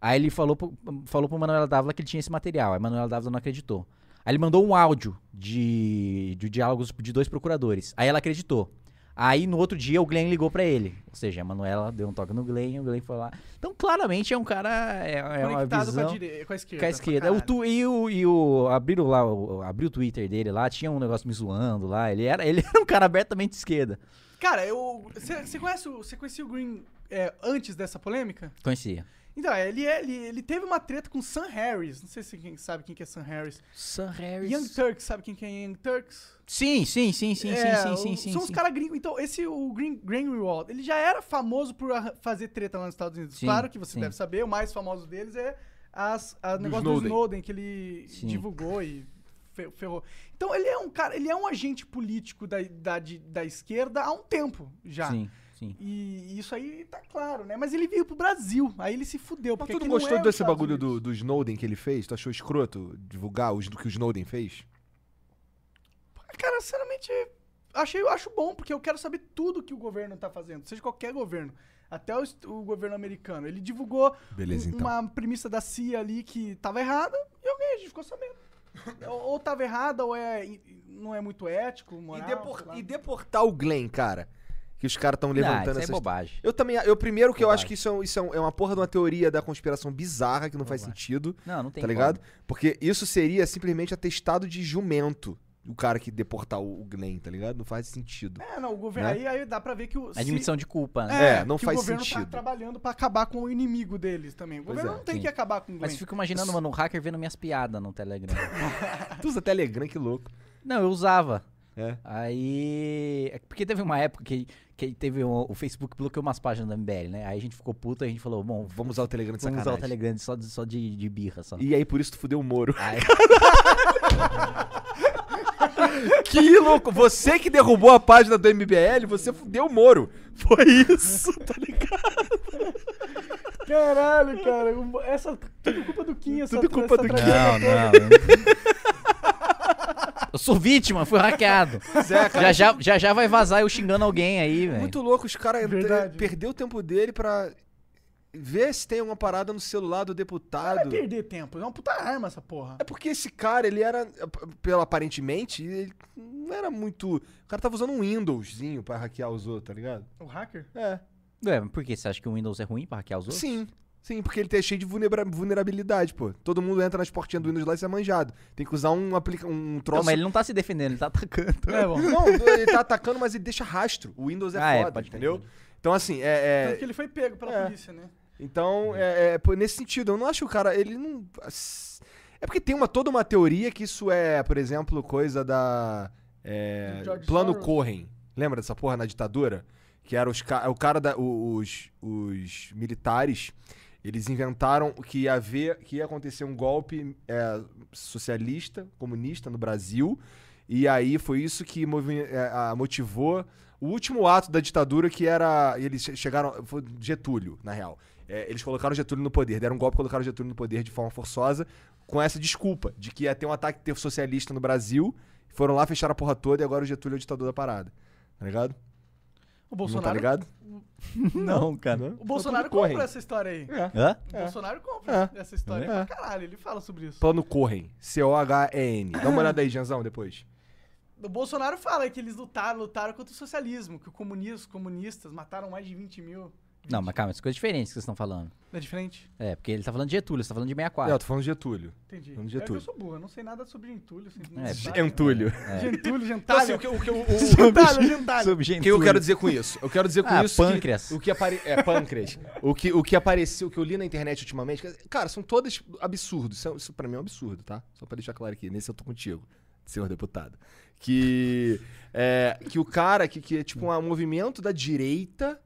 Speaker 3: aí ele falou pro, falou pro Manuela Dávila que ele tinha esse material, aí a Manuela Dávila não acreditou. Aí ele mandou um áudio de, de diálogos de dois procuradores, aí ela acreditou. Aí no outro dia o Glenn ligou pra ele. Ou seja, a Manuela deu um toque no Glenn, o Glenn foi lá. Então claramente é um cara. É, é uma
Speaker 1: Conectado com a,
Speaker 3: visão
Speaker 1: dire... com a esquerda.
Speaker 3: com a esquerda. É O tu, e o, e o abriram lá, o, abriu o Twitter dele lá, tinha um negócio me zoando lá. Ele era, ele era um cara abertamente de esquerda.
Speaker 1: Cara, eu. Você conhece o. Você conhecia o Green é, antes dessa polêmica?
Speaker 3: Conhecia.
Speaker 1: Então, ele, é- ele, ele teve uma treta com Sam Harris. Não sei se quem sabe quem que é Sam Harris.
Speaker 3: Sam
Speaker 1: Young Turks, sabe quem que é Young Turks?
Speaker 3: Sim, sim, sim, sim,
Speaker 1: É,
Speaker 3: sim,
Speaker 1: o-
Speaker 3: sim, sim,
Speaker 1: São
Speaker 3: sim.
Speaker 1: os
Speaker 3: sim.
Speaker 1: caras gringos. Então, esse, o Green, Greenwald, ele já era famoso por arran- fazer treta lá nos Estados Unidos.
Speaker 3: Sim,
Speaker 1: claro que você
Speaker 3: sim.
Speaker 1: deve saber, o mais famoso deles é as, a
Speaker 2: Do
Speaker 1: negócio do
Speaker 2: Snowden.
Speaker 1: Snowden, que ele
Speaker 3: Sim.
Speaker 1: divulgou e fe- ferrou. Então, ele é um cara, ele é um agente político da, da, de- da esquerda há um tempo já.
Speaker 3: Sim, sim.
Speaker 1: E isso aí tá claro, né? Mas ele veio pro Brasil, aí ele se fudeu.
Speaker 2: Mas
Speaker 1: porque
Speaker 2: tu
Speaker 1: aqui
Speaker 2: não
Speaker 1: não
Speaker 2: gostou
Speaker 1: é os
Speaker 2: desse
Speaker 1: Estados
Speaker 2: bagulho
Speaker 1: Unidos.
Speaker 2: do, do Snowden que ele fez? Tu achou escroto divulgar os, do que o Snowden fez?
Speaker 1: Cara, sinceramente, achei, eu acho bom, porque eu quero saber tudo que o governo tá fazendo, seja qualquer governo. Até o, est- o governo americano. Ele divulgou
Speaker 2: Beleza,
Speaker 1: um-
Speaker 2: então.
Speaker 1: uma premissa da CIA ali que tava errada e ok, a gente ficou sabendo. ou, ou tava errada, ou é, e- não é muito ético,
Speaker 2: E,
Speaker 1: moral.
Speaker 2: depor-
Speaker 1: sei lá.
Speaker 2: e deportar o Glenn, cara. Que os caras estão
Speaker 3: ah,
Speaker 2: levantando
Speaker 3: isso é
Speaker 2: essas
Speaker 3: bobagem.
Speaker 2: Eu também. Eu primeiro que eu
Speaker 3: Bobagem.
Speaker 2: acho que isso, é, um- isso é um- é uma porra de uma teoria da conspiração bizarra que não faz
Speaker 3: Bobagem.
Speaker 2: sentido,
Speaker 3: Não, não tem
Speaker 2: tá
Speaker 3: como.
Speaker 2: ligado? Porque isso seria simplesmente atestado de jumento. O cara que deportar o o Glenn, tá ligado? Não faz sentido.
Speaker 1: É, não, o governo.
Speaker 2: Né?
Speaker 1: Aí, aí dá pra ver que o. se-
Speaker 3: Admissão de culpa, né?
Speaker 2: É, não
Speaker 1: que
Speaker 2: faz
Speaker 1: o governo
Speaker 2: sentido.
Speaker 1: tá trabalhando pra acabar com o inimigo deles também. O
Speaker 2: Pois
Speaker 1: governo
Speaker 2: é,
Speaker 1: não tem
Speaker 3: sim.
Speaker 1: que acabar com o
Speaker 3: Mas
Speaker 1: governo.
Speaker 3: eu fico imaginando, mano, um hacker vendo minhas piadas no Telegram.
Speaker 2: Tu usa Telegram, que louco.
Speaker 3: não, eu usava.
Speaker 2: É.
Speaker 3: Aí. é Porque teve uma época que, que teve um- o Facebook bloqueou umas páginas da MBL, né? Aí a gente ficou puto, a gente falou, bom,
Speaker 2: Vamos usar o Telegram de
Speaker 3: vamos
Speaker 2: sacanagem.
Speaker 3: usar o Telegram só de, só de, de birra, só.
Speaker 2: E aí por isso tu fudeu o Moro.
Speaker 3: Aí-
Speaker 2: que louco! Você que derrubou a página do MBL, você fudeu o Moro. Foi isso, tá ligado?
Speaker 1: Caralho, cara. o- Essa, tudo culpa do Kim, essa
Speaker 2: Tudo culpa
Speaker 1: essa
Speaker 2: do Kim.
Speaker 1: tragédia
Speaker 3: Não, não. Eu sou vítima, fui hackeado.
Speaker 2: é, cara.
Speaker 3: Já já, já já vai vazar eu xingando alguém aí, velho.
Speaker 2: Muito louco, os caras
Speaker 1: Verdade.
Speaker 2: perdeu o tempo dele pra ver se tem alguma parada no celular do
Speaker 1: Vai
Speaker 2: deputado.
Speaker 1: perder tempo. É uma puta arma essa porra.
Speaker 2: É porque esse cara, ele era, ap- pelo aparentemente, ele não era muito. O cara tava usando um Windowszinho pra hackear os outros, tá ligado?
Speaker 1: O hacker?
Speaker 2: É.
Speaker 3: Ué, mas por que você acha que o Windows é ruim pra hackear os outros?
Speaker 2: Sim. Sim, porque ele tá cheio de vulnera- vulnerabilidade, pô. Todo mundo entra nas portinhas do Windows lá e você é manjado. Tem que usar um, aplica um
Speaker 3: Não,
Speaker 2: troço.
Speaker 3: mas ele não tá se defendendo, ele tá atacando.
Speaker 1: É, bom.
Speaker 2: Não, ele tá atacando, mas ele deixa rastro. O Windows é
Speaker 3: Ah, é,
Speaker 2: foda,
Speaker 3: pode crer.
Speaker 2: entendeu? Então, assim, é. é-
Speaker 1: Tanto que ele foi pego pela
Speaker 2: é.
Speaker 1: polícia, né?
Speaker 2: Então, é, é, pô, nesse sentido, eu não acho que o cara. Ele não. É porque tem uma, toda uma teoria que isso é, por exemplo, coisa da. é,
Speaker 1: Do George
Speaker 2: plano
Speaker 1: Soros.
Speaker 2: Cohen. Lembra dessa porra na ditadura? Que era os, ca- o cara da. o- Os, os militares. Eles inventaram que ia haver, que ia acontecer um golpe é, socialista, comunista no Brasil. E aí foi isso que movi- é, a- motivou o último ato da ditadura, que era. Eles che- chegaram. Foi Getúlio, na real. É, eles colocaram Getúlio no poder, deram um golpe e colocaram Getúlio no poder de forma forçosa, com essa desculpa de que ia ter um ataque ter- socialista no Brasil. Foram lá, fecharam a porra toda e agora o Getúlio é o ditador da parada. Tá ligado?
Speaker 1: O
Speaker 2: Não tá
Speaker 1: Bolsonaro.
Speaker 2: ligado?
Speaker 3: Não, cara.
Speaker 1: o Bolsonaro
Speaker 2: Plano
Speaker 1: compra
Speaker 2: Cohen.
Speaker 1: essa história aí.
Speaker 2: É.
Speaker 3: Hã?
Speaker 1: O Bolsonaro compra essa história.
Speaker 2: É.
Speaker 1: Pra Caralho, ele fala sobre isso.
Speaker 2: Plano Corren. C-O-H-E-N. Dá uma olhada aí, Janzão, depois.
Speaker 1: O Bolsonaro fala que eles lutaram, lutaram contra o socialismo, que o comunismo, os comunistas mataram mais de 20 mil.
Speaker 3: Não, mas calma, isso é coisa diferente que vocês estão falando.
Speaker 1: É diferente?
Speaker 3: É, porque ele tá falando de Getúlio, você tá falando de
Speaker 2: Não, eu
Speaker 3: 64.
Speaker 2: tô falando de Getúlio.
Speaker 1: Entendi.
Speaker 2: Vamos de
Speaker 1: É que eu
Speaker 2: Getúlio.
Speaker 1: sou burro, eu não sei nada sobre entulho. Assim,
Speaker 3: É,
Speaker 2: Gentúlio.
Speaker 1: Gentulho,
Speaker 2: Então,
Speaker 1: gentalho.
Speaker 2: assim, o que, o que- o- o-
Speaker 1: Gentalho, gentalho.
Speaker 2: o que eu quero dizer com isso? Eu quero dizer com
Speaker 3: Ah,
Speaker 2: isso.
Speaker 3: pâncreas.
Speaker 2: Que, o que apare... É, pâncreas. o, que, o que apareceu, o que eu li na internet ultimamente. que- Cara, são todas absurdos. Isso, é- isso pra mim é um absurdo, tá? Só pra deixar claro aqui. Nesse eu tô contigo, senhor deputado. Que. é, que o cara, que, que é tipo um movimento da direita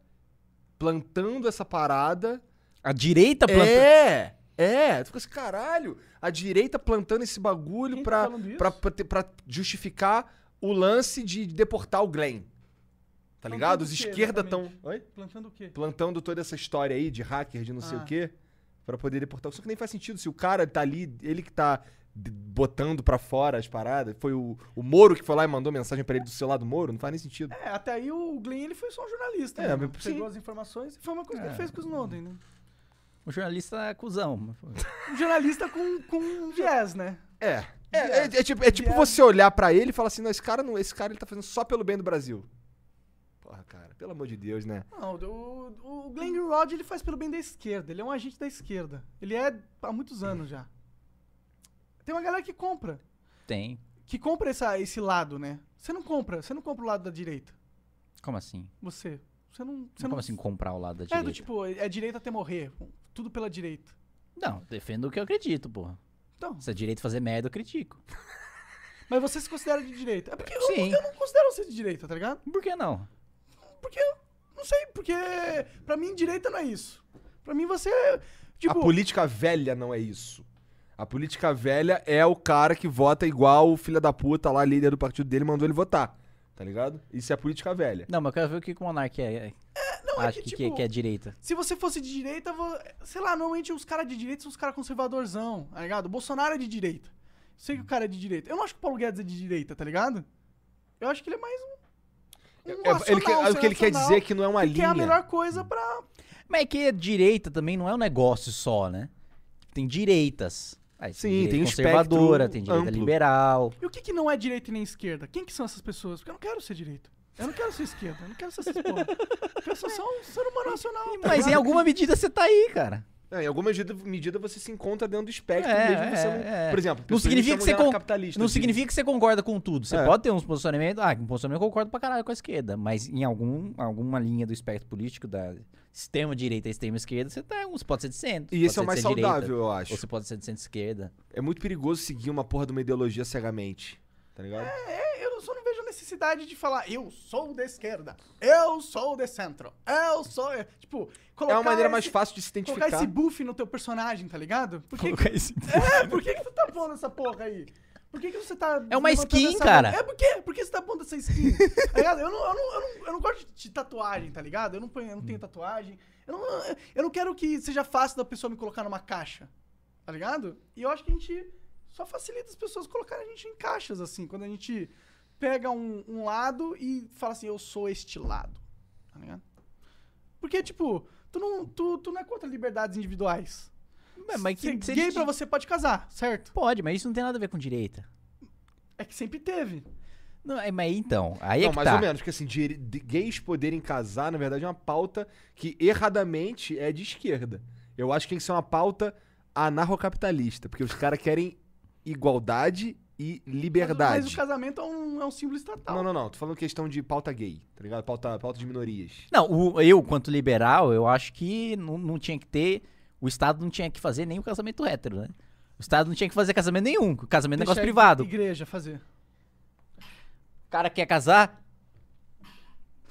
Speaker 2: plantando essa parada
Speaker 3: A direita planta.
Speaker 2: é! É! Tu fica assim, caralho, a direita plantando esse bagulho
Speaker 1: Quem tá
Speaker 2: é pra,
Speaker 1: falando isso?
Speaker 2: pra, pra, ter- pra justificar o lance de deportar o Glenn. Tá
Speaker 1: Plantando
Speaker 2: ligado? Os
Speaker 1: o quê,
Speaker 2: esquerda estão
Speaker 1: exatamente? Plantando o quê?
Speaker 2: plantando toda essa história aí de hacker, de não sei
Speaker 1: Ah.
Speaker 2: o quê, pra poder deportar. Só que nem faz sentido se o cara tá ali, ele que tá de- botando pra fora as paradas. Foi o, o Moro que foi lá e mandou mensagem pra ele do celular do Moro? Não faz nem sentido.
Speaker 1: É, até aí o Glenn ele foi só um jornalista.
Speaker 2: É,
Speaker 1: né?
Speaker 2: mas
Speaker 1: Pegou
Speaker 2: sim.
Speaker 1: as informações e foi uma coisa que
Speaker 3: É.
Speaker 1: ele fez com o Snowden, né?
Speaker 3: O jornalista é cuzão.
Speaker 1: Um jornalista com, com um viés, né?
Speaker 2: É. É, é, é tipo, é tipo
Speaker 1: Viado.
Speaker 2: você olhar pra ele e falar assim, não, esse cara não, esse cara ele tá fazendo só pelo bem do Brasil. Porra, cara, pelo amor de Deus, né?
Speaker 1: Não, o, o Glenn Greenwald ele faz pelo bem da esquerda. Ele é um agente da esquerda. Ele é há muitos anos já. Tem uma galera que compra.
Speaker 3: Tem.
Speaker 1: Que compra essa, esse lado, né? Você não compra. Você não compra o lado da direita.
Speaker 3: Como assim?
Speaker 1: Você. Você não. Você
Speaker 3: Como
Speaker 1: não
Speaker 3: assim comprar o lado da
Speaker 1: é
Speaker 3: direita?
Speaker 1: do tipo, é direita até morrer. um, Tudo pela direita.
Speaker 3: Não, defendo o que eu acredito, porra.
Speaker 1: Então,
Speaker 3: Se a direita fazer merda, eu critico.
Speaker 1: mas você se considera de direita. É porque eu,
Speaker 3: Sim.
Speaker 1: eu não considero você de direita, tá ligado?
Speaker 3: Por que não?
Speaker 1: Porque eu não sei, porque pra mim direita não é isso. Pra mim você tipo,
Speaker 2: a política velha não é isso. A política velha é o cara que vota igual o filho da puta lá, líder do partido dele, mandou ele votar. Tá ligado? Isso é a política velha.
Speaker 3: Não, mas eu quero ver o que que o Monark é.
Speaker 1: não,
Speaker 3: Acho
Speaker 1: é que,
Speaker 3: que, que,
Speaker 1: tipo,
Speaker 3: que é direita.
Speaker 1: se você fosse de direita, vo- sei lá, normalmente os caras de direita são os caras conservadorzão, tá ligado? O Bolsonaro é de direita. Sei que o cara é de direita. Eu não acho que o Paulo Guedes é de direita, tá ligado? Eu acho que ele é mais um, um
Speaker 2: É, ele quer-
Speaker 1: racional,
Speaker 2: o que ele quer dizer é que não é uma
Speaker 1: que é
Speaker 2: linha.
Speaker 1: a melhor coisa pra.
Speaker 3: Mas é que a direita também não é um negócio só, né? Tem direitas. Aí,
Speaker 2: Sim,
Speaker 3: direita
Speaker 2: tem um
Speaker 3: conservadora,
Speaker 2: espectro
Speaker 3: tem direita
Speaker 2: amplo.
Speaker 3: liberal.
Speaker 1: E o que, que não é direita e nem esquerda? Quem que são essas pessoas? Porque eu não quero ser direita. Eu não quero ser esquerda, eu não quero ser essas porra. Eu quero ser só um ser humano nacional. tá
Speaker 3: Mas em alguma medida você tá aí, cara.
Speaker 2: É, em alguma medida, medida você se encontra dentro do espectro,
Speaker 3: É,
Speaker 2: mesmo você
Speaker 3: é,
Speaker 2: não.
Speaker 3: é.
Speaker 2: Por exemplo,
Speaker 3: Não
Speaker 2: pessoas
Speaker 3: significa
Speaker 2: chamam
Speaker 3: que você
Speaker 2: ela
Speaker 3: con-
Speaker 2: capitalista.
Speaker 3: Não
Speaker 2: de-
Speaker 3: significa que você concorda com tudo. Você
Speaker 2: É.
Speaker 3: pode ter uns posicionamentos. Ah, com posicionamento eu concordo pra caralho com a esquerda. Mas em algum, alguma linha do espectro político, da extrema direita à extrema esquerda, você tá. Você pode ser de centro.
Speaker 2: E isso
Speaker 3: pode
Speaker 2: é
Speaker 3: ser
Speaker 2: o
Speaker 3: de
Speaker 2: mais
Speaker 3: centro-direita,
Speaker 2: saudável, eu acho.
Speaker 3: Ou você pode ser de centro-esquerda.
Speaker 2: É muito perigoso seguir uma porra de uma ideologia cegamente. Tá ligado?
Speaker 3: É,
Speaker 1: Eu só não vejo necessidade de falar eu sou da esquerda, eu sou de centro, eu sou. é, Tipo,
Speaker 2: É
Speaker 1: colocar.
Speaker 2: uma maneira mais
Speaker 1: esse-
Speaker 2: fácil de se
Speaker 1: Colocar
Speaker 2: identificar.
Speaker 1: esse buff no teu personagem, tá ligado? Por que,
Speaker 3: Colocar esse-
Speaker 1: é, por que, que tu tá pondo essa porra aí? Por que, que você tá.
Speaker 3: É uma
Speaker 1: levantando
Speaker 3: skin,
Speaker 1: essa-
Speaker 3: cara.
Speaker 1: É por quê? Por que você tá pondo essa skin? Tá ligado? eu, não, eu, não, eu, não, eu não gosto de tatuagem, tá ligado? Eu não, ponho- eu não
Speaker 3: Hum.
Speaker 1: tenho tatuagem. Eu não, eu não quero que seja fácil da pessoa me colocar numa caixa, tá ligado? E eu acho que a gente só facilita as pessoas colocarem a gente em caixas, assim. Quando a gente pega um, um lado e fala assim, eu sou este lado, tá ligado? Porque, tipo, tu não, tu, tu não é contra liberdades individuais.
Speaker 3: Mas, mas
Speaker 2: é
Speaker 3: que,
Speaker 1: Ser
Speaker 3: você-
Speaker 1: gay pra você pode casar, certo?
Speaker 3: Pode, mas isso não tem nada a ver com direita.
Speaker 1: É que sempre teve.
Speaker 3: Não, é, mas então, aí é
Speaker 2: Não,
Speaker 3: que
Speaker 2: mais
Speaker 3: tá.
Speaker 2: ou menos, porque assim, de- de gays poderem casar, na verdade, é uma pauta que erradamente é de esquerda. Eu acho que tem que ser uma pauta anarrocapitalista, porque os caras querem igualdade
Speaker 1: Mas,
Speaker 2: e
Speaker 1: mas o
Speaker 2: liberdade.
Speaker 1: casamento é um, é um símbolo estatal.
Speaker 2: Não, não, não. Tô falando questão de pauta gay, tá ligado? Pauta, pauta de minorias.
Speaker 3: Não, o- eu, quanto liberal, eu acho que não, não tinha que ter. O Estado não tinha que fazer nenhum casamento hétero, né? O Estado não tinha que fazer casamento nenhum. Casamento é
Speaker 1: Deixa
Speaker 3: negócio
Speaker 1: a
Speaker 3: privado.
Speaker 1: igreja fazer.
Speaker 3: O cara quer casar.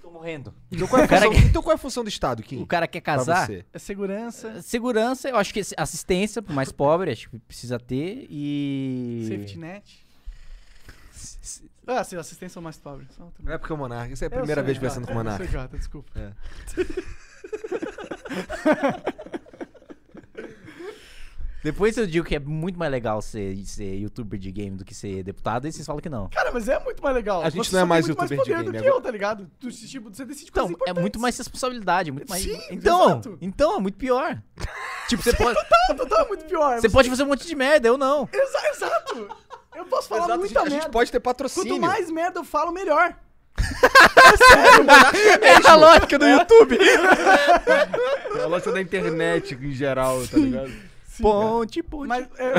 Speaker 3: Tô morrendo.
Speaker 2: Então qual é a
Speaker 3: O cara
Speaker 2: função, então qual é a função do Estado, Kim?
Speaker 3: O cara quer
Speaker 2: Pra
Speaker 3: casar.
Speaker 2: você?
Speaker 1: É segurança,
Speaker 3: Segurança, eu acho que assistência pro mais pobre, acho que precisa ter. E.
Speaker 1: safety net. Ah, sim, assistência ao mais pobre. Só outra-
Speaker 2: Não é porque é o monarca. Isso é a
Speaker 1: Eu
Speaker 2: primeira
Speaker 1: sou
Speaker 2: vez
Speaker 1: idiota,
Speaker 2: pensando com o
Speaker 1: eu sou
Speaker 2: monarca.
Speaker 1: idiota, desculpa.
Speaker 2: É.
Speaker 3: Depois eu digo que é muito mais legal ser, ser youtuber de game do que ser deputado, e vocês falam que não.
Speaker 1: Cara, mas é muito mais legal.
Speaker 2: A gente
Speaker 1: Você só
Speaker 2: não é
Speaker 1: tem
Speaker 2: mais
Speaker 1: muito
Speaker 2: youtuber
Speaker 1: mais
Speaker 2: de
Speaker 1: poder do
Speaker 2: game
Speaker 1: que eu,
Speaker 2: agora.
Speaker 1: tá ligado? Tu, tipo, você decide
Speaker 3: Então,
Speaker 1: coisas
Speaker 3: é
Speaker 1: importantes.
Speaker 3: muito mais responsabilidade, muito mais.
Speaker 1: Sim,
Speaker 3: então,
Speaker 1: exato.
Speaker 3: então é muito pior. Tipo, você pode,
Speaker 1: Ah, total, é muito pior.
Speaker 3: você pode fazer um monte de merda, eu não.
Speaker 1: Exa- Exato. Eu posso falar
Speaker 2: Exato, a gente-
Speaker 1: muita
Speaker 2: a gente
Speaker 1: merda.
Speaker 2: pode ter
Speaker 1: Quanto
Speaker 2: patrocínio.
Speaker 1: mais merda eu falo, melhor.
Speaker 3: É a lógica do YouTube.
Speaker 2: É a lógica da internet em geral, tá ligado?
Speaker 3: Ponte, ponte.
Speaker 1: Mas é,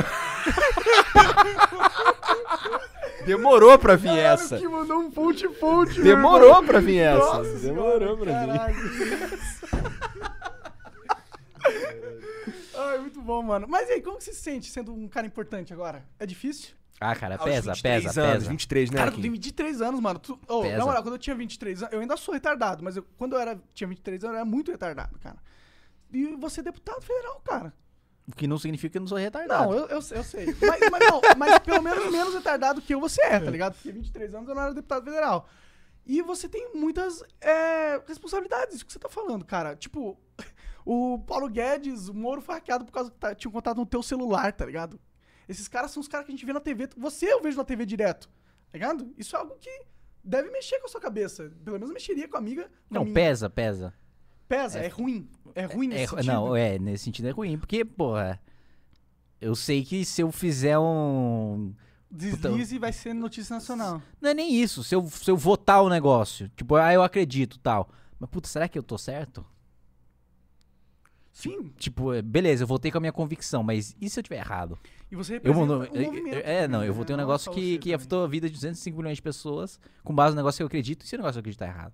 Speaker 2: Demorou pra vir essa.
Speaker 1: que mandou um ponte ponte.
Speaker 2: Demorou pra vir essa.
Speaker 1: Nossa
Speaker 2: Demorou pra vir.
Speaker 1: Ai, muito bom, mano. Mas e aí, como que você se sente sendo um cara importante agora? É difícil?
Speaker 3: Ah, cara,
Speaker 2: Aos
Speaker 3: pesa,
Speaker 2: 23
Speaker 3: pesa,
Speaker 2: anos,
Speaker 3: pesa.
Speaker 2: 23, né?
Speaker 1: Cara,
Speaker 2: Kim?
Speaker 1: tu tem 23 anos, mano. Tu, Ô,
Speaker 3: Pesa.
Speaker 1: na moral, quando eu tinha 23 anos, eu ainda sou retardado, mas eu- quando eu era, tinha 23 anos, eu era muito retardado, cara. E você é deputado federal, cara.
Speaker 3: O que não significa que eu não sou retardado.
Speaker 1: Não, eu, eu, eu sei. Mas, mas não, mas pelo menos menos retardado que eu você é, tá ligado? Porque 23 anos eu não era deputado federal. E você tem muitas é, responsabilidades, isso que você tá falando, cara. Tipo, o Paulo Guedes, o Moro foi hackeado por causa que tá- tinha um contato no teu celular, tá ligado? Esses caras são os caras que a gente vê na TV. Você eu vejo na TV direto. Tá ligado? Isso é algo que deve mexer com a sua cabeça. Pelo menos mexeria com a amiga. com a
Speaker 3: Não,
Speaker 1: minha.
Speaker 3: pesa, pesa.
Speaker 1: Pesa, é, ruim. É ruim
Speaker 3: É,
Speaker 1: nesse sentido.
Speaker 3: não, é, nesse sentido é ruim, porque, porra, eu sei que se eu fizer um.
Speaker 1: Deslize vai ser notícia nacional.
Speaker 3: Não é nem isso, se eu, se eu votar o negócio, tipo, ah, eu acredito tal. Mas, puta, será que eu tô certo?
Speaker 1: Sim.
Speaker 3: Tipo, é, beleza, eu votei com a minha convicção, mas e se eu tiver errado?
Speaker 1: E você representa
Speaker 3: Eu vou,
Speaker 1: um movimento.
Speaker 3: é, não, eu
Speaker 1: né?
Speaker 3: vou ter um
Speaker 1: Não é
Speaker 3: negócio
Speaker 1: só
Speaker 3: que,
Speaker 1: você
Speaker 3: que
Speaker 1: também.
Speaker 3: afetou a vida de 205 milhões de pessoas com base no negócio que eu acredito. E se o negócio que eu acredito tá errado?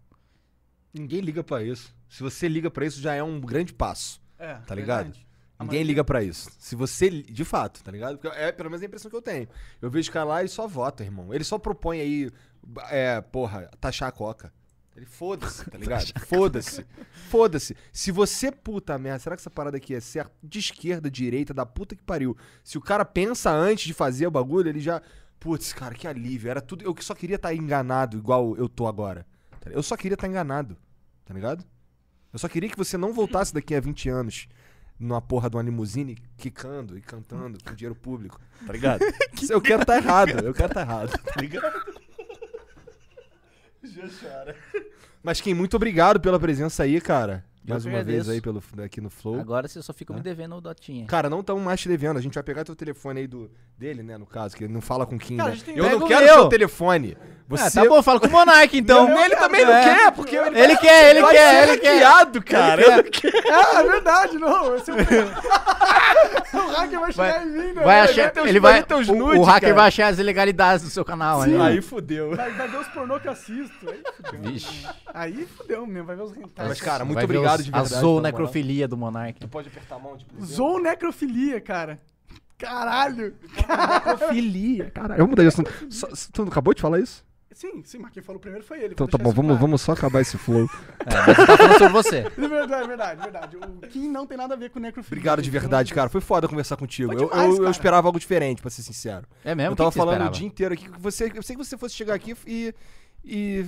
Speaker 2: Ninguém liga pra isso. Se você liga pra isso, já é um grande passo.
Speaker 1: É,
Speaker 2: Tá ligado?
Speaker 1: verdade. A
Speaker 2: Ninguém
Speaker 1: maioria-
Speaker 2: liga pra isso. Se você, li- de fato, tá ligado? Porque é pelo menos a impressão que eu tenho. Eu vejo o cara lá e só vota, irmão. Ele só propõe aí, é, porra, taxar a coca. Ele foda-se, tá ligado? foda-se. Foda-se. Se você, puta merda, será que essa parada aqui é certa? De esquerda, direita, da puta que pariu. Se o cara pensa antes de fazer o bagulho, ele já. Putz, cara, que alívio. Era tudo. Eu só queria estar enganado, igual eu tô agora. tá ligado? Eu só queria estar enganado, tá ligado? Eu só queria que você não voltasse daqui a 20 anos numa porra de uma limusine quicando e cantando com dinheiro público, tá ligado? eu quero estar errado, eu quero estar errado, tá ligado?
Speaker 4: Já chora.
Speaker 2: Mas quem muito obrigado pela presença aí, cara.
Speaker 3: Eu
Speaker 2: Mais
Speaker 3: que
Speaker 2: uma vez
Speaker 3: agradeço.
Speaker 2: aí pelo, aqui no Flow.
Speaker 3: Agora você só fica
Speaker 2: Né?
Speaker 3: me devendo o Dotinha.
Speaker 2: Cara, não estamos mais te devendo. A gente vai pegar teu telefone aí do dele, né? No caso, que ele não fala com quem.
Speaker 1: Cara,
Speaker 2: né?
Speaker 1: a gente tem-
Speaker 2: Eu É, não
Speaker 3: Pega o
Speaker 2: quero
Speaker 3: meu.
Speaker 2: seu telefone. Você.
Speaker 3: Ah, tá bom, fala com o Monark então.
Speaker 2: Tipo, Não, ele também não quer, porque ele,
Speaker 3: Ele quer, ele
Speaker 2: vai
Speaker 3: quer,
Speaker 2: ser
Speaker 3: ele quer.
Speaker 2: hackeado, é cara. Eu não quero.
Speaker 1: Ah, é verdade, não. Esse é o... o hacker vai chegar em mim, né?
Speaker 3: Vai achar,
Speaker 2: teus-
Speaker 3: ele vai,
Speaker 2: vai teus
Speaker 3: o- o,
Speaker 2: nudes,
Speaker 3: hacker
Speaker 2: cara.
Speaker 3: vai achar as ilegalidades do seu canal, né?
Speaker 2: Aí fodeu.
Speaker 1: Vai, vai ver os pornô que eu assisto. Aí fudeu.
Speaker 3: Vixe.
Speaker 1: Aí fudeu mesmo, vai ver os rentais.
Speaker 2: Tá, Mas, cara, muito
Speaker 3: Vai ver
Speaker 2: obrigado
Speaker 3: os-
Speaker 2: de verdade,
Speaker 3: A
Speaker 2: na
Speaker 3: zoo
Speaker 2: moral.
Speaker 3: necrofilia do Monark.
Speaker 2: Pode apertar a mão, tipo.
Speaker 1: Zou necrofilia, cara. Caralho.
Speaker 2: Zoofilia, caralho. Vamos mudar de assunto. Só- só- tu acabou de falar isso?
Speaker 1: Sim, sim, mas quem falou primeiro foi ele.
Speaker 2: Então
Speaker 1: vou
Speaker 2: tá
Speaker 1: deixar
Speaker 2: bom,
Speaker 1: isso
Speaker 2: vamos,
Speaker 1: claro.
Speaker 2: vamos só acabar esse flow.
Speaker 3: Tá falando sobre você.
Speaker 1: É verdade, verdade, verdade. O Kim não tem nada a ver com necrofilia. Então,
Speaker 2: Obrigado de verdade, cara. Foi foda conversar contigo.
Speaker 1: Foi
Speaker 2: Eu-
Speaker 1: demais,
Speaker 2: eu, eu,
Speaker 1: cara.
Speaker 2: esperava algo diferente, pra ser sincero.
Speaker 3: É mesmo?
Speaker 2: eu
Speaker 3: O que
Speaker 2: tava
Speaker 3: que você
Speaker 2: falando o
Speaker 3: esperava?
Speaker 2: dia inteiro aqui que você. Eu sei que você fosse chegar aqui e. e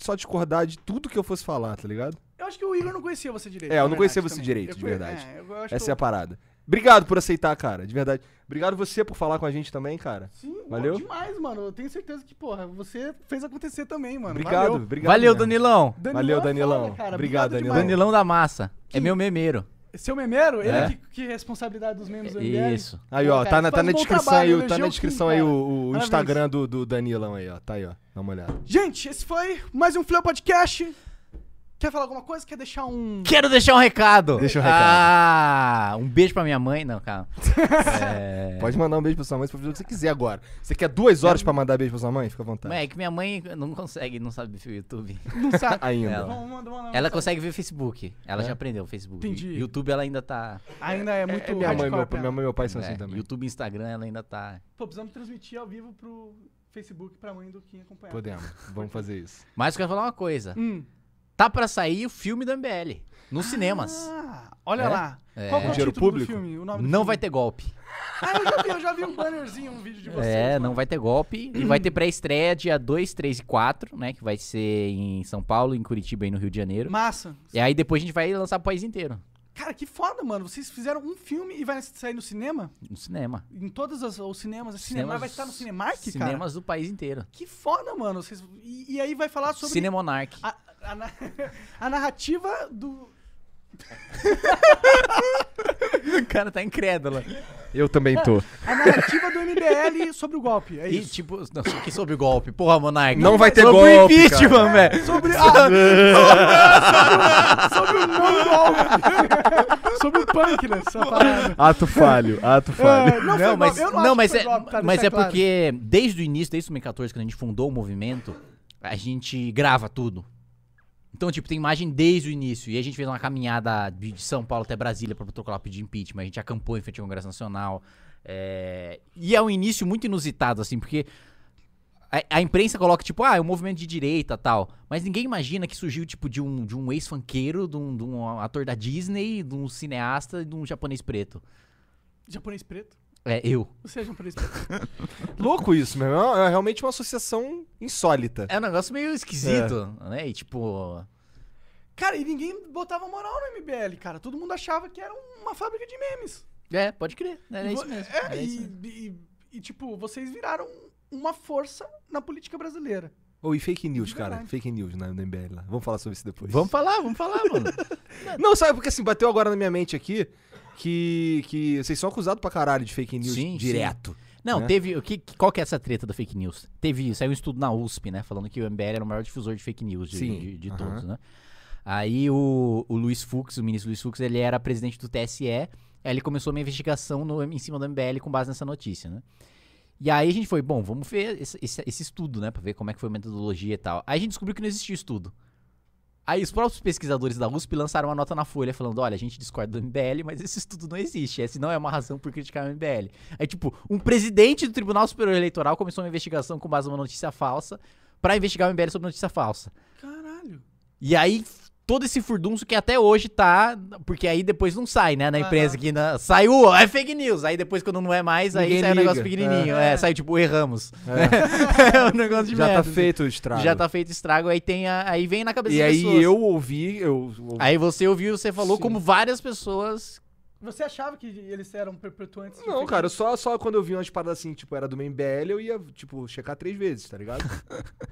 Speaker 2: só discordar de tudo que eu fosse falar, tá ligado?
Speaker 1: Eu acho que o Igor não conhecia você direito.
Speaker 2: É, eu
Speaker 1: na
Speaker 2: não conhecia
Speaker 1: verdade,
Speaker 2: você
Speaker 1: também.
Speaker 2: direito,
Speaker 1: Eu
Speaker 2: de
Speaker 1: conhe-
Speaker 2: verdade.
Speaker 1: É, eu acho
Speaker 2: Essa
Speaker 1: que
Speaker 2: é
Speaker 1: eu-
Speaker 2: a parada. Obrigado por aceitar, cara, de verdade. Obrigado você por falar com a gente também, cara.
Speaker 1: Sim,
Speaker 2: Valeu.
Speaker 1: Valeu. demais, mano. Eu tenho certeza que, porra, você fez acontecer também, mano.
Speaker 2: Obrigado,
Speaker 1: Valeu.
Speaker 2: obrigado.
Speaker 3: Valeu,
Speaker 2: mesmo.
Speaker 3: Danilão.
Speaker 2: Valeu,
Speaker 1: é foda,
Speaker 2: Danilão.
Speaker 1: cara.
Speaker 2: Obrigado,
Speaker 1: demais.
Speaker 2: Danilão.
Speaker 3: Danilão da massa. É meu memeiro.
Speaker 1: Seu memeiro? Ele
Speaker 3: É.
Speaker 1: é que, que é responsabilidade dos membros do MBL.
Speaker 3: Isso.
Speaker 2: Aí,
Speaker 1: Pô,
Speaker 2: ó,
Speaker 1: cara,
Speaker 2: tá na,
Speaker 1: faz
Speaker 2: tá
Speaker 1: um
Speaker 2: na
Speaker 1: bom
Speaker 2: descrição
Speaker 1: trabalho,
Speaker 2: aí, o- tá
Speaker 1: elogia o
Speaker 2: na
Speaker 1: Kim,
Speaker 2: descrição aí
Speaker 1: cara.
Speaker 2: o, o
Speaker 1: Parabéns.
Speaker 2: Instagram do, do Danilão aí, ó. Tá aí, ó. Dá uma olhada.
Speaker 1: Gente, esse foi mais um Flow Podcast. Quer falar alguma coisa? Quer deixar um...
Speaker 3: Quero deixar um recado.
Speaker 2: Deixa um
Speaker 3: Ah, um beijo pra minha mãe. Não, calma. É...
Speaker 2: Pode mandar um beijo pra sua mãe, você pode fazer o que você quiser agora. Você quer duas horas pra mandar beijo pra sua mãe? Fica à vontade.
Speaker 3: Mãe, é que minha mãe não consegue, não sabe ver o YouTube.
Speaker 1: Não sabe.
Speaker 2: Ainda.
Speaker 3: Ela.
Speaker 1: Vamos, manda, manda, manda.
Speaker 3: Ela consegue ver o Facebook. Ela já aprendeu o Facebook.
Speaker 1: Entendi.
Speaker 3: YouTube ela ainda tá.
Speaker 1: Ainda é muito
Speaker 2: É, minha, mãe,
Speaker 1: hardcore
Speaker 2: e meu,
Speaker 1: pra
Speaker 2: minha
Speaker 1: ela.
Speaker 2: mãe e meu pai são
Speaker 3: é,
Speaker 2: assim também.
Speaker 3: YouTube e Instagram ela ainda tá.
Speaker 1: Pô, precisamos transmitir ao vivo pro Facebook pra mãe do Kim acompanhar.
Speaker 2: Podemos, vamos fazer isso.
Speaker 3: Mas eu quero falar é uma coisa.
Speaker 1: Hum.
Speaker 3: Tá pra sair o filme da MBL. Nos cinemas.
Speaker 1: Ah, olha
Speaker 3: É?
Speaker 1: lá.
Speaker 3: É.
Speaker 1: Qual que é o
Speaker 2: Dinheiro
Speaker 1: título
Speaker 2: público?
Speaker 1: do filme? O nome do
Speaker 3: Não
Speaker 1: filme?
Speaker 3: vai ter golpe.
Speaker 1: Ah, eu já vi, eu já vi um bannerzinho, um vídeo de vocês.
Speaker 3: É,
Speaker 1: mano.
Speaker 3: não vai ter golpe. E vai ter pré-estreia dia 2, 3 e 4, né? Que vai ser em São Paulo, em Curitiba e no Rio de Janeiro.
Speaker 1: Massa.
Speaker 3: E aí depois a gente vai lançar pro país inteiro.
Speaker 1: Cara, que foda, mano. Vocês fizeram um filme e vai sair no cinema?
Speaker 3: No cinema.
Speaker 1: Em todos os, os cinemas. O cinema
Speaker 3: Cinemas-
Speaker 1: vai estar no Cinemark, cara?
Speaker 3: Cinemas do país inteiro.
Speaker 1: Que foda, mano. Vocês, e, e aí vai falar sobre Ah.
Speaker 3: Cinemonark.
Speaker 1: a, a na- a narrativa do...
Speaker 3: O cara tá incrédulo.
Speaker 2: Eu também tô.
Speaker 1: A narrativa do MBL sobre o golpe. É
Speaker 3: E
Speaker 1: isso.
Speaker 3: tipo, não, só que sobre golpe. Porra, Monark.
Speaker 2: Não vai ter
Speaker 3: sobre
Speaker 2: golpe,
Speaker 3: impeachment, velho.
Speaker 1: Sobre, ah, sobre, sobre o não golpe. sobre o punk, né? Essa parada.
Speaker 2: Ato falho, ato
Speaker 1: É,
Speaker 2: falho.
Speaker 1: não,
Speaker 3: Não,
Speaker 1: foi
Speaker 3: mas,
Speaker 1: golpe. Eu
Speaker 3: não,
Speaker 1: acho que
Speaker 3: mas
Speaker 1: foi
Speaker 3: é,
Speaker 1: golpe, tá?
Speaker 3: mas
Speaker 1: Deixa
Speaker 3: é
Speaker 1: claro.
Speaker 3: porque desde o início, desde 2014, quando a gente fundou o movimento, a gente grava tudo. Então, tipo, tem imagem desde o início. E a gente fez uma caminhada de de São Paulo até Brasília pra protocolar pedir impeachment. A gente acampou em frente ao Congresso Nacional. É, E é um início muito inusitado, assim, porque a, a imprensa coloca, tipo, ah, é um movimento de direita tal. Mas ninguém imagina que surgiu, tipo, de um, de um ex-funkeiro, de um, de um ator da Disney, de um cineasta e de um japonês preto.
Speaker 1: Japonês preto?
Speaker 3: É, eu.
Speaker 1: Você é japonês preto?
Speaker 2: Louco isso, meu irmão. É realmente uma associação insólita.
Speaker 3: É um negócio meio esquisito,
Speaker 1: É.
Speaker 3: né? E tipo.
Speaker 1: Cara, e ninguém botava moral no MBL, cara. Todo mundo achava que era uma fábrica de memes.
Speaker 3: É, pode crer. Era
Speaker 1: E
Speaker 3: isso
Speaker 1: vo-
Speaker 3: mesmo.
Speaker 1: é,
Speaker 3: era isso mesmo.
Speaker 1: e, e- e, tipo, vocês viraram uma força na política brasileira.
Speaker 2: Ou e fake news,
Speaker 1: De
Speaker 2: cara.
Speaker 1: verdade.
Speaker 2: Fake news né, na, na MBL lá. Vamos falar sobre isso depois.
Speaker 3: Vamos falar, vamos falar, mano.
Speaker 2: Não, sabe, porque assim, bateu agora na minha mente aqui que, que vocês são acusados pra caralho de fake news
Speaker 3: Sim,
Speaker 2: direto.
Speaker 3: Não,
Speaker 2: né?
Speaker 3: teve. o Que, que- qual que é essa treta da fake news? Teve. Saiu um estudo na USP, né? Falando que o MBL era o maior difusor de fake news de,
Speaker 2: Sim,
Speaker 3: de- de
Speaker 2: aham.
Speaker 3: todos, né? Aí o, o Luiz Fux, o ministro Luiz Fux, ele era presidente do TSE. Aí ele começou uma investigação no- em cima do MBL com base nessa notícia, né? E aí a gente foi, bom, vamos ver esse, esse- esse estudo, né? Pra ver como é que foi a metodologia e tal. Aí a gente descobriu que não existia estudo. Aí os próprios pesquisadores da USP lançaram uma nota na Folha falando, olha, a gente discorda do MBL, mas esse estudo não existe. Essa não é uma razão por criticar o MBL. Aí, tipo, um presidente do Tribunal Superior Eleitoral começou uma investigação com base numa notícia falsa pra investigar o MBL sobre notícia falsa.
Speaker 1: Caralho.
Speaker 3: E aí, todo esse furdunço que até hoje tá. Porque aí depois não sai, né? Na imprensa que na- saiu, é fake news. Aí depois, quando não é mais, aí
Speaker 2: Ninguém
Speaker 3: sai um negócio
Speaker 2: liga.
Speaker 3: pequenininho. É,
Speaker 1: É.
Speaker 3: sai tipo, erramos.
Speaker 2: É.
Speaker 3: É um negócio de
Speaker 2: Já
Speaker 3: merda.
Speaker 2: tá
Speaker 3: assim.
Speaker 2: feito o estrago.
Speaker 3: Já tá feito estrago, aí tem a- aí vem na cabeça
Speaker 2: E
Speaker 3: das
Speaker 2: aí
Speaker 3: pessoas.
Speaker 2: eu ouvi, eu ouvi-
Speaker 3: Aí você ouviu, você falou
Speaker 2: Sim.
Speaker 3: como várias pessoas.
Speaker 1: Você achava que eles eram perpetuantes? de
Speaker 2: Não,
Speaker 1: fake
Speaker 2: cara, eu só, só quando eu vi umas paradas assim, tipo, era do MBL, eu ia, tipo, checar três vezes, tá ligado?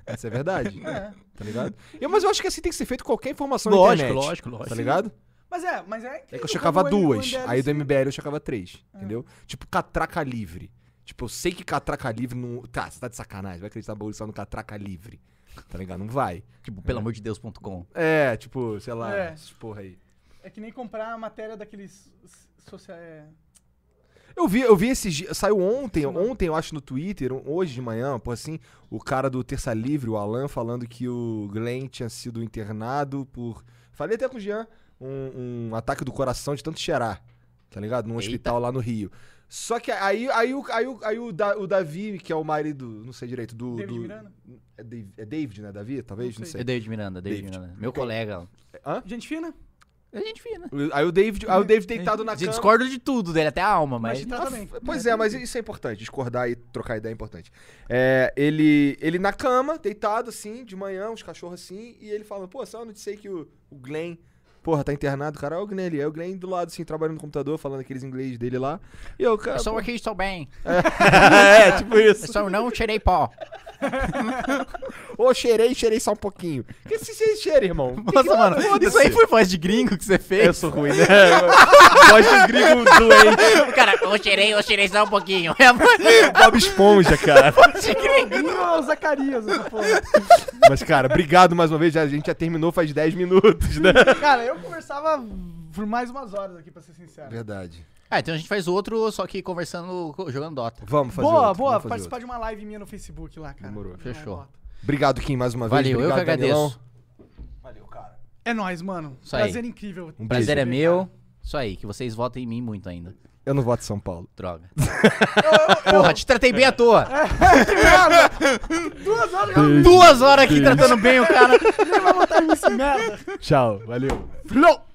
Speaker 2: Essa é a verdade,
Speaker 1: news? É.
Speaker 2: tá ligado? Eu, mas eu acho que assim tem que ser feito qualquer informação na
Speaker 3: Lógico,
Speaker 2: internet.
Speaker 3: lógico,
Speaker 2: Tá
Speaker 3: lógico.
Speaker 2: ligado?
Speaker 1: Mas é, mas é.
Speaker 2: É que
Speaker 1: incrível
Speaker 2: eu assim. checava
Speaker 1: como o M- o
Speaker 2: duas,
Speaker 1: MBL
Speaker 2: aí do
Speaker 1: se-
Speaker 2: MBL eu checava três, entendeu? Tipo, catraca livre. Tipo, eu sei que catraca livre não. Tá, você tá de sacanagem, vai acreditar bolsa no catraca livre. Tá ligado? Não vai.
Speaker 3: Tipo, pelo amor de Deus.com.
Speaker 2: É, tipo, sei lá,
Speaker 1: É.
Speaker 2: essas porra aí.
Speaker 1: É que nem comprar a matéria daqueles. s- Social... é,
Speaker 2: Eu vi, eu vi esses dias. Saiu ontem, ontem, eu acho, no Twitter, um- hoje de manhã, pô, assim, o cara do Terça Livre, o Alan, falando que o Glenn tinha sido internado por. Falei até com o Jean, um, um ataque do coração de tanto cheirar. Tá ligado? Num hospital lá no Rio. Só que aí, aí, o- aí, o- aí o, Da- o Davi, que é o marido, não sei direito, do.
Speaker 1: David
Speaker 2: do-
Speaker 1: Miranda?
Speaker 2: É David, é David, né? Davi, talvez?
Speaker 1: Não
Speaker 2: Não
Speaker 1: sei.
Speaker 2: sei.
Speaker 3: É David Miranda, David,
Speaker 2: David.
Speaker 3: Miranda. Meu colega.
Speaker 1: Gente fina?
Speaker 3: A gente vê, né?
Speaker 2: Aí o David, aí o David deitado na
Speaker 3: A gente
Speaker 2: cama.
Speaker 3: discorda de tudo dele, até a alma,
Speaker 1: Mas
Speaker 3: mas.
Speaker 1: tá também.
Speaker 2: Ah, Pois é, mas isso é importante, discordar e trocar ideia é importante. É, ele, ele na cama, deitado assim, de manhã, uns cachorros assim, e ele falando, pô, só eu não te sei que o, o Glenn, porra, tá internado, cara, olha o Glenn ali, é o Glenn do lado assim, trabalhando no computador, falando aqueles inglês dele lá, e eu, cara...
Speaker 3: Eu sou
Speaker 2: pô,
Speaker 3: aqui, estou bem.
Speaker 2: é, tipo
Speaker 3: Eu
Speaker 2: isso.
Speaker 3: só não tirei pó.
Speaker 2: Ô, cheirei, cheirei só um pouquinho. Que se você cheira, irmão?
Speaker 3: Nossa, mano, isso aí foi voz de gringo que você fez?
Speaker 2: Eu sou ruim, né? Voz de gringo doente,
Speaker 3: Cara, eu cheirei, eu cheirei só um pouquinho. É a voz
Speaker 2: Bob Esponja, cara.
Speaker 3: de gringo.
Speaker 1: Não, Zacarias, essa porra.
Speaker 2: Mas, cara, obrigado mais uma vez, já- a gente já terminou faz 10 minutos, né?
Speaker 1: Cara, eu conversava por mais umas horas aqui, pra ser sincero.
Speaker 2: Verdade.
Speaker 3: Ah, então a gente faz outro, só que conversando, co- jogando Dota.
Speaker 2: Vamos fazer
Speaker 1: Boa,
Speaker 2: outro,
Speaker 1: boa.
Speaker 2: vamos fazer
Speaker 1: Participar
Speaker 2: outro.
Speaker 1: de uma live minha no Facebook lá, cara.
Speaker 2: Demorou.
Speaker 3: Fechou.
Speaker 2: Obrigado, Kim, mais uma vez.
Speaker 3: Valeu, eu que
Speaker 2: Obrigado, Danilão.
Speaker 3: agradeço.
Speaker 1: É nóis, mano.
Speaker 3: Isso aí.
Speaker 1: Prazer incrível.
Speaker 2: Um beijo.
Speaker 3: Prazer é
Speaker 1: Cara.
Speaker 3: meu. Isso aí, que vocês votem em mim muito ainda.
Speaker 2: Eu não voto em São Paulo.
Speaker 3: Droga. Porra, te tratei bem à toa.
Speaker 1: Duas horas já
Speaker 3: Duas horas aqui tratando bem o cara.
Speaker 1: vai botar isso, merda.
Speaker 2: Tchau, valeu.
Speaker 3: Flow!